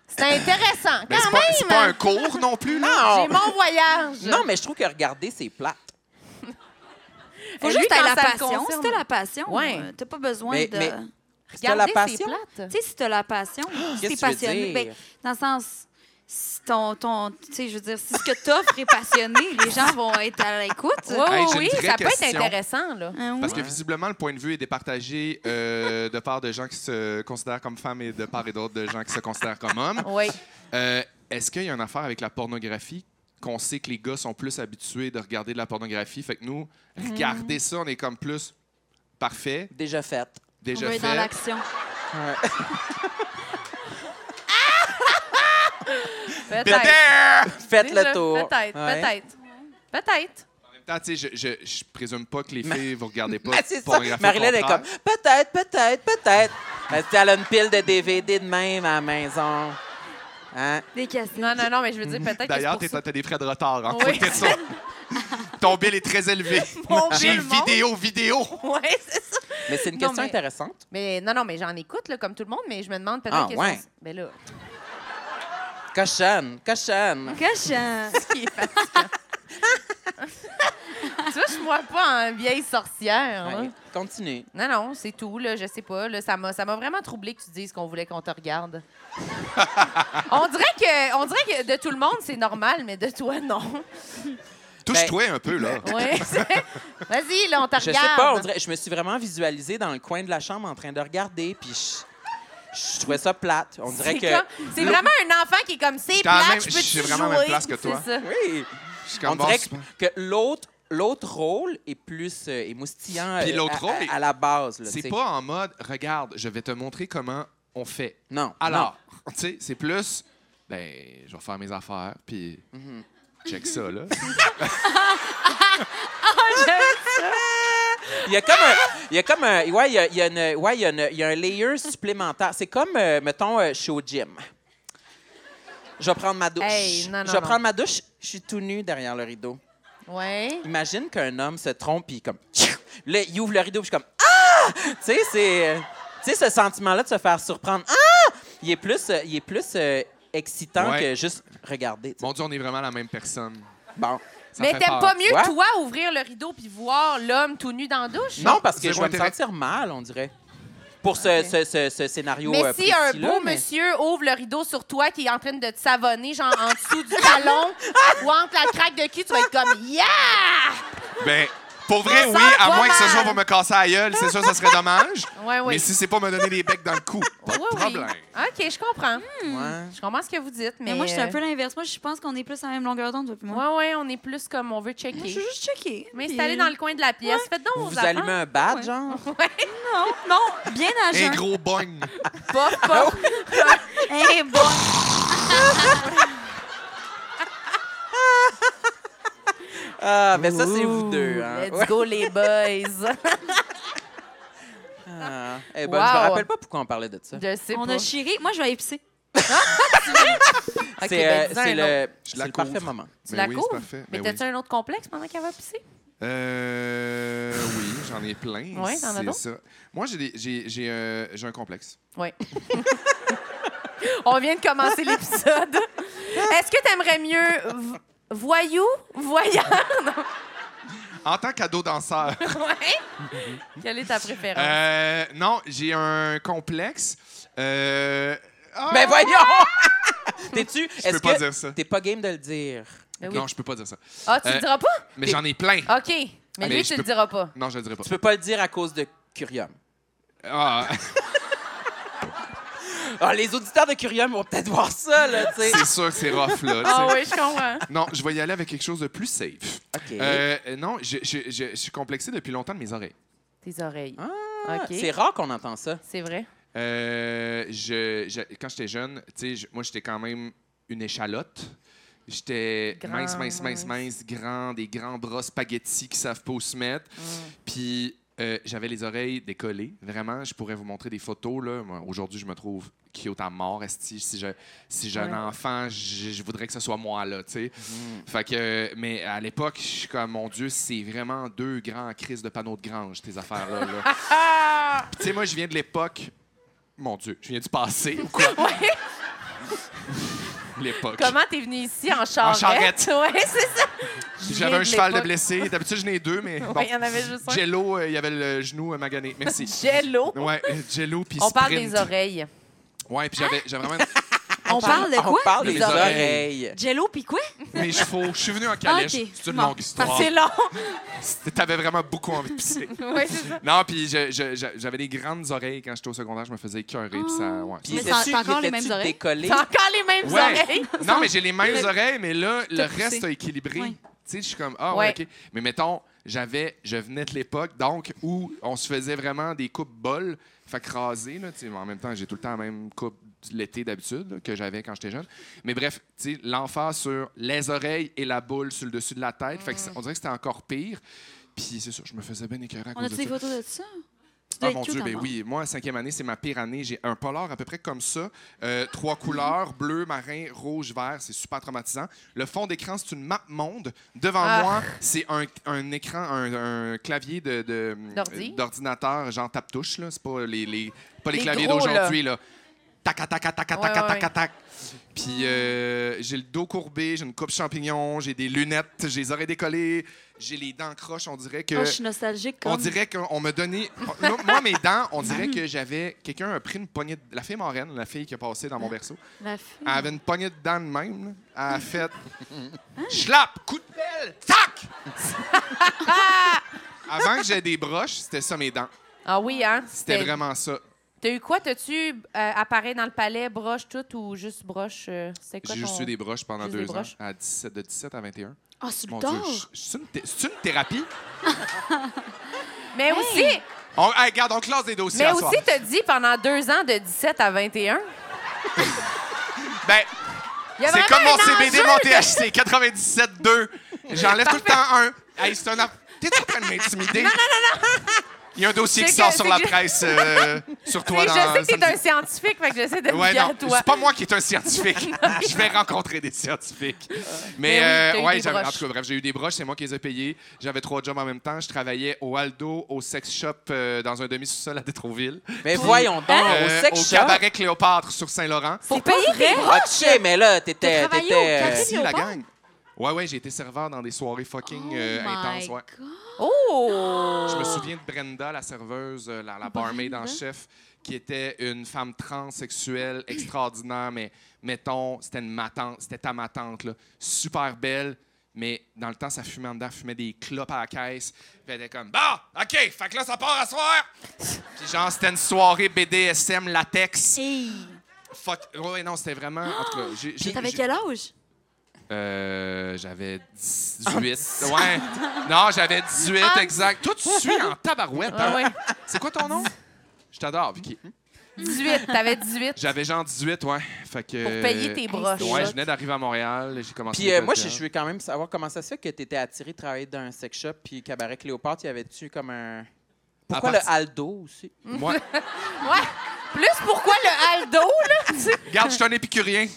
Speaker 1: C'est intéressant,
Speaker 5: mais c'est
Speaker 1: quand
Speaker 5: pas, c'est pas un
Speaker 1: même!
Speaker 5: cours non plus, là.
Speaker 1: J'ai
Speaker 2: Non!
Speaker 1: mon voyage!
Speaker 2: Non, mais je trouve que regarder, c'est plate.
Speaker 6: Faut
Speaker 1: Et
Speaker 6: juste
Speaker 1: lui,
Speaker 6: que t'aies
Speaker 1: quand
Speaker 6: la
Speaker 1: ça le
Speaker 6: passion.
Speaker 1: concerne.
Speaker 6: Si t'as la passion,
Speaker 1: Ouais.
Speaker 6: euh, t'as pas besoin
Speaker 2: Mais-
Speaker 6: de.
Speaker 2: mais- Si t'as la
Speaker 1: Regardez, c'est
Speaker 2: passion,
Speaker 1: plate.
Speaker 6: Tu sais, si t'as la passion, si
Speaker 5: Ah!
Speaker 2: Qu'est-ce
Speaker 6: t'es
Speaker 2: que tu veux
Speaker 6: passionné,
Speaker 2: dire?
Speaker 6: ben, dans le sens, si ton, ton tu sais, je veux dire, si ce que t'offres est passionné, les gens vont être à l'écoute.
Speaker 1: Oui,
Speaker 5: Hey, j'ai une
Speaker 1: oui,
Speaker 5: vraie
Speaker 1: ça peut être
Speaker 5: question.
Speaker 1: intéressant, là.
Speaker 6: Hein, oui?
Speaker 5: Parce que visiblement, le point de vue est départagé euh, de part de gens qui se considèrent comme femmes et de part et d'autre de gens qui se considèrent comme hommes.
Speaker 1: Oui.
Speaker 5: Euh, Est-ce qu'il y a une affaire avec la pornographie qu'on sait que les gars sont plus habitués de regarder de la pornographie? Fait que nous, regarder ça, on est comme plus parfait,
Speaker 2: Déjà faite.
Speaker 6: On
Speaker 5: déjà
Speaker 6: veut être dans
Speaker 5: fait.
Speaker 6: l'action.
Speaker 1: Peut-être.
Speaker 2: Faites
Speaker 1: Déjà,
Speaker 2: le tour.
Speaker 1: Peut-être,
Speaker 2: Ouais.
Speaker 1: peut-être. Peut-être.
Speaker 5: Attends, tu sais, je, je- je présume pas que les
Speaker 2: Ma-
Speaker 5: filles, vous regardez pas
Speaker 2: Ah,
Speaker 5: de
Speaker 2: c'est ça.
Speaker 5: pornographie. au
Speaker 2: Marilyn est
Speaker 5: contraire.
Speaker 2: comme peut-être, peut-être, peut-être. Ben, tu sais, elle a une pile de DVD de même à la maison. Hein?
Speaker 6: Des cassettes.
Speaker 1: Non, non, non, mais je veux dire, peut-être que c'est
Speaker 5: D'ailleurs,
Speaker 1: pour
Speaker 5: t'es-
Speaker 1: ça.
Speaker 5: t'as des frais de retard. Hein,
Speaker 1: Oui.
Speaker 5: côté de ça. Ton bill est très élevé.
Speaker 1: Mon
Speaker 5: J'ai
Speaker 1: Bill monte.
Speaker 5: vidéo, vidéo.
Speaker 1: Ouais, c'est ça.
Speaker 2: Mais c'est une
Speaker 1: Non,
Speaker 2: question
Speaker 1: mais-
Speaker 2: intéressante.
Speaker 1: Mais non, non, mais j'en écoute, là, comme tout le monde, mais je me demande peut-être
Speaker 2: Ah,
Speaker 1: que
Speaker 2: ouais.
Speaker 1: ça- Ben là,
Speaker 2: Cochonne, cochonne.
Speaker 6: Cochon.
Speaker 1: ce qui est fatigant. tu vois, je vois pas en vieille sorcière. hein.
Speaker 2: Ouais, Continue.
Speaker 1: Non, non, c'est tout, là, je sais pas. Là, ça m'a ça m'a vraiment troublé que tu dises qu'on voulait qu'on te regarde. on, dirait que, on dirait que de tout le monde, c'est normal, mais de toi, non.
Speaker 5: Touche-toi un peu, là.
Speaker 1: Ouais, c'est- Vas-y, là, on te regarde.
Speaker 2: Je sais pas, on dirait, je me suis vraiment visualisée dans le coin de la chambre en train de regarder, puis je, je trouvais ça plate. On dirait
Speaker 1: C'est
Speaker 2: que.
Speaker 1: comme- C'est vraiment un enfant qui est comme c'est
Speaker 5: J'étais à la
Speaker 1: plate,
Speaker 5: même-
Speaker 1: je peux
Speaker 5: j'ai
Speaker 1: te
Speaker 5: vraiment la
Speaker 1: jouer.
Speaker 5: même place que toi.
Speaker 1: C'est ça.
Speaker 2: Oui!
Speaker 5: Je suis
Speaker 2: On
Speaker 5: comme, bon,
Speaker 2: dirait
Speaker 5: c'est
Speaker 2: que,
Speaker 5: pas-
Speaker 2: que l'autre. L'autre rôle est plus euh, émoustillant
Speaker 5: Puis
Speaker 2: euh,
Speaker 5: l'autre
Speaker 2: à, à-
Speaker 5: rôle est-
Speaker 2: à la base. là, tu
Speaker 5: C'est
Speaker 2: sais.
Speaker 5: pas en mode, regarde, je vais te montrer comment on fait.
Speaker 2: Non.
Speaker 5: Alors, tu sais, c'est plus, ben, je vais faire mes affaires, puis check ça, là.
Speaker 2: non. Il y a comme un. Il y a comme un. Ouais, il y a, il y a une- ouais, il y a une- il y a un layer supplémentaire. C'est comme, euh, mettons, euh, je suis au gym. Je vais prendre ma douche.
Speaker 1: Hey, non, non,
Speaker 2: je vais
Speaker 1: non.
Speaker 2: prendre ma douche. Je suis tout nu derrière le rideau.
Speaker 1: Ouais.
Speaker 2: Imagine qu'un homme se trompe puis comme tchou! là il ouvre le rideau puis je suis comme ah tu sais c'est euh, tu sais ce sentiment là de se faire surprendre ah il est plus euh, il est plus euh, excitant
Speaker 5: Ouais.
Speaker 2: que juste regarder tu sais.
Speaker 5: Mon Dieu, on est vraiment la même personne.
Speaker 2: bon
Speaker 5: Ça
Speaker 1: Mais
Speaker 5: fait
Speaker 1: t'aimes
Speaker 5: peur.
Speaker 1: pas mieux,
Speaker 2: Ouais.
Speaker 1: toi, ouvrir le rideau puis voir l'homme tout nu dans la douche?
Speaker 2: non parce que
Speaker 5: c'est
Speaker 2: je vais me
Speaker 5: moins intéressant.
Speaker 2: sentir mal on dirait pour ce, ce, ce- ce scénario
Speaker 1: Mais
Speaker 2: euh,
Speaker 1: si un
Speaker 2: précis-là,
Speaker 1: beau
Speaker 2: mais-
Speaker 1: monsieur ouvre le rideau sur toi qui est en train de te savonner, genre en dessous du talon ou entre la craque de cul, tu vas être comme Yeah!
Speaker 5: Ben, pour vrai,
Speaker 1: Ça
Speaker 5: oui, à
Speaker 1: va
Speaker 5: moins que ce soit
Speaker 1: mal.
Speaker 5: pour me casser la gueule, c'est sûr, ça serait dommage.
Speaker 1: Ouais, oui.
Speaker 5: Mais si c'est pour me donner des becs dans le cou, pas
Speaker 1: Oui,
Speaker 5: de
Speaker 1: oui.
Speaker 5: problème.
Speaker 1: OK, je comprends.
Speaker 2: Ouais.
Speaker 1: Je comprends ce que vous dites, mais.
Speaker 6: Mais moi, je suis un peu
Speaker 1: euh,
Speaker 6: l'inverse. Moi, je pense qu'on est plus à la même longueur d'onde, toi puis
Speaker 1: Ouais,
Speaker 6: moi.
Speaker 1: ouais, on est plus comme on veut
Speaker 6: Moi, je
Speaker 1: checker.
Speaker 6: suis juste checkée.
Speaker 1: Mais
Speaker 6: puis-
Speaker 1: installé dans le coin de la pièce. Faites donc
Speaker 2: vous
Speaker 1: vos
Speaker 2: vous
Speaker 1: affaires.
Speaker 2: allumez un badge genre
Speaker 6: Non, non, bien à
Speaker 5: Un
Speaker 6: jeun.
Speaker 5: gros bong.
Speaker 1: Pof, pof.
Speaker 6: Eh, bon.
Speaker 2: ah mais ça c'est vous deux hein.
Speaker 1: Let's
Speaker 2: Ouais.
Speaker 1: go, les boys.
Speaker 2: Ah. Eh ben, je
Speaker 1: Wow.
Speaker 2: me rappelle pas pourquoi on parlait de ça
Speaker 1: Je sais
Speaker 6: On
Speaker 1: pas.
Speaker 6: a chiré. Moi, je vais épicer.
Speaker 1: OK,
Speaker 2: c'est
Speaker 1: ben,
Speaker 2: euh,
Speaker 1: dis-en
Speaker 2: c'est
Speaker 1: un autre.
Speaker 2: le
Speaker 5: Je
Speaker 2: c'est
Speaker 5: la
Speaker 2: le parfait
Speaker 5: couvre.
Speaker 2: moment
Speaker 1: Tu
Speaker 5: Ben
Speaker 1: la
Speaker 5: oui,
Speaker 1: couvres?
Speaker 5: c'est parfait.
Speaker 1: Mais
Speaker 5: Ben
Speaker 1: t'as-tu
Speaker 5: oui.
Speaker 1: un autre complexe pendant qu'elle va pisser?
Speaker 5: Euh, oui, j'en ai plein.
Speaker 1: Ouais, t'en as
Speaker 5: c'est
Speaker 1: d'autres?
Speaker 5: ça. Moi, j'ai des- j'ai- j'ai euh, j'ai un complexe.
Speaker 1: Oui. On vient de commencer l'épisode. Est-ce que t'aimerais mieux v- voyou, voyant?
Speaker 5: En tant qu'ado danseur,
Speaker 1: Ouais. Quelle est ta préférence?
Speaker 2: Ah,
Speaker 5: euh, non, j'ai un complexe. Euh, ah,
Speaker 2: Ben voyons! T'es-tu.
Speaker 5: Je peux
Speaker 2: Est-ce
Speaker 5: pas
Speaker 2: que
Speaker 5: dire ça.
Speaker 2: t'es pas game de le dire?
Speaker 1: Ben oui.
Speaker 5: Non, je peux pas dire ça.
Speaker 1: Ah, tu
Speaker 5: euh,
Speaker 1: le diras pas?
Speaker 5: Mais j'en ai plein.
Speaker 1: OK. Mais,
Speaker 5: mais
Speaker 1: lui,
Speaker 5: je
Speaker 1: tu le
Speaker 5: peux-
Speaker 1: diras pas.
Speaker 5: Non, je le dirai pas.
Speaker 2: Ah. Tu peux pas le dire à cause de Curium.
Speaker 5: Ah,
Speaker 2: Ah, les auditeurs de Curium vont peut-être voir ça, là, tu sais.
Speaker 5: c'est sûr que c'est rough, là. tu sais.
Speaker 1: Ah oui, je comprends.
Speaker 5: Non, je vais y aller avec quelque chose de plus safe.
Speaker 2: OK.
Speaker 5: Euh, euh, non, je, je- je- je suis complexé depuis longtemps de mes oreilles.
Speaker 1: Tes oreilles.
Speaker 2: Ah,
Speaker 1: OK.
Speaker 2: C'est rare qu'on entend ça.
Speaker 1: C'est vrai?
Speaker 5: Euh, je, je- quand j'étais jeune, tu sais, je- moi, j'étais quand même une échalote. J'étais
Speaker 1: Grand,
Speaker 5: mince, mince, mince, mince, grand, des grands bras spaghettis qui savent pas où se mettre.
Speaker 1: Mm.
Speaker 5: Puis euh, j'avais les oreilles décollées, vraiment. Je pourrais vous montrer des photos. là. Moi, Aujourd'hui, je me trouve cute à mort, esti. Si je- si j'ai
Speaker 1: Ouais.
Speaker 5: un enfant, je, je voudrais que ce soit moi, là, tu sais.
Speaker 1: Mm.
Speaker 5: Fait que, euh, mais à l'époque, je suis comme, mon Dieu, c'est vraiment deux grands crises de panneaux de grange, tes affaires-là. là. Puis, tu sais, moi, je viens de l'époque. Mon Dieu, je viens du passé ou quoi?
Speaker 1: Ouais.
Speaker 5: L'époque.
Speaker 1: Comment t'es venu ici en charrette? Oui, c'est ça. Je
Speaker 5: J'avais
Speaker 1: viens
Speaker 5: un cheval de
Speaker 1: l'époque-
Speaker 5: blessé. D'habitude, j'en ai deux, mais
Speaker 1: Oui,
Speaker 5: bon.
Speaker 1: il y en avait juste un.
Speaker 5: Jello, euh, il y avait le genou euh, magané. Merci.
Speaker 1: Jello.
Speaker 5: Ouais, euh, Jello puis
Speaker 1: On parle
Speaker 5: Sprint.
Speaker 1: des oreilles.
Speaker 5: Ouais, puis j'avais j'avais vraiment
Speaker 6: On parle
Speaker 5: Ah,
Speaker 6: de
Speaker 2: On
Speaker 6: quoi?
Speaker 2: parle
Speaker 5: Des
Speaker 2: des
Speaker 5: oreilles.
Speaker 2: oreilles.
Speaker 6: Jello puis quoi?
Speaker 5: mes chevaux. Je suis venu en calèche.
Speaker 1: Ah,
Speaker 6: Ok.
Speaker 5: C'est une
Speaker 6: Bon.
Speaker 5: longue histoire.
Speaker 1: C'est long.
Speaker 5: T'avais vraiment beaucoup envie de pisser.
Speaker 1: oui, c'est ça.
Speaker 5: Non, puis je- je- je- j'avais des grandes oreilles quand j'étais au secondaire. Je me faisais écœurer, puis ça... Ouais.
Speaker 1: Ah,
Speaker 2: Puis
Speaker 6: Mais
Speaker 2: c'est
Speaker 6: t'as- t'as encore les mêmes oreilles?
Speaker 2: décollé.
Speaker 1: T'as encore les mêmes
Speaker 5: Ouais.
Speaker 1: oreilles.
Speaker 5: Non, mais j'ai les mêmes oreilles, mais là, le
Speaker 6: poussé.
Speaker 5: reste a équilibré.
Speaker 6: Ouais.
Speaker 5: Tu sais, je suis comme, ah, ouais,
Speaker 1: Ouais.
Speaker 5: OK. Mais mettons, j'avais, je venais de l'époque, donc, où on se faisait vraiment des coupes bol, fait que rasé, là, tu sais, mais en même temps, j'ai tout le temps la même coupe l'été d'habitude là, que j'avais quand j'étais jeune. Mais bref, tu sais, l'enfer sur les oreilles et la boule sur le dessus de la tête, fait que c'est- on dirait que c'était encore pire. Puis c'est sûr, je me faisais bien écœurer à
Speaker 6: On
Speaker 5: cause
Speaker 6: a-tu
Speaker 5: de
Speaker 6: des
Speaker 5: ça.
Speaker 6: photos de ça? Tu dois
Speaker 5: Ah
Speaker 6: être
Speaker 5: mon
Speaker 6: cute hein,
Speaker 5: Dieu,
Speaker 6: en
Speaker 5: ben
Speaker 6: bord.
Speaker 5: oui. Moi, en cinquième année, c'est ma pire année. J'ai un polar à peu près comme ça. Euh, trois
Speaker 1: Mhm.
Speaker 5: couleurs, bleu, marin, rouge, vert. C'est super traumatisant. Le fond d'écran, c'est une map monde. Devant
Speaker 1: Ah.
Speaker 5: moi, c'est un, un écran, un, un clavier de, de- euh,
Speaker 1: D'ordi.
Speaker 5: d'ordinateur, genre tape-touche. là. C'est pas les, les- pas les,
Speaker 1: Les
Speaker 5: claviers
Speaker 1: gros,
Speaker 5: d'aujourd'hui. Là. Tac, tac, tac, tac, tac,
Speaker 1: Ouais, ouais,
Speaker 5: tac,
Speaker 1: ouais.
Speaker 5: tac, tac. Puis euh, j'ai le dos courbé, j'ai une coupe champignon, j'ai des lunettes, j'ai les oreilles décollées, j'ai les dents croches, on dirait que...
Speaker 1: Oh,
Speaker 6: Ah, je suis nostalgique comme...
Speaker 5: euh, On dirait qu'on me donnait. Là, Moi, mes dents, on dirait que j'avais. Quelqu'un a pris une poignée de. La fille moraine, la fille qui a passé dans mon berceau,
Speaker 6: La fille.
Speaker 5: elle avait une poignée de dents de même. là. Elle a fait.
Speaker 1: Ah.
Speaker 5: Schlapp, coup de pelle, tac! Avant que j'aie des broches, c'était ça mes dents.
Speaker 1: Ah oui, hein?
Speaker 5: C'était vraiment ça.
Speaker 1: T'as eu quoi? T'as-tu euh, appareil dans le palais, broche tout ou juste broche? euh, C'était quoi
Speaker 5: J'ai juste
Speaker 1: ton-
Speaker 5: eu des broches pendant
Speaker 1: Juste des
Speaker 5: deux ans,
Speaker 1: broches?
Speaker 5: à 17, de 17 à 21.
Speaker 6: Ah, sur
Speaker 5: Mon
Speaker 6: le
Speaker 5: Dieu,
Speaker 6: tard.
Speaker 5: je- c'est une, thé- c'est une thérapie.
Speaker 1: Mais aussi,
Speaker 5: On, hey, regarde, on classe des dossiers
Speaker 1: mais
Speaker 5: à soir.
Speaker 1: aussi t'as dit pendant deux ans de 17 à 21.
Speaker 5: Ben,
Speaker 1: Il y a
Speaker 5: C'est
Speaker 1: vraiment
Speaker 5: comme mon
Speaker 1: un
Speaker 5: CBD,
Speaker 1: enjeu
Speaker 5: mon THC, 97,2. J'enlève tout le temps un. Hey, c'est un. app- T'es en train de m'intimider? Non, non, non, non. Il y a un dossier
Speaker 1: C'est
Speaker 5: qui
Speaker 1: que-
Speaker 5: sort sur
Speaker 1: c'est
Speaker 5: la
Speaker 1: que je-
Speaker 5: presse, euh, sur toi.
Speaker 1: Mais
Speaker 5: dans,
Speaker 1: je sais que t'es
Speaker 5: samedi.
Speaker 1: un scientifique, fait que j'essaie de me
Speaker 5: Ouais,
Speaker 1: fier
Speaker 5: non,
Speaker 1: à toi.
Speaker 5: c'est pas moi qui est un scientifique. je vais rencontrer des scientifiques. Mais,
Speaker 1: Ben oui,
Speaker 5: euh,
Speaker 1: t'as eu
Speaker 5: ouais,
Speaker 1: des
Speaker 5: j'avais, en
Speaker 1: broches.
Speaker 5: tout cas, bref, j'ai eu des broches, c'est moi qui les ai payées. J'avais trois jobs en même temps. Je travaillais au Aldo, au sex shop euh, dans un demi-sous-sol à Détrouville.
Speaker 2: Mais voyons donc,
Speaker 5: Euh,
Speaker 2: au sex
Speaker 5: au
Speaker 2: shop.
Speaker 5: cabaret Cléopâtre sur Saint-Laurent.
Speaker 6: Pour payer des
Speaker 2: Ah, tu sais, mais là,
Speaker 6: T'as
Speaker 2: t'étais.
Speaker 6: travaillé
Speaker 2: t'étais,
Speaker 6: au Oh
Speaker 2: euh,
Speaker 6: Cabaret
Speaker 5: Merci, la
Speaker 6: Cléopâtre?
Speaker 5: gang. Ouais, ouais, j'ai été serveur dans des soirées fucking euh, intenses. Ouais.
Speaker 1: Oh!
Speaker 5: Je me souviens de Brenda, la serveuse, euh, la, la barmaid en chef, qui était une femme transsexuelle extraordinaire, mais mettons, c'était une ma tante, c'était ta ma tante, là, super belle, mais dans le temps, ça fumait en dedans, fumait des clopes à la caisse. Puis elle était comme, bah, OK, fait que là, ça part à soir. Puis genre, c'était une soirée BDSM, latex. Fuck. Ouais, non, c'était vraiment. En tout cas, j'ai- j'ai-
Speaker 6: T'avais
Speaker 5: j'ai-
Speaker 6: quel âge?
Speaker 5: euh, j'avais 18. ouais. Non, j'avais 18, exact. Toi, tu suis en tabarouette. hein?
Speaker 1: Ah ouais.
Speaker 5: C'est quoi ton nom? Mm-hmm. Je t'adore, Vicky.
Speaker 1: 18, t'avais 18
Speaker 5: J'avais genre 18, ouais. Fait que,
Speaker 1: pour payer tes broches.
Speaker 5: Ouais, je venais d'arriver à Montréal. J'ai commencé.
Speaker 2: Puis euh,
Speaker 5: l'école
Speaker 2: moi,
Speaker 5: de
Speaker 2: je,
Speaker 5: théâtre.
Speaker 2: je veux quand même savoir comment ça se fait que tu étais attiré de travailler dans un sex shop puis cabaret Cléopâtre, il y avait-tu comme
Speaker 5: Ah,
Speaker 2: un. Pourquoi le
Speaker 5: partir-
Speaker 2: Aldo aussi?
Speaker 5: Moi,
Speaker 1: Ouais. Plus pourquoi le Aldo, là? tu sais?
Speaker 5: regarde, je suis un épicurien.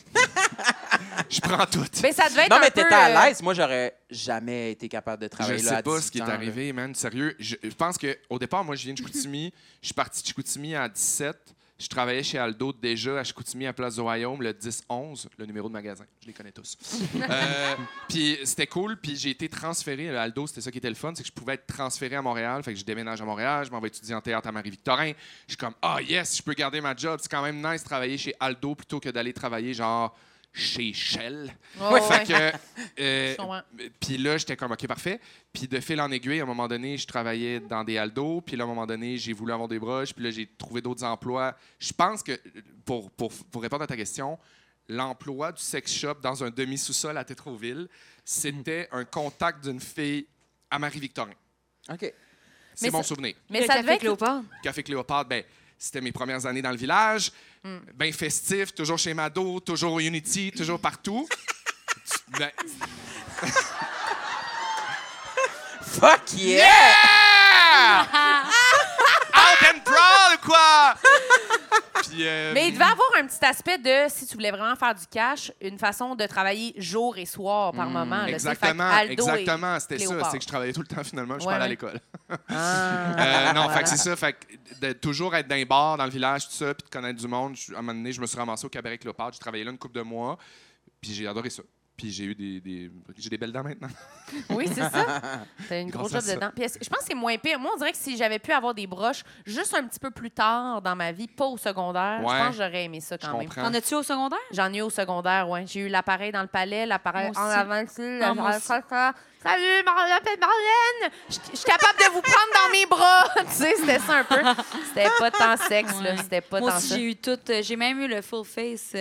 Speaker 5: Je prends tout.
Speaker 1: Mais ça devait être
Speaker 2: Non,
Speaker 1: un
Speaker 2: mais
Speaker 1: peu,
Speaker 2: t'étais à
Speaker 1: euh,
Speaker 2: l'aise. Moi, j'aurais jamais été capable de
Speaker 5: Je
Speaker 2: travailler là.
Speaker 5: sais
Speaker 2: à
Speaker 5: pas ce qui est
Speaker 2: 18 ans, là.
Speaker 5: arrivé, man. Sérieux, je, je pense que au départ, moi, je viens de Chicoutimi. je suis parti de Chicoutimi à 17. Je travaillais chez Aldo déjà à Chicoutimi, à Place du Royaume, le 10-11, le numéro de magasin. Je les connais tous. Euh, puis c'était cool. Puis j'ai été transféré. à Aldo, c'était ça qui était le fun, c'est que je pouvais être transféré à Montréal. Fait que je déménage à Montréal, je m'en vais étudier en théâtre à Marie-Victorin. Je suis comme, ah yes, je peux garder ma job. C'est quand même nice de travailler chez Aldo plutôt que d'aller travailler genre chez Shell.
Speaker 1: Ouais, ouais.
Speaker 5: Fait que, euh,
Speaker 1: Je comprends.
Speaker 5: puis là, j'étais comme, OK, parfait. Puis de fil en aiguille, à un moment donné, je travaillais dans des Aldo. Puis là, à un moment donné, j'ai voulu avoir des broches. Puis là, j'ai trouvé d'autres emplois. Je pense que, pour, pour, pour répondre à ta question, l'emploi du sex shop dans un demi-sous-sol à Tétroville, c'était un contact d'une fille à Marie-Victorin.
Speaker 2: OK.
Speaker 5: C'est
Speaker 1: Mais
Speaker 5: mon
Speaker 1: ça-
Speaker 5: souvenir.
Speaker 1: Mais ça devait être...
Speaker 6: Cléopâtre.
Speaker 5: Café Cléopâtre, ben, c'était mes premières années dans le village.
Speaker 1: Hmm.
Speaker 5: Ben festif, toujours chez Mado, toujours au Unity, toujours partout. Tu- ben,
Speaker 2: Fuck yeah!
Speaker 5: Yeah! Ah! Out and proud ou quoi? Puis, euh,
Speaker 1: Mais il devait avoir un petit aspect de, si tu voulais vraiment faire du cash, une façon de travailler jour et soir par moment. là, tu sais. Fait que
Speaker 5: Mm, Exactement,
Speaker 1: Aldo et
Speaker 5: exactement, c'était ça.
Speaker 1: Cléopâtre.
Speaker 5: C'est que je travaillais tout le temps finalement, je suis
Speaker 1: Ouais,
Speaker 5: pas allé à
Speaker 1: ouais.
Speaker 5: l'école.
Speaker 1: Ah.
Speaker 5: Euh, non, fait
Speaker 1: Voilà.
Speaker 5: que c'est ça, fait que de toujours être dans les bars, dans le village, tout ça, puis de connaître du monde. Je- à un moment donné, je me suis ramassé au cabaret Cléopâtre, j'ai travaillé là une couple de mois, puis j'ai adoré ça. Puis j'ai eu des, des- j'ai des belles dents maintenant.
Speaker 1: Oui, c'est ça. T'as une grosse
Speaker 5: Grâce à
Speaker 1: job
Speaker 5: ça.
Speaker 1: dedans. Puis est-ce- je pense que c'est moins pire. Moi, on dirait que si j'avais pu avoir des broches juste un petit peu plus tard dans ma vie, pas au secondaire,
Speaker 5: Ouais.
Speaker 1: je pense que j'aurais aimé ça
Speaker 5: Je
Speaker 1: quand même.
Speaker 2: Ah.
Speaker 5: comprends.
Speaker 6: T'en as-tu au secondaire?
Speaker 1: J'en ai eu au secondaire, ouais. J'ai eu l'appareil dans le palais, l'appareil
Speaker 6: Moi
Speaker 1: en
Speaker 6: aussi.
Speaker 1: avant dessus,
Speaker 6: Ah,
Speaker 1: le-
Speaker 6: moi aussi.
Speaker 1: ça, ça. Salut, Marlotte et Marlène! Je je suis capable de vous prendre dans mes bras! tu sais, c'était ça un peu. C'était pas tant sexe, là.
Speaker 6: Ouais.
Speaker 1: C'était pas
Speaker 6: Moi
Speaker 1: tant
Speaker 6: aussi,
Speaker 1: ça.
Speaker 6: j'ai eu tout. euh, j'ai même eu le full face. euh,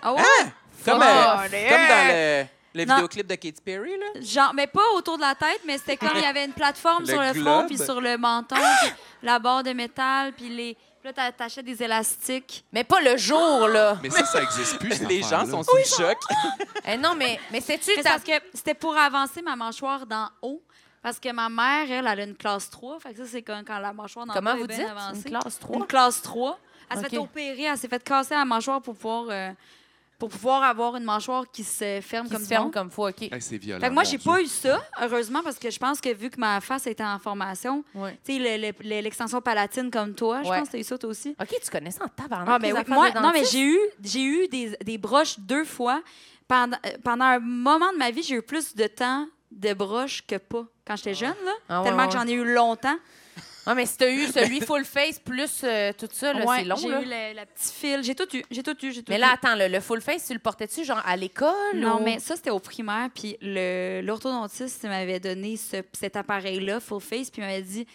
Speaker 6: Ah ouais?
Speaker 2: Hein? Comme,
Speaker 1: Fuck
Speaker 2: euh,
Speaker 1: off.
Speaker 2: comme dans le, le
Speaker 6: Non.
Speaker 2: vidéoclip de Katy Perry, là.
Speaker 6: Genre, mais pas autour de la tête, mais c'était comme il y avait une plateforme
Speaker 2: Le
Speaker 6: sur le front,
Speaker 2: globe.
Speaker 6: puis sur le menton, puis la barre de métal, puis les. puis là, t'a- t'achètes des élastiques.
Speaker 1: Mais pas le jour, là.
Speaker 5: Mais ça, ça existe plus. cette
Speaker 2: Les gens
Speaker 5: affaire-là.
Speaker 2: sont sous le choc.
Speaker 1: Eh non, mais, mais c'est-tu
Speaker 6: Mais c'est
Speaker 1: ta-
Speaker 6: parce que c'était pour avancer ma mâchoire d'en haut. Parce que ma mère, elle, elle a une classe 3. Fait que ça, c'est quand, quand la mâchoire dans
Speaker 1: Comment vous
Speaker 6: est bien
Speaker 1: dites? Une
Speaker 6: avancée.
Speaker 1: classe 3?
Speaker 6: Une classe 3. Elle s'est
Speaker 1: OK.
Speaker 6: fait opérer, elle s'est fait casser la mâchoire pour pouvoir, euh, pour pouvoir avoir une mâchoire qui se ferme
Speaker 1: qui
Speaker 6: comme
Speaker 1: se
Speaker 6: du
Speaker 1: ferme
Speaker 6: monde.
Speaker 1: comme Ah, faut, OK.
Speaker 8: Hey, c'est violent.
Speaker 6: Fait que moi,
Speaker 8: mon
Speaker 6: j'ai
Speaker 8: Dieu.
Speaker 6: pas eu ça, heureusement, parce que je pense que vu que ma face était en formation,
Speaker 1: Ouais.
Speaker 6: tu sais, le- le- le- l'extension palatine comme toi, je
Speaker 1: Ouais.
Speaker 6: pense que t'as eu ça toi aussi.
Speaker 1: OK, tu connais ça en tabarnak,
Speaker 6: Ah, mais
Speaker 1: les
Speaker 6: oui.
Speaker 1: affaires
Speaker 6: Moi,
Speaker 1: de
Speaker 6: non, mais
Speaker 1: dentiste.
Speaker 6: j'ai eu, j'ai eu des, des broches deux fois. Pendant, euh, pendant un moment de ma vie, j'ai eu plus de temps de broches que pas quand j'étais jeune, là.
Speaker 1: Ah, ouais,
Speaker 6: tellement
Speaker 1: ouais,
Speaker 6: que j'en ai eu longtemps.
Speaker 1: Ah, mais si t'as eu celui full face plus euh, tout ça, là,
Speaker 6: Ouais,
Speaker 1: c'est long,
Speaker 6: j'ai
Speaker 1: là.
Speaker 6: eu le, la petite file. J'ai tout eu. J'ai tout eu. J'ai tout
Speaker 1: Mais
Speaker 6: eu.
Speaker 1: là, attends, le, le full face, tu le portais-tu, genre, à l'école?
Speaker 6: Non,
Speaker 1: ou-
Speaker 6: mais ça, c'était au primaire. Puis le- l'orthodontiste m'avait donné ce- cet appareil-là, full face, puis il m'avait dit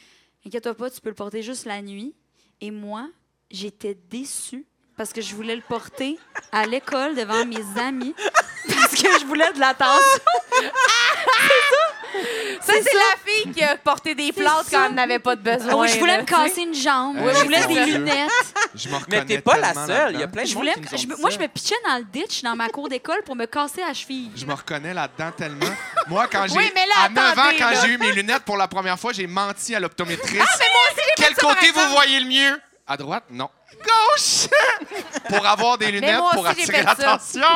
Speaker 6: Inquiète-toi pas, tu peux le porter juste la nuit. Et moi, j'étais déçue parce que je voulais le porter à l'école devant mes amis parce que je voulais de l'attention.
Speaker 1: Ça, c'est la fille qui a porté des plantes
Speaker 6: ça.
Speaker 1: quand elle n'avait pas de besoin.
Speaker 6: Oh, je voulais
Speaker 1: Ah là,
Speaker 6: me
Speaker 1: tu sais.
Speaker 6: casser une jambe.
Speaker 8: Ouais,
Speaker 6: je voulais
Speaker 8: c'est
Speaker 6: des
Speaker 8: sûr.
Speaker 6: lunettes.
Speaker 8: Je me reconnais
Speaker 2: Mais t'es pas la
Speaker 8: tellement
Speaker 2: seule. Il y a
Speaker 8: là-dedans.
Speaker 2: plein de
Speaker 6: Je
Speaker 2: gens
Speaker 6: voulais,
Speaker 2: qui nous ont
Speaker 6: je-
Speaker 2: dit
Speaker 6: moi,
Speaker 2: ça.
Speaker 6: je me pitchais dans le ditch dans ma cour d'école pour me casser la cheville.
Speaker 8: Je me reconnais là-dedans tellement. Moi, quand j'ai.
Speaker 1: Oui, mais là,
Speaker 8: à 9 ans,
Speaker 1: attendez,
Speaker 8: quand
Speaker 1: là. Ah,
Speaker 8: j'ai eu mes lunettes pour la première fois, j'ai menti à l'optométriste. Quel
Speaker 1: ça, par
Speaker 8: côté vous
Speaker 1: exemple.
Speaker 8: voyez le mieux? À droite? Non. Gauche! pour avoir des lunettes
Speaker 1: moi
Speaker 8: pour
Speaker 1: aussi, j'ai
Speaker 8: attirer
Speaker 1: fait ça.
Speaker 8: l'attention.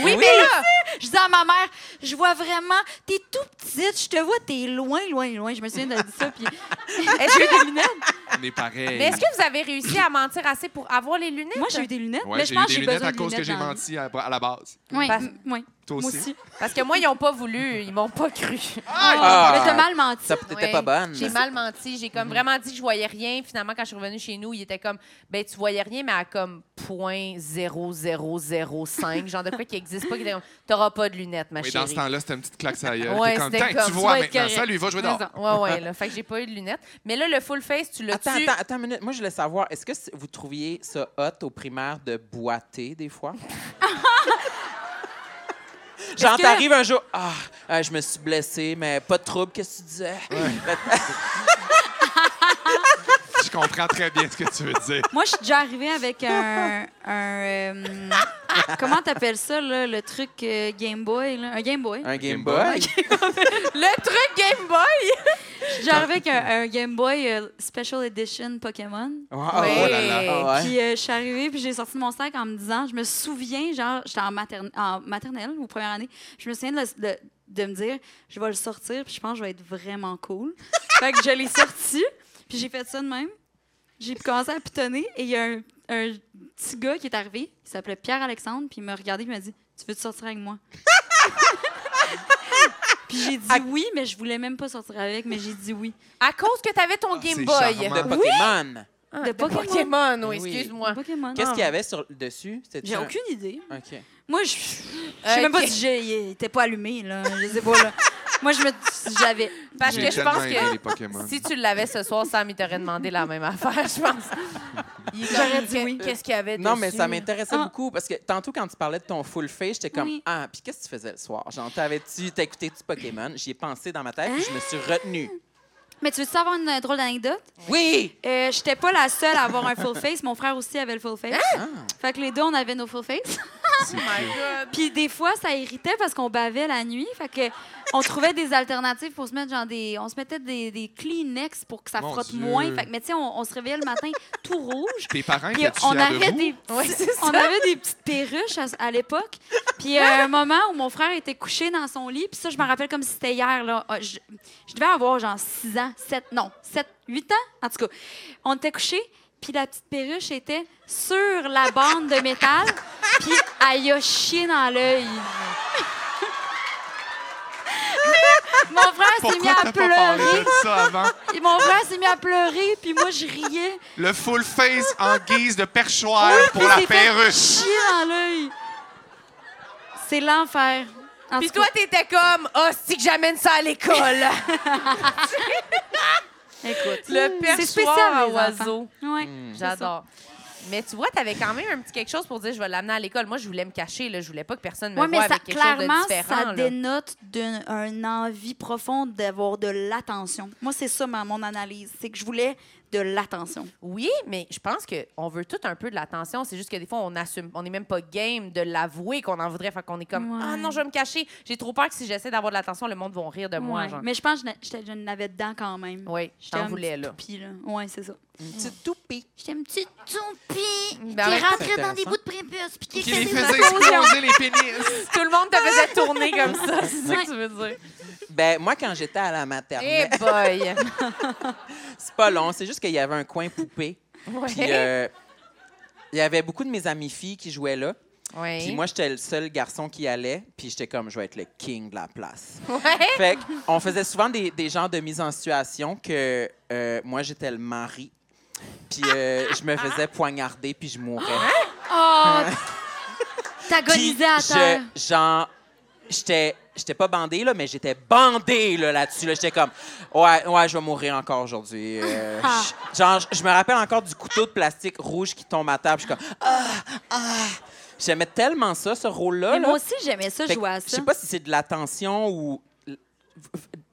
Speaker 1: Oui, mais là,
Speaker 6: Je disais à ma mère, je vois vraiment, t'es tout petite, je te vois, t'es loin, loin, loin. Je me souviens d'avoir dit ça, puis j'ai eu des lunettes.
Speaker 8: On est pareil.
Speaker 1: mais est-ce que vous avez réussi à mentir assez pour avoir les lunettes?
Speaker 6: Moi, j'ai eu des lunettes,
Speaker 8: Ouais,
Speaker 6: mais je
Speaker 8: j'ai
Speaker 6: pense
Speaker 8: eu
Speaker 6: que
Speaker 8: des
Speaker 6: j'ai
Speaker 8: lunettes
Speaker 6: besoin
Speaker 8: à
Speaker 6: de
Speaker 8: cause que
Speaker 6: lunettes
Speaker 8: j'ai
Speaker 6: dans la
Speaker 8: menti à, à la base.
Speaker 6: vie. Oui,
Speaker 1: Parce-
Speaker 6: m- oui.
Speaker 8: Toi
Speaker 6: Moi
Speaker 8: aussi.
Speaker 6: aussi.
Speaker 1: Parce que hein. moi, ils n'ont pas voulu. Ils m'ont pas cru.
Speaker 6: Ah, mais t'as mal menti.
Speaker 2: Ça, t'étais
Speaker 1: Ouais.
Speaker 2: pas bonne. Mhm.
Speaker 1: J'ai mal menti. J'ai comme vraiment dit que je voyais rien. Finalement, quand je suis revenue chez nous, il était comme, ben tu voyais rien, mais à comme 0.0005, genre de quoi qui n'existe pas. qui était comme, T'auras pas de lunettes, ma
Speaker 8: Oui, dans
Speaker 1: chérie.
Speaker 8: ce temps-là, c'était une petite claque ça
Speaker 1: Ouais,
Speaker 8: comme,
Speaker 1: c'était
Speaker 8: Tain,
Speaker 1: comme,
Speaker 8: tu
Speaker 1: tu
Speaker 8: vois
Speaker 6: vas être
Speaker 8: maintenant ça,
Speaker 6: correct.
Speaker 8: lui, il va jouer dehors.
Speaker 6: Mais
Speaker 1: Ouais, ouais, là. Fait que j'ai pas eu de lunettes. Mais là, le full face, tu l'as-tu?
Speaker 2: Attends, attends, attends une minute. Moi, je voulais savoir, est-ce que c- vous trouviez ça hot au primaire de boiter des fois? Genre,
Speaker 6: que-
Speaker 2: t'arrives un jour, ah, euh, je me suis blessée, mais pas de trouble, qu'est-ce que tu disais?
Speaker 8: Je comprends très bien ce que tu veux dire.
Speaker 6: Moi, je suis déjà arrivée avec un. un, euh, comment t'appelles ça, là, le truc euh, Game Boy? là? Un Game Boy.
Speaker 2: Un Game
Speaker 8: Game
Speaker 2: Boy?
Speaker 8: Boy.
Speaker 1: Le truc Game Boy!
Speaker 6: Je suis déjà arrivée avec un, un Game Boy euh, Special Edition Pokémon.
Speaker 2: Ah,
Speaker 1: Ouais.
Speaker 2: oh là là, ah ouais.
Speaker 6: Puis euh, je suis arrivée, puis j'ai sorti mon sac en me disant, je me souviens, genre, j'étais en, materne- en maternelle ou première année, je me souviens de, le- de- de me dire, je vais le sortir, puis je pense que je vais être vraiment cool. fait que je l'ai sorti, puis j'ai fait ça de même. J'ai commencé à pitonner, et il y a un, un petit gars qui est arrivé, il s'appelait Pierre-Alexandre, puis il m'a regardé, puis il m'a dit, tu veux te sortir avec moi? puis j'ai dit oui, mais je voulais même pas sortir avec, mais j'ai dit oui.
Speaker 1: À cause que t'avais ton Game
Speaker 8: Ah, c'est
Speaker 1: Boy.
Speaker 8: charmant.
Speaker 6: euh,
Speaker 2: De Pokémon.
Speaker 1: Ah,
Speaker 6: De Pokémon.
Speaker 1: oui,
Speaker 2: Oui.
Speaker 1: excuse-moi.
Speaker 6: Pokémon.
Speaker 2: Qu'est-ce qu'il y avait sur le dessus? C'était
Speaker 6: Ah. J'ai
Speaker 2: un-
Speaker 6: aucune idée.
Speaker 2: OK.
Speaker 6: Moi, je je sais même
Speaker 1: Ok.
Speaker 6: pas si j'ai- il était pas allumé, là. Je sais pas, là. Moi, je me. J'avais.
Speaker 1: Parce
Speaker 8: J'ai
Speaker 1: que je pense
Speaker 8: tellement aimé les
Speaker 1: que
Speaker 8: Pokémon.
Speaker 1: si tu l'avais ce soir, Sam, il t'aurait demandé la même affaire, je pense. Il est
Speaker 6: J'aurais
Speaker 1: comme,
Speaker 6: dit oui.
Speaker 1: Qu'est-ce qu'il y avait
Speaker 2: Non, mais
Speaker 1: dessus?
Speaker 2: ça m'intéressait
Speaker 6: Ah.
Speaker 2: beaucoup parce que tantôt, quand tu parlais de ton full face, j'étais comme
Speaker 6: Oui.
Speaker 2: Ah, puis qu'est-ce que tu faisais le soir? Genre, t'avais-tu, t'écoutais-tu Pokémon? J'y ai pensé dans ma tête, puis je me suis
Speaker 6: Ah.
Speaker 2: retenue.
Speaker 6: Mais tu veux savoir une euh, drôle d'anecdote?
Speaker 2: Oui!
Speaker 6: Euh, J'étais pas la seule à avoir un full face. Mon frère aussi avait le full face. Fait que les deux, on avait nos full face.
Speaker 1: Oh my God.
Speaker 6: Puis des fois, ça irritait parce qu'on bavait la nuit. Fait que on trouvait des alternatives pour se mettre genre des. On se mettait des, des Kleenex pour que ça
Speaker 8: Mon
Speaker 6: frotte
Speaker 8: Dieu.
Speaker 6: moins. Fait que, mais tu sais, on, on se réveillait le matin tout rouge.
Speaker 8: Tes parents
Speaker 6: Puis
Speaker 8: étaient
Speaker 6: on
Speaker 8: fiers
Speaker 6: avait,
Speaker 8: Hein, de vous?
Speaker 6: des, petits-
Speaker 1: Ouais, c'est
Speaker 6: on avait des petites perruches à, à l'époque. Puis il y a un moment où mon frère était couché dans son lit, puis ça, je me rappelle comme si c'était hier. Là. Ah, Je, je devais avoir genre 6 ans, 7, non, 7, 8 ans. En tout cas, on était couché, puis la petite perruche était sur la bande de métal, puis elle y a chié dans l'œil. Mon frère s'est mis
Speaker 8: Pourquoi
Speaker 6: à
Speaker 8: t'as pas parlé
Speaker 6: pleurer.
Speaker 8: de ça avant?
Speaker 6: Et Mon frère s'est mis à pleurer, puis moi, je riais.
Speaker 8: Le full face en guise de perchoir pour
Speaker 6: puis
Speaker 8: la
Speaker 6: c'est fait
Speaker 8: perruche.
Speaker 6: chier dans l'œil. C'est l'enfer. En
Speaker 1: Puis
Speaker 6: tout
Speaker 1: toi,
Speaker 6: cas,
Speaker 1: t'étais comme, oh, si que j'amène ça à l'école.
Speaker 6: écoute.
Speaker 1: Le
Speaker 6: C'est
Speaker 1: perchoir
Speaker 6: spécial,
Speaker 1: à
Speaker 6: les
Speaker 1: oiseaux. Hmm.
Speaker 6: Ouais, c'est ça.
Speaker 1: J'adore. Mais tu vois, t'avais quand même un petit quelque chose pour dire, je vais l'amener à l'école. Moi, je voulais me cacher, là. Je voulais pas que personne me
Speaker 6: Ouais,
Speaker 1: voie
Speaker 6: mais ça,
Speaker 1: avec quelque chose de
Speaker 6: clairement,
Speaker 1: différent.
Speaker 6: ça
Speaker 1: là.
Speaker 6: dénote d'une un envie profonde d'avoir de l'attention. Moi, c'est ça ma, mon analyse. C'est que je voulais de l'attention.
Speaker 1: Oui, mais je pense qu'on veut tout un peu de l'attention. C'est juste que des fois, on assume, on n'est même pas game de l'avouer qu'on en voudrait. Fait qu'on est comme,
Speaker 6: Ouais.
Speaker 1: ah non, je vais me cacher. J'ai trop peur que si j'essaie d'avoir de l'attention, le monde va rire de moi.
Speaker 6: Ouais.
Speaker 1: genre.
Speaker 6: Mais je pense que je n'a- j'étais- je n'avais dedans quand même.
Speaker 1: Oui, je
Speaker 6: J'étais
Speaker 1: t'en
Speaker 6: un
Speaker 1: voulais,
Speaker 6: petit
Speaker 1: là.
Speaker 6: toupie, là. Ouais, c'est ça.
Speaker 2: Une petite toupie.
Speaker 9: J'étais une petite toupie
Speaker 1: Ben, en
Speaker 9: qui
Speaker 1: même temps,
Speaker 9: rentrait dans
Speaker 2: intéressant.
Speaker 9: des bouts de prépuce puis qui
Speaker 5: Qui les
Speaker 9: faisait
Speaker 5: faisait
Speaker 9: des
Speaker 5: exploser les pénis.
Speaker 1: Tout le monde te faisait tourner comme ça, c'est ça que tu veux dire.
Speaker 2: Ben, moi, quand j'étais à la
Speaker 1: Eh
Speaker 2: maternelle,
Speaker 1: boy!
Speaker 2: c'est pas long. C'est juste qu'il y avait un coin poupée.
Speaker 1: Eh, Ouais.
Speaker 2: Puis, euh, il y avait beaucoup de mes amies filles qui jouaient là.
Speaker 1: Ouais.
Speaker 2: Puis moi, j'étais le seul garçon qui y allait. Puis j'étais comme, je vais être le king de la place.
Speaker 1: Ouais.
Speaker 2: Fait que, on faisait souvent des, des genres de mise en situation que euh, moi, j'étais le mari. Puis euh, je me faisais poignarder, puis je mourais.
Speaker 6: Oh!
Speaker 2: Puis
Speaker 6: T'agonisais à
Speaker 2: je-
Speaker 6: terre.
Speaker 2: genre, j'étais, j'étais pas bandée, là, mais j'étais bandée là, là-dessus. là. J'étais comme, ouais, ouais, je vais mourir encore aujourd'hui. Euh,
Speaker 6: Ah.
Speaker 2: je- genre, je je me rappelle encore du couteau de plastique rouge qui tombe à table. Je suis comme, ah, ah. J'aimais tellement ça, ce rôle-là.
Speaker 6: Mais
Speaker 2: là.
Speaker 6: moi aussi, j'aimais ça,
Speaker 2: Fait que
Speaker 6: jouer à
Speaker 2: Je
Speaker 6: ça.
Speaker 2: sais pas si c'est de l'attention ou l-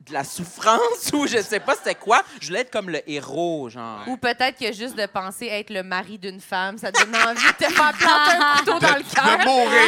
Speaker 2: de la souffrance ou je sais pas c'était quoi. Je voulais être comme le héros, genre.
Speaker 1: Ou peut-être que juste de penser être le mari d'une femme, ça te donne envie de te faire planter un couteau dans le
Speaker 5: De
Speaker 6: Ah,
Speaker 1: cœur.
Speaker 5: mourir.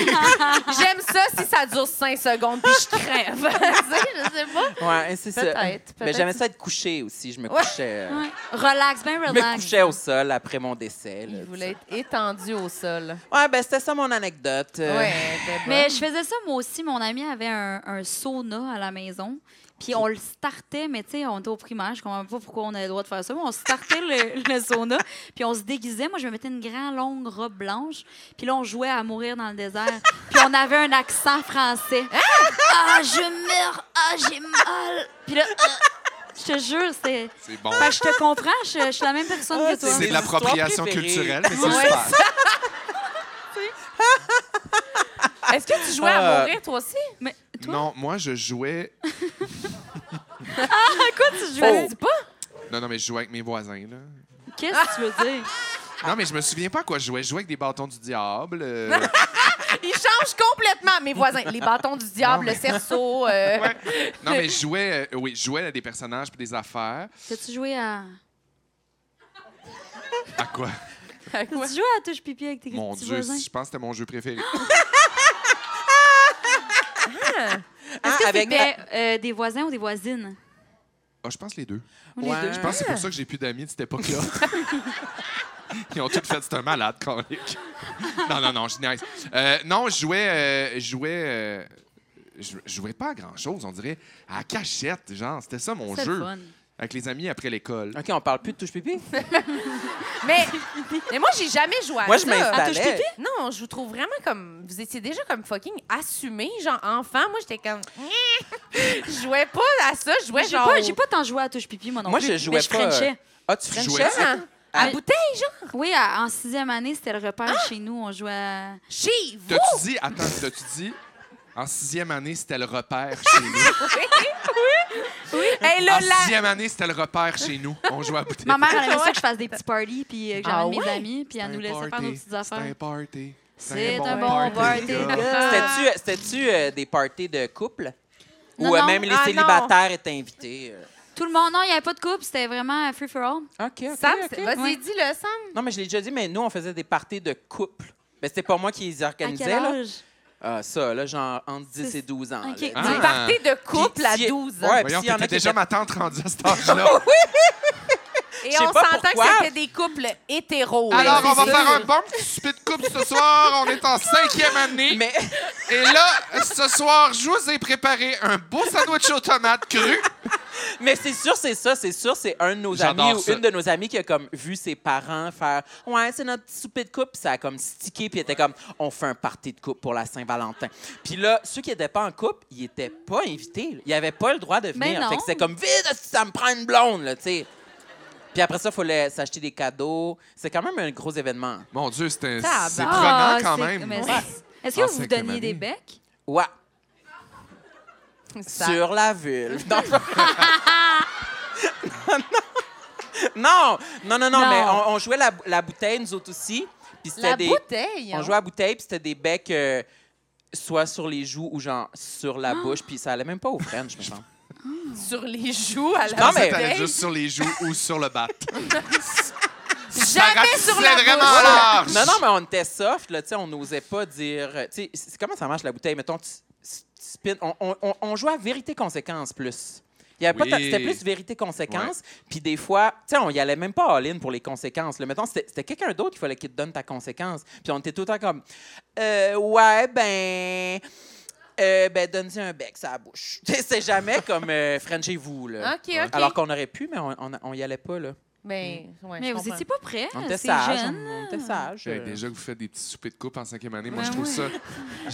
Speaker 1: J'aime ça si ça dure cinq secondes puis je crève. Tu sais, je sais pas.
Speaker 2: Ouais, c'est ça.
Speaker 1: Peut-être,
Speaker 2: Mais
Speaker 1: peut-être.
Speaker 2: j'aimais ça être couché aussi. Je me
Speaker 1: Ouais.
Speaker 2: couchais. euh,
Speaker 6: Ouais. Relax, ben
Speaker 2: Je
Speaker 6: relax.
Speaker 2: me couchais au sol après mon décès. là,
Speaker 1: Il
Speaker 2: tu
Speaker 1: voulait être étendu au sol.
Speaker 2: sais. Ouais, ben c'était ça mon anecdote. euh.
Speaker 1: Ouais, t'es bonne.
Speaker 6: Mais je faisais ça moi aussi. Mon ami avait un, un sauna à la maison. Puis on le startait, mais tu sais, on était au primaire. Je comprends pas pourquoi on avait le droit de faire ça. mais On startait le, le sauna. Puis on se déguisait. Moi, je me mettais une grande, longue robe blanche. Puis là, on jouait à mourir dans le désert. Puis on avait un accent français.
Speaker 9: Ah, je meurs. Ah, j'ai mal.
Speaker 6: Puis là, euh, je te jure, c'est.
Speaker 5: C'est bon.
Speaker 6: Fait que je te comprends. Je, je suis la même personne
Speaker 2: Ah,
Speaker 6: que toi.
Speaker 2: c'est-
Speaker 5: C'est de l'appropriation
Speaker 2: Mes histoires préférées.
Speaker 5: culturelle, mais c'est super.
Speaker 1: Est-ce que tu jouais à
Speaker 2: Euh,
Speaker 1: mourir, toi aussi?
Speaker 6: Mais toi,
Speaker 5: Non, moi, je jouais.
Speaker 6: tu
Speaker 1: Ça
Speaker 6: jouais.
Speaker 1: se dit pas?
Speaker 5: Non, non, mais je jouais avec mes voisins, là.
Speaker 6: Qu'est-ce que tu veux dire?
Speaker 5: Non, mais je me souviens pas à quoi je jouais. Je jouais avec des bâtons du diable. euh,
Speaker 1: Ils changent complètement, mes voisins. Les bâtons du diable, le cerceau. euh,
Speaker 5: Non, mais je jouais, euh, oui, je jouais à des personnages puis des affaires.
Speaker 6: T'as-tu joué à.
Speaker 5: À quoi?
Speaker 6: T'as-tu joué à touche pipi avec tes
Speaker 5: Mon
Speaker 6: petits
Speaker 5: Dieu,
Speaker 6: voisins?
Speaker 5: je pense que c'était mon jeu préféré.
Speaker 2: Ah, avec
Speaker 6: C'était euh, des voisins ou des voisines?
Speaker 5: Ah, je pense les deux.
Speaker 6: Ou les
Speaker 2: Ouais.
Speaker 6: deux?
Speaker 5: Je pense que c'est pour ça que j'ai plus d'amis de cette époque-là. Ils ont tous fait, c'est un malade, colique. Non, non, non, je niaise. Euh, non, je jouais. euh, je jouais. euh, je je jouais pas à grand-chose, on dirait à la cachette, genre. C'était ça mon
Speaker 6: C'était
Speaker 5: jeu.
Speaker 6: le fun.
Speaker 5: Avec les amis après l'école.
Speaker 2: OK, on parle plus de touche pipi.
Speaker 1: mais, mais moi, j'ai jamais joué à
Speaker 2: Moi,
Speaker 1: ça.
Speaker 2: je
Speaker 6: touche
Speaker 2: m'installais.
Speaker 1: Non, je vous trouve vraiment comme. Vous étiez déjà comme fucking assumé, genre enfant. Moi, j'étais comme. je jouais pas à ça, je jouais
Speaker 6: J'ai
Speaker 1: genre.
Speaker 6: pas, j'ai pas tant joué à touche pipi, moi non
Speaker 2: Moi,
Speaker 6: plus.
Speaker 2: je jouais
Speaker 6: mais je
Speaker 2: pas, euh,
Speaker 6: Frenchais.
Speaker 2: Ah, tu
Speaker 5: Je
Speaker 2: frenchais?
Speaker 5: jouais-
Speaker 1: Hein? À
Speaker 6: Ah.
Speaker 1: bouteille, genre.
Speaker 6: Oui, à- en sixième année, c'était le repère chez nous. On jouait à...
Speaker 1: Chez vous.
Speaker 5: T'as-tu dit, attends, t'as-tu dit, en sixième année, c'était le repère chez nous.
Speaker 1: Hey, Eh, là,
Speaker 5: En
Speaker 1: là.
Speaker 5: sixième année, c'était le repère chez nous. On jouait à bouteille.
Speaker 6: Ma mère, elle aimait ça que je fasse des petits parties, puis euh, que j'avais
Speaker 1: Ah
Speaker 6: mes
Speaker 1: ouais?
Speaker 6: amis, puis elle nous laissait faire nos petites
Speaker 5: C'est un
Speaker 6: affaires.
Speaker 5: party.
Speaker 6: C'est un bon party,
Speaker 5: gars.
Speaker 6: gars.
Speaker 2: C'était-tu, euh, c'était-tu euh, des parties de couple?
Speaker 6: Non,
Speaker 2: Ou euh,
Speaker 6: non.
Speaker 2: même les
Speaker 1: Ah, non.
Speaker 2: célibataires étaient invités? euh?
Speaker 6: Tout le monde, non, il n'y avait pas de couple, c'était vraiment free-for-all.
Speaker 2: OK, OK,
Speaker 1: Sam,
Speaker 2: OK.
Speaker 1: c'est- vas-y,
Speaker 6: Ouais.
Speaker 1: dis-le, Sam.
Speaker 2: Non, mais je l'ai déjà dit, mais nous, on faisait des parties de couple. Mais c'était pas moi qui les
Speaker 6: À quel
Speaker 2: organisais, là.
Speaker 6: âge?
Speaker 2: Ah, ça, là, genre entre 10 et 12 ans.
Speaker 6: OK.
Speaker 2: là. Hein?
Speaker 5: Ah.
Speaker 1: Une partie de couple à
Speaker 2: Puis, si-
Speaker 1: 12 ans.
Speaker 2: Ouais, puis
Speaker 5: Voyons,
Speaker 2: s'il y en a
Speaker 5: t'étais
Speaker 2: qui
Speaker 5: déjà
Speaker 2: étaient-
Speaker 5: ma tante rendue à cet âge-là.
Speaker 1: Et
Speaker 2: Je sais
Speaker 1: on
Speaker 2: pas
Speaker 1: s'entend que
Speaker 2: pourquoi.
Speaker 1: c'était des couples hétéros. là,
Speaker 5: Alors, on va
Speaker 1: c'est
Speaker 5: faire
Speaker 1: sûr.
Speaker 5: un bon petit souper de couple ce soir. On est en cinquième année.
Speaker 2: Mais
Speaker 5: Et là, ce soir, je vous ai préparé un beau sandwich aux tomates crues.
Speaker 2: Mais c'est sûr, c'est ça, c'est sûr, c'est un de nos
Speaker 5: J'adore
Speaker 2: amis ou
Speaker 5: ça.
Speaker 2: une de nos amies qui a comme vu ses parents faire Ouais, c'est notre petit souper de couple, puis ça a comme stické, puis était comme On fait un party de couple pour la Saint-Valentin. Puis là, ceux qui n'étaient pas en couple, ils n'étaient pas invités. là. Ils n'avaient pas le droit de
Speaker 6: Ben
Speaker 2: venir.
Speaker 6: non.
Speaker 2: Fait que c'était comme Vite, ça me prend une blonde, là, tu sais. Puis après ça, il fallait s'acheter des cadeaux. C'est quand même un gros événement.
Speaker 5: Mon Dieu, c'est un-
Speaker 1: Tabarnak.
Speaker 5: c'est
Speaker 6: Ah,
Speaker 5: prenant quand
Speaker 6: c'est-
Speaker 5: même.
Speaker 6: mais
Speaker 5: Ouais.
Speaker 6: c'est- Est-ce que
Speaker 5: En
Speaker 2: Ah,
Speaker 6: vous vous
Speaker 5: cinquième
Speaker 6: donniez des
Speaker 5: année.
Speaker 6: becs?
Speaker 2: Ouais,
Speaker 1: Ça-
Speaker 2: sur la vulve. Non, non, non, non, non,
Speaker 6: Non.
Speaker 2: mais on, on jouait la, la bouteille, nous autres aussi. Puis c'était
Speaker 1: La
Speaker 2: des.
Speaker 1: bouteille. hein,
Speaker 2: On jouait à bouteille, puis c'était des
Speaker 1: Ah!
Speaker 2: becs euh, soit sur les joues ou genre sur la bouche, puis ça allait même pas aux French, je me sens.
Speaker 1: sur les joues à la
Speaker 2: Non,
Speaker 1: bouteille.
Speaker 2: mais-
Speaker 8: T'allais juste sur les joues ou sur le bat.
Speaker 1: Jamais sur la
Speaker 8: C'est vraiment
Speaker 1: bouche.
Speaker 8: large.
Speaker 2: Non, non, mais on était soft, là, tu sais, on n'osait pas dire. euh, Tu sais, c'est- comment ça marche la bouteille? Mettons, tu, tu spin- on, on- on- on jouait à vérité-conséquence plus. Il y avait
Speaker 8: Oui.
Speaker 2: pas tant- c'était plus vérité-conséquence. Puis des fois, tu sais, on y allait même pas all-in pour les conséquences. Là. Mettons, c'était c'était quelqu'un d'autre qu'il fallait qu'il te donne ta conséquence. Puis on était tout le temps comme, Euh, ouais, ben. euh, ben, donne-y un bec, ça bouche. Tu sais, C'est jamais comme euh, Frenchez-vous. là.
Speaker 1: OK, OK.
Speaker 2: Alors qu'on aurait pu, mais on, on, on y allait pas. Là.
Speaker 1: Mais, ouais,
Speaker 6: Mais
Speaker 1: je
Speaker 6: vous
Speaker 1: comprends.
Speaker 6: étiez pas prêts.
Speaker 2: On était
Speaker 6: Ah, C'est
Speaker 2: sages.
Speaker 6: jeune.
Speaker 2: On, on était sages.
Speaker 8: Hey,
Speaker 2: euh.
Speaker 8: déjà que vous faites des petits soupers de coupe en cinquième année, moi,
Speaker 6: Ben
Speaker 8: je trouve
Speaker 6: oui.
Speaker 8: ça.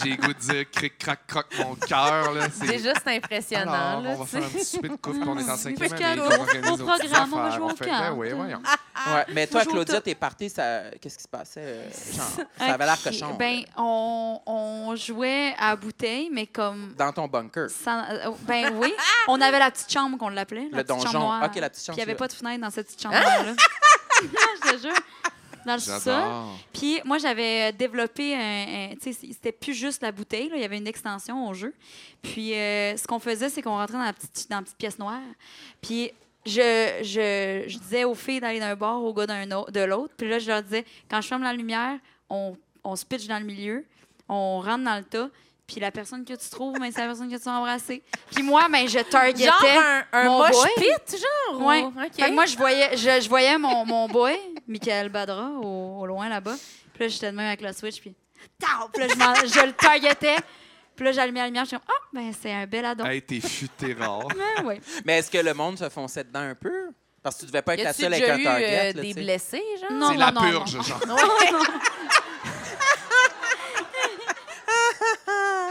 Speaker 8: J'ai le goût de dire cric, crac, croc, mon cœur. là, c'est-
Speaker 1: Déjà, c'est impressionnant.
Speaker 8: Alors,
Speaker 1: là,
Speaker 8: on va
Speaker 1: tu
Speaker 8: faire un
Speaker 1: sais.
Speaker 8: petit souper de coupe, puis on est en
Speaker 6: Souper
Speaker 8: cinquième année.
Speaker 6: de cadeaux.
Speaker 8: puis on organise
Speaker 6: Au Ah,
Speaker 8: nos petites
Speaker 6: programme, on va
Speaker 8: affaires,
Speaker 6: jouer aux
Speaker 8: fait, ben
Speaker 6: cartes.
Speaker 8: oui, voyons.
Speaker 1: Ah,
Speaker 2: Ouais, mais toi,
Speaker 6: Bonjour,
Speaker 2: Claudia,
Speaker 6: toi.
Speaker 2: t'es partie, ça... qu'est-ce qui se passait? euh, Genre, ça avait l'air
Speaker 6: Ok,
Speaker 2: cochon.
Speaker 6: Ben, on, on jouait à bouteille, mais comme.
Speaker 2: Dans ton bunker.
Speaker 6: sans- euh, ben oui. On avait la petite chambre qu'on l'appelait. La
Speaker 2: Le
Speaker 6: petite
Speaker 2: donjon.
Speaker 6: Chambre noire.
Speaker 2: OK, la petite chambre,
Speaker 6: Puis
Speaker 2: tu
Speaker 6: il n'y avait
Speaker 2: l'as.
Speaker 6: pas de fenêtre dans cette petite chambre là je te jure. Dans le sous-sol.
Speaker 8: J'adore.
Speaker 6: Puis moi, j'avais euh, développé un. un- tu sais, c'était plus juste la bouteille, là, il y avait une extension au jeu. Puis euh, ce qu'on faisait, c'est qu'on rentrait dans la petite, dans la petite pièce noire. Puis je, je, je disais aux filles d'aller d'un bord, aux gars d'un au- de l'autre. Puis là, je leur disais, quand je ferme la lumière, on, on se pitche dans le milieu, on rentre dans le tas. Puis la personne que tu trouves, ben, c'est la personne que tu vas embrasser. Puis moi, ben, je targetais.
Speaker 1: Genre un, un
Speaker 6: mon
Speaker 1: moche
Speaker 6: boy.
Speaker 1: pit, genre? ou-
Speaker 6: Ouais.
Speaker 1: OK.
Speaker 6: Fait que moi, je voyais, je, je voyais mon, mon boy, Michael Badra, au, au loin là-bas. Puis là, j'étais de même avec le Switch, puis Tao! Puis là, je, m'en- je le targetais. Puis là, j'allumais la lumière, je suis comme, ah, ben, c'est un bel addon.
Speaker 8: Hey, t'es futé rare.
Speaker 6: Ah, ouais.
Speaker 2: Mais est-ce que le monde se fonçait dedans un peu? Parce que tu devais pas être
Speaker 1: Y
Speaker 2: la
Speaker 1: a-tu
Speaker 2: seule avec
Speaker 1: déjà
Speaker 2: un
Speaker 1: eu
Speaker 2: target.
Speaker 1: euh,
Speaker 2: là,
Speaker 1: des
Speaker 2: tu sais.
Speaker 1: blessés, genre?
Speaker 6: Non,
Speaker 8: C'est
Speaker 6: non,
Speaker 8: la
Speaker 6: non,
Speaker 8: purge,
Speaker 6: non.
Speaker 8: genre.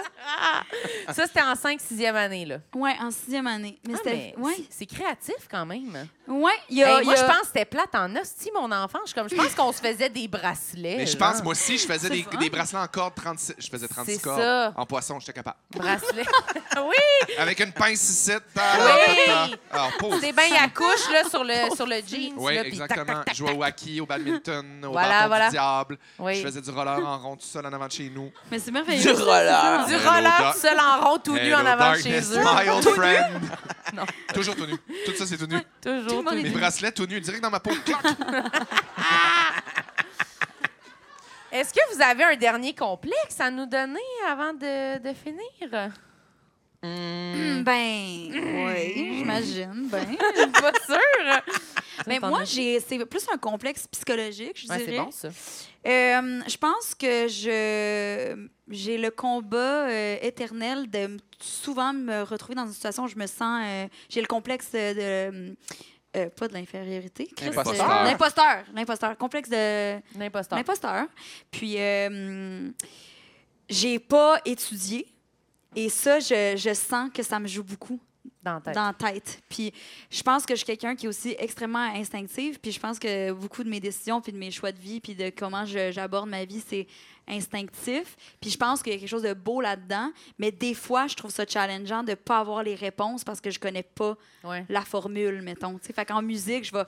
Speaker 1: Ça, c'était en 5-6e année, là.
Speaker 6: Ouais, en sixième année. Mais
Speaker 1: Ah,
Speaker 6: c'était.
Speaker 1: mais
Speaker 6: Ouais.
Speaker 1: c'est- C'est créatif, quand même.
Speaker 6: Ouais, il y a.
Speaker 1: Hey,
Speaker 6: il
Speaker 1: moi,
Speaker 6: y a-
Speaker 1: je pense que c'était plate en hostie, mon enfant. Je, suis comme, je pense qu'on se faisait des bracelets.
Speaker 8: Mais je
Speaker 1: genre.
Speaker 8: pense, moi aussi, je faisais des, des bracelets en corde, 36, je faisais 36
Speaker 1: C'est
Speaker 8: cordes.
Speaker 1: ça.
Speaker 8: En poisson, j'étais capable.
Speaker 1: Bracelets. oui,
Speaker 8: Avec une pince ici,
Speaker 1: Oui.
Speaker 8: Alors, pause.
Speaker 1: c'est bien à couche, là, sur le, sur le jeans.
Speaker 8: Oui,
Speaker 1: là, puis tac, tac,
Speaker 8: exactement.
Speaker 1: tac,
Speaker 8: Je jouais
Speaker 1: tac.
Speaker 8: au hockey, au badminton, au
Speaker 1: Voilà,
Speaker 8: bâton
Speaker 1: voilà.
Speaker 8: du diable.
Speaker 1: Oui.
Speaker 8: Je faisais du roller en rond tout seul en avant de chez nous.
Speaker 6: Mais c'est merveilleux.
Speaker 2: Du
Speaker 6: ça,
Speaker 2: roller.
Speaker 1: Du
Speaker 8: Hello,
Speaker 1: roller
Speaker 8: Doc.
Speaker 1: tout seul en rond, tout nu en
Speaker 8: Hello,
Speaker 1: avant de chez
Speaker 8: darkness,
Speaker 1: eux.
Speaker 8: My old friend. Toujours tout nu. Tout ça, c'est tout nu.
Speaker 1: Toujours.
Speaker 6: Tout le monde est
Speaker 8: Mes
Speaker 6: nu.
Speaker 8: bracelets tout nus, direct dans ma peau. Clic.
Speaker 1: Est-ce que vous avez un dernier complexe à nous donner avant de, de finir?
Speaker 2: Hmm.
Speaker 6: Hum, Ben,
Speaker 1: Mm.
Speaker 6: oui, j'imagine. Ben.
Speaker 1: Je suis pas sûre.
Speaker 6: Mais
Speaker 1: T'en
Speaker 6: moi,
Speaker 1: as-
Speaker 6: j'ai- c'est plus un complexe psychologique, je
Speaker 1: Ouais,
Speaker 6: dirais.
Speaker 1: c'est bon, ça.
Speaker 6: Euh, je pense que je j'ai le combat euh, éternel de m- souvent me retrouver dans une situation où je me sens euh, j'ai le complexe euh, de euh, pas de l'infériorité, Chris,
Speaker 8: Imposteur.
Speaker 6: euh, l'imposteur, l'imposteur, complexe de
Speaker 1: L'imposteur.
Speaker 6: l'imposteur. Puis euh, j'ai pas étudié et ça je, je sens que ça me joue beaucoup
Speaker 1: Dans la tête.
Speaker 6: dans la tête. Puis je pense que je suis quelqu'un qui est aussi extrêmement instinctive. Puis je pense que beaucoup de mes décisions, puis de mes choix de vie, puis de comment je- j'aborde ma vie, c'est instinctif. Puis je pense qu'il y a quelque chose de beau là-dedans. Mais des fois, je trouve ça challengeant de ne pas avoir les réponses parce que je connais pas
Speaker 1: Ouais.
Speaker 6: la formule, mettons. tu sais. Fait qu'en musique, je vais,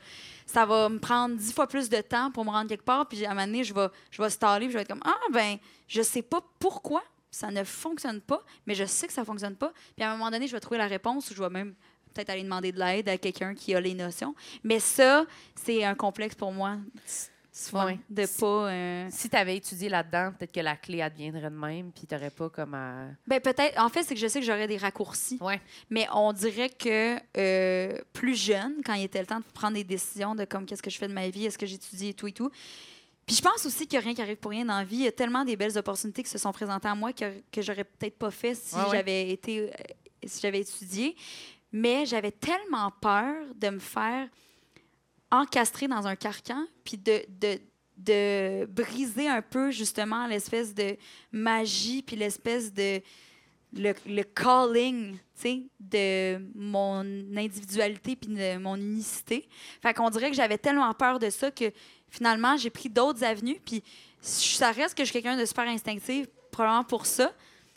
Speaker 6: ça va me prendre dix fois plus de temps pour me rendre quelque part. Puis à un moment donné, je vais, je vais staller, puis je vais être comme Ah, ben, je sais pas pourquoi ça ne fonctionne pas, mais je sais que ça fonctionne pas. Puis à un moment donné, je vais trouver la réponse ou je vais même peut-être aller demander de l'aide à quelqu'un qui a les notions. Mais ça, c'est un complexe pour moi, s- souvent,
Speaker 1: Ouais.
Speaker 6: de pas. euh,
Speaker 1: Si tu avais étudié là-dedans, peut-être que la clé adviendrait de même, puis tu pas comme à.
Speaker 6: Ben peut-être. En fait, c'est que je sais que j'aurais des raccourcis.
Speaker 1: Ouais.
Speaker 6: Mais on dirait que euh, plus jeune, quand il était le temps de prendre des décisions de comme qu'est-ce que je fais de ma vie, est-ce que j'étudie et tout et tout. Puis je pense aussi qu'il n'y a rien qui arrive pour rien dans la vie. Il y a tellement des belles opportunités qui se sont présentées à moi que, que j'aurais peut-être pas fait si
Speaker 1: Ouais, ouais.
Speaker 6: j'avais été euh, si j'avais étudié. Mais j'avais tellement peur de me faire encastrer dans un carcan, puis de, de, de briser un peu justement l'espèce de magie, puis l'espèce de le, le calling, tu sais, de mon individualité puis de mon unicité. Fait qu'on dirait que j'avais tellement peur de ça que finalement, j'ai pris d'autres avenues. Puis je- ça reste que je suis quelqu'un de super instinctif, probablement pour ça.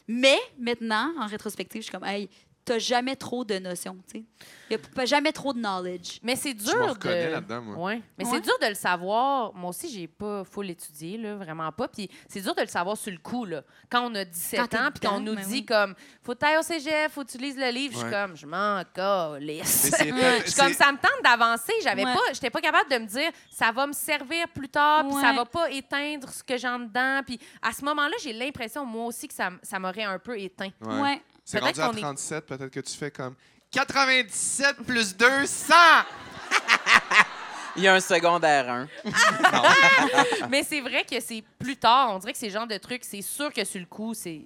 Speaker 6: Mais maintenant, en rétrospective, je suis comme, hey, t'as jamais trop de notions, tu sais. Y a p- jamais trop de knowledge.
Speaker 1: Mais c'est dur
Speaker 5: Je me
Speaker 1: de.
Speaker 5: reconnais là-dedans, moi.
Speaker 1: Ouais. Mais
Speaker 6: Ouais.
Speaker 1: c'est dur de le savoir. Moi aussi, j'ai pas full étudié, là, vraiment pas. Puis c'est dur de le savoir sur le coup, là. Quand on a 17
Speaker 6: Quand t'es
Speaker 1: ans, puis qu'on
Speaker 6: dedans,
Speaker 1: nous
Speaker 6: ben
Speaker 1: dit
Speaker 6: oui.
Speaker 1: comme, faut t'ailles au CGF, faut que tu lises le livre. Je suis
Speaker 5: Ouais.
Speaker 1: comme, je m'en calisse.
Speaker 5: Mais c'est-
Speaker 1: Je suis comme,
Speaker 5: c'est-
Speaker 1: ça me tente d'avancer. J'avais
Speaker 6: Ouais.
Speaker 1: pas, j'étais pas capable de me dire, ça va me servir plus tard, puis ça
Speaker 6: Ouais.
Speaker 1: va pas éteindre ce que j'ai en dedans. Puis à ce moment-là, j'ai l'impression, moi aussi, que ça, m- ça m'aurait un peu éteint.
Speaker 6: Ouais.
Speaker 5: C'est
Speaker 1: Peut-être
Speaker 5: rendu à
Speaker 1: qu'on est-
Speaker 5: 37, peut-être que tu fais comme 97 plus 200!
Speaker 2: Il y a un secondaire 1.
Speaker 1: Mais c'est vrai que c'est plus tard. On dirait que ces genres de trucs, c'est sûr que sur le coup, c'est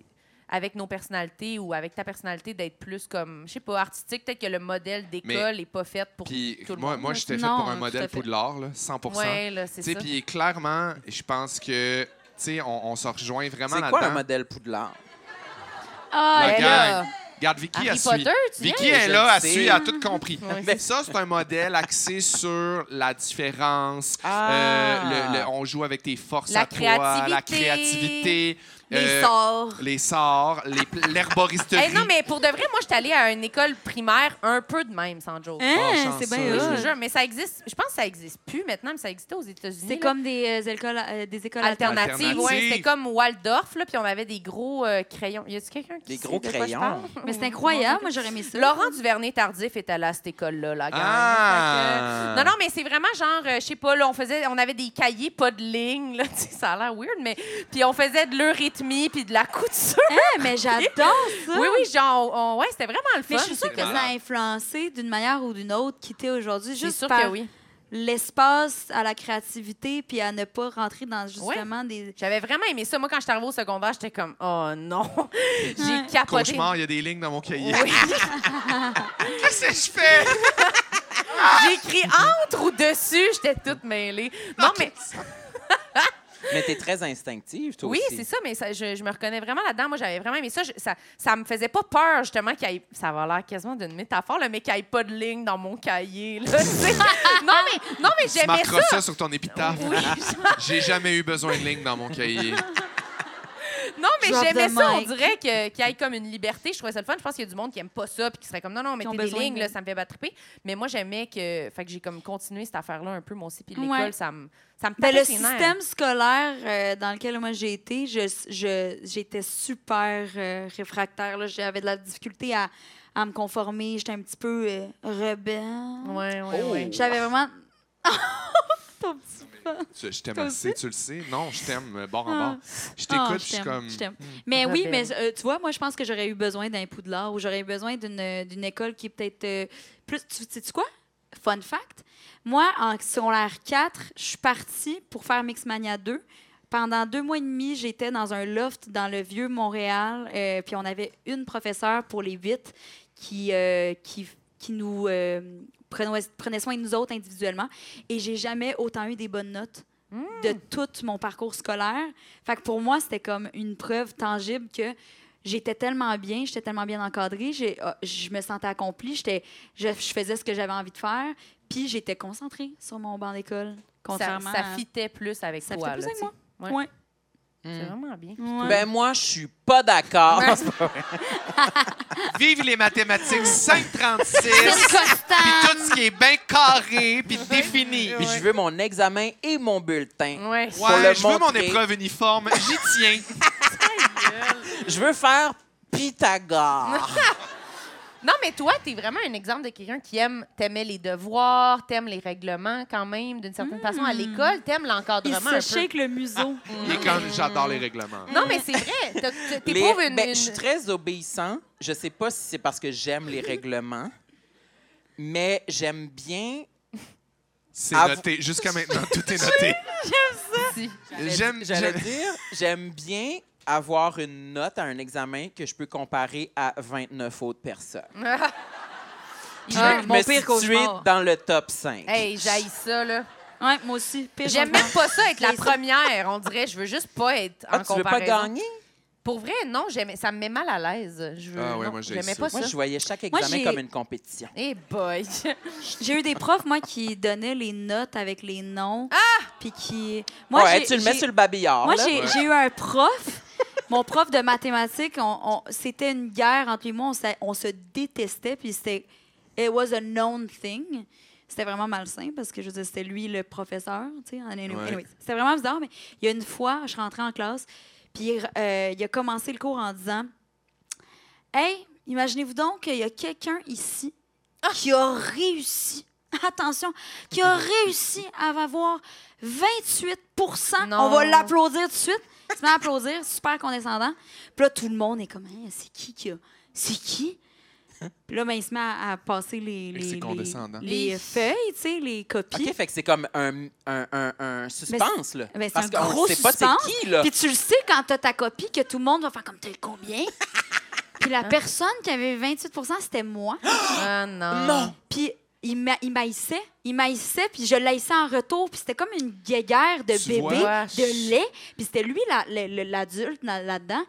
Speaker 1: avec nos personnalités ou avec ta personnalité d'être plus comme, je sais pas, artistique. Peut-être que le modèle d'école est pas fait pour
Speaker 5: Puis
Speaker 1: tout le
Speaker 5: moi,
Speaker 1: monde. euh,
Speaker 5: moi j'étais fait
Speaker 6: Non,
Speaker 5: pour un
Speaker 6: tout à
Speaker 5: modèle
Speaker 6: fait.
Speaker 5: Poudlard, là, 100%.
Speaker 1: Ouais, là,
Speaker 5: hein. Tu
Speaker 1: c'est
Speaker 5: sais,
Speaker 1: ça.
Speaker 5: puis clairement, je pense que, tu sais, on, on se rejoint vraiment
Speaker 2: C'est quoi un
Speaker 5: là-dedans.
Speaker 2: modèle Poudlard?
Speaker 6: Ah,
Speaker 5: La
Speaker 1: Ben
Speaker 6: elle-
Speaker 1: là,
Speaker 5: gang. Regarde, Vicky,
Speaker 1: Harry
Speaker 5: elle suit.
Speaker 1: Potter, tu
Speaker 5: Vicky
Speaker 1: viens?
Speaker 5: est
Speaker 2: Je
Speaker 5: là,
Speaker 2: le
Speaker 5: elle
Speaker 2: sais.
Speaker 5: suit, elle a tout compris.
Speaker 1: Ouais.
Speaker 5: Mais ça, c'est un modèle axé sur la différence.
Speaker 2: Ah.
Speaker 5: euh, le- le- on joue avec tes forces
Speaker 1: La
Speaker 5: à toi, la
Speaker 1: créativité.
Speaker 5: créativité,
Speaker 6: les
Speaker 5: euh,
Speaker 6: sorts.
Speaker 5: les sorts, les pl- l'herboristerie.
Speaker 1: Hey, non, mais pour de vrai, moi, j'étais allée à une école primaire un peu de même, sans joke.
Speaker 6: Hein, c'est
Speaker 1: Oui, je
Speaker 6: bien hot.
Speaker 1: vous jure, mais ça existe. Je pense que ça existe plus maintenant, mais ça existait aux États-Unis.
Speaker 6: C'est
Speaker 1: là.
Speaker 6: comme des, euh, écoles, euh, des écoles alternatives.
Speaker 1: alternative. Ouais,
Speaker 5: Alternative.
Speaker 1: c'était comme Waldorf, là, puis on avait des gros euh, crayons. Y a-tu quelqu'un qui
Speaker 2: Des
Speaker 1: sait
Speaker 2: gros
Speaker 1: de quoi je
Speaker 2: crayons.
Speaker 1: parle?
Speaker 6: Mais c'est incroyable. Moi, j'aurais aimé ça.
Speaker 1: Laurent Duvernay-Tardif est allé à cette école-là, la gang.
Speaker 5: Ah!
Speaker 1: Fait que, euh, non, non, mais c'est vraiment genre, euh, je sais pas, là, on, faisait, on avait des cahiers, pas de lignes, là, tu sais, ça a l'air weird, mais... Puis on faisait de l'eurythmie, puis de la couture.
Speaker 6: Hein, mais j'adore ça.
Speaker 1: Oui, oui, genre, on- ouais, c'était vraiment le fun.
Speaker 6: Ah! Mais je suis sûre que
Speaker 5: malade.
Speaker 6: ça a influencé d'une manière ou d'une autre qui t'es aujourd'hui,
Speaker 1: C'est
Speaker 6: juste
Speaker 1: sûr
Speaker 6: par
Speaker 1: que oui.
Speaker 6: l'espace à la créativité puis à ne pas rentrer dans justement des...
Speaker 1: J'avais vraiment aimé ça. Moi, quand je suis arrivée au secondaire, j'étais comme, oh non, j'ai capoté.
Speaker 5: Cauchemar, il y a des lignes dans mon cahier. Qu'est-ce que je fais?
Speaker 1: J'écris entre ou dessus, j'étais toute mêlée. Non, mais
Speaker 2: Mais t'es très instinctive, toi
Speaker 1: oui,
Speaker 2: aussi.
Speaker 1: c'est ça, mais ça- je, je me reconnais vraiment là-dedans. Moi, j'avais vraiment aimé ça. Je- ça. Ça me faisait pas peur, justement, qu'il y ait. Ça va l'air quasiment d'une métaphore, là, mais qu'il n'y ait pas de ligne dans mon cahier. là, tu sais. non, mais, non, mais
Speaker 5: Tu
Speaker 1: j'aimais
Speaker 5: marqueras
Speaker 1: ça.
Speaker 5: ça sur ton épitaphe. J'ai jamais eu besoin de lignes dans mon cahier.
Speaker 1: Non, mais
Speaker 6: Drop
Speaker 1: j'aimais
Speaker 6: the
Speaker 1: ça. On
Speaker 6: mic.
Speaker 1: dirait que- qu'il y ait comme une liberté. Je trouvais ça le fun. Je pense qu'il y a du monde qui aime pas ça puis qui serait comme non, non, mettez
Speaker 6: ont
Speaker 1: des
Speaker 6: besoin
Speaker 1: lignes,
Speaker 6: de-
Speaker 1: là, ça me fait pas triper. Mais moi, j'aimais que. Fait que j'ai comme continué cette affaire-là un peu, moi aussi. Puis l'école,
Speaker 6: Ouais.
Speaker 1: ça me. Ça me
Speaker 6: Ben,
Speaker 1: tapait
Speaker 6: le
Speaker 1: ses nerfs.
Speaker 6: système scolaire euh, dans lequel moi j'ai été, je- je- j'étais super euh, réfractaire. là. J'avais de la difficulté à, à me conformer. J'étais un petit peu euh, rebelle.
Speaker 1: Ouais, ouais,
Speaker 2: Oh.
Speaker 1: ouais.
Speaker 6: J'avais vraiment...
Speaker 5: Tu- Je t'aime
Speaker 6: Toi
Speaker 5: assez, tu le sais. Non, je t'aime euh, bord en bord. Je
Speaker 6: Ah,
Speaker 5: t'écoute, je
Speaker 6: je
Speaker 5: suis
Speaker 6: t'aime,
Speaker 5: comme. hmm.
Speaker 6: je t'aime. Mais oui,
Speaker 1: Rebelle.
Speaker 6: mais euh, tu vois, moi, je pense que j'aurais eu besoin d'un poudlard ou j'aurais eu besoin d'une euh, d'une école qui est peut-être euh, plus. Tu sais -tu quoi? Fun fact. Moi, en secondaire 4, je suis partie pour faire Mixmania 2. Pendant deux mois et demi, j'étais dans un loft dans le vieux Montréal, euh, puis on avait une professeure pour les huit qui, euh, qui, qui nous euh, prenait, prenait soin de nous autres individuellement. Et j'ai jamais autant eu des bonnes notes
Speaker 1: Hmm.
Speaker 6: de tout mon parcours scolaire. Fait que pour moi, c'était comme une preuve tangible que j'étais tellement bien, j'étais tellement bien encadrée, j'ai- ah, je me sentais accomplie, j'étais, je, je faisais ce que j'avais envie de faire, puis j'étais concentrée sur mon banc d'école,
Speaker 1: ça,
Speaker 6: contrairement
Speaker 1: ça
Speaker 6: à-
Speaker 1: fitait plus avec
Speaker 6: ça
Speaker 1: toi.
Speaker 6: fitait plus
Speaker 1: là,
Speaker 6: avec
Speaker 1: tu
Speaker 6: moi. Mm.
Speaker 1: sais. Ouais.
Speaker 6: Ouais.
Speaker 1: C'est vraiment bien.
Speaker 6: Ouais.
Speaker 2: Ben moi, je suis pas d'accord.
Speaker 5: Vive les mathématiques 536, puis tout ce qui est bien carré, puis défini.
Speaker 2: Puis Je veux mon examen et mon
Speaker 6: Mm.
Speaker 2: bulletin.
Speaker 1: Ouais.
Speaker 2: Faut
Speaker 5: Ouais,
Speaker 2: le
Speaker 5: je veux mon
Speaker 2: montrer.
Speaker 5: épreuve uniforme, j'y tiens.
Speaker 2: Je veux faire Pythagore.
Speaker 1: Non, mais toi, t'es vraiment un exemple de quelqu'un qui aime, t'aimais les devoirs, t'aimes les règlements quand même, d'une certaine façon, à l'école, t'aimes
Speaker 6: Mm. Il
Speaker 1: l'encadrement un
Speaker 6: se
Speaker 1: peu.
Speaker 6: shake le museau.
Speaker 2: Ah.
Speaker 5: Il est comme, j'adore les règlements.
Speaker 1: Non, mais c'est vrai. t'as- t'as-
Speaker 2: Les-
Speaker 1: T'éprouves une...
Speaker 2: ben,
Speaker 1: une-
Speaker 2: Je suis très obéissant. Je sais pas si c'est parce que j'aime les règlements, mais j'aime bien.
Speaker 5: C'est
Speaker 2: Ah,
Speaker 5: noté, jusqu'à maintenant, tout est noté.
Speaker 1: Si.
Speaker 5: J'aime,
Speaker 2: J'allais
Speaker 5: j'aime-
Speaker 2: dire, j'aime bien avoir une note à un examen que je peux comparer à 29 autres personnes.
Speaker 6: Il
Speaker 1: Ah,
Speaker 6: veut-
Speaker 2: Je
Speaker 6: mon
Speaker 2: me
Speaker 6: pire
Speaker 2: situe
Speaker 6: cauchemar.
Speaker 2: dans le top 5.
Speaker 1: Hey, j'haïs ça, là.
Speaker 6: Ouais, moi aussi. Pire
Speaker 1: J'aime
Speaker 6: cauchemar.
Speaker 1: même pas ça être la
Speaker 6: Les-
Speaker 1: première, on dirait. Je veux juste pas être
Speaker 2: Ah,
Speaker 1: en
Speaker 2: tu veux pas
Speaker 1: comparaison.
Speaker 2: gagner?
Speaker 1: Pour vrai, non, j'aimais- ça me met mal à l'aise. Je veux...
Speaker 5: Ah ouais,
Speaker 1: non,
Speaker 5: moi, j'ai
Speaker 1: J'aimais
Speaker 5: ça.
Speaker 1: pas
Speaker 2: Moi,
Speaker 1: ça.
Speaker 2: je voyais chaque
Speaker 6: Moi,
Speaker 2: examen
Speaker 6: j'ai-
Speaker 2: comme une compétition.
Speaker 1: Eh boy!
Speaker 6: J'ai eu des profs, moi, qui donnaient les notes avec les noms. Ah! Puis qui. Moi,
Speaker 2: ouais,
Speaker 6: j'ai-
Speaker 2: tu le mets
Speaker 6: j'ai-
Speaker 2: sur le babillard.
Speaker 6: Moi,
Speaker 2: là.
Speaker 6: j'ai j'ai eu un prof. Mon prof de mathématiques, on- on- c'était une guerre entre lui et moi. On, s'est- on se détestait, puis c'était it was a known thing. C'était vraiment malsain parce que je veux dire, c'était lui le professeur, tu sais. anyway.
Speaker 8: Ouais.
Speaker 6: Anyway, c'était vraiment bizarre, mais il y a une fois, je suis rentrée en classe, puis euh, il a commencé le cours en disant Hey, imaginez-vous donc qu'il y a quelqu'un ici qui a réussi, attention, qui a réussi à avoir 28 On
Speaker 1: Non.
Speaker 6: va l'applaudir tout de suite. Il se met à applaudir, super condescendant. Puis là, tout le monde est comme Hein, C'est qui qui a C'est qui Puis là, ben, il se met à, à passer les,
Speaker 8: Et
Speaker 6: les,
Speaker 8: c'est
Speaker 6: les-
Speaker 8: condescendant.
Speaker 6: les feuilles, tu sais, les copies.
Speaker 2: OK, fait que c'est comme un, un, un, un suspense, là.
Speaker 6: ben, c'est
Speaker 2: Parce
Speaker 6: un
Speaker 2: qu'on
Speaker 6: gros
Speaker 2: sait pas
Speaker 6: suspense.
Speaker 2: c'est qui, là.
Speaker 6: Puis tu le sais quand t'as ta copie que tout le monde va faire comme t'as eu combien. Puis la personne qui avait 28 c'était moi.
Speaker 1: Ah non.
Speaker 2: Non!
Speaker 6: Puis il m'a- il m'haïssait. Il m'haïssait, puis je l'haïssais en retour. Puis c'était comme une guéguerre de
Speaker 8: Tu
Speaker 6: bébé,
Speaker 8: vois?
Speaker 6: de lait. Puis c'était lui la- le- le- l'adulte là- là-dedans.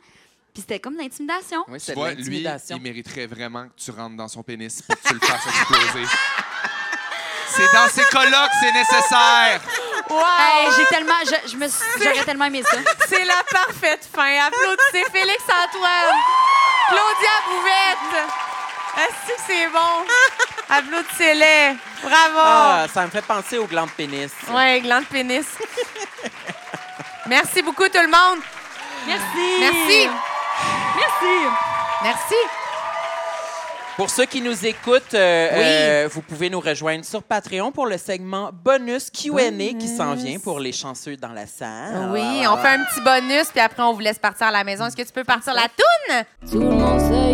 Speaker 6: Puis c'était comme l'intimidation.
Speaker 2: Oui,
Speaker 8: Tu
Speaker 2: c'est de
Speaker 8: vois, lui,
Speaker 2: l'intimidation.
Speaker 8: il mériterait vraiment que tu rentres dans son pénis pour que tu le fasses exploser. c'est dans ces cas-là que c'est nécessaire.
Speaker 6: Hey, j'ai tellement... je- je me suis- J'aurais tellement aimé ça.
Speaker 1: C'est la parfaite fin. Applaudissez Félix Antoine. Claudia Bouvette. Est-ce que c'est bon? Applaudissez-les. Bravo.
Speaker 2: Ah, ça me fait penser au gland de pénis.
Speaker 1: Ouais, glande pénis. Merci beaucoup tout le monde.
Speaker 6: Merci.
Speaker 1: Merci.
Speaker 6: Merci.
Speaker 1: Merci.
Speaker 2: Pour ceux qui nous écoutent, euh, euh, vous pouvez nous rejoindre sur Patreon pour le segment bonus Q&A qui s'en vient pour les chanceux dans la salle. Ah.
Speaker 1: Oui, on fait un petit bonus, puis après, on vous laisse partir à la maison. Est-ce que tu peux partir la toune?
Speaker 3: Tout le monde sait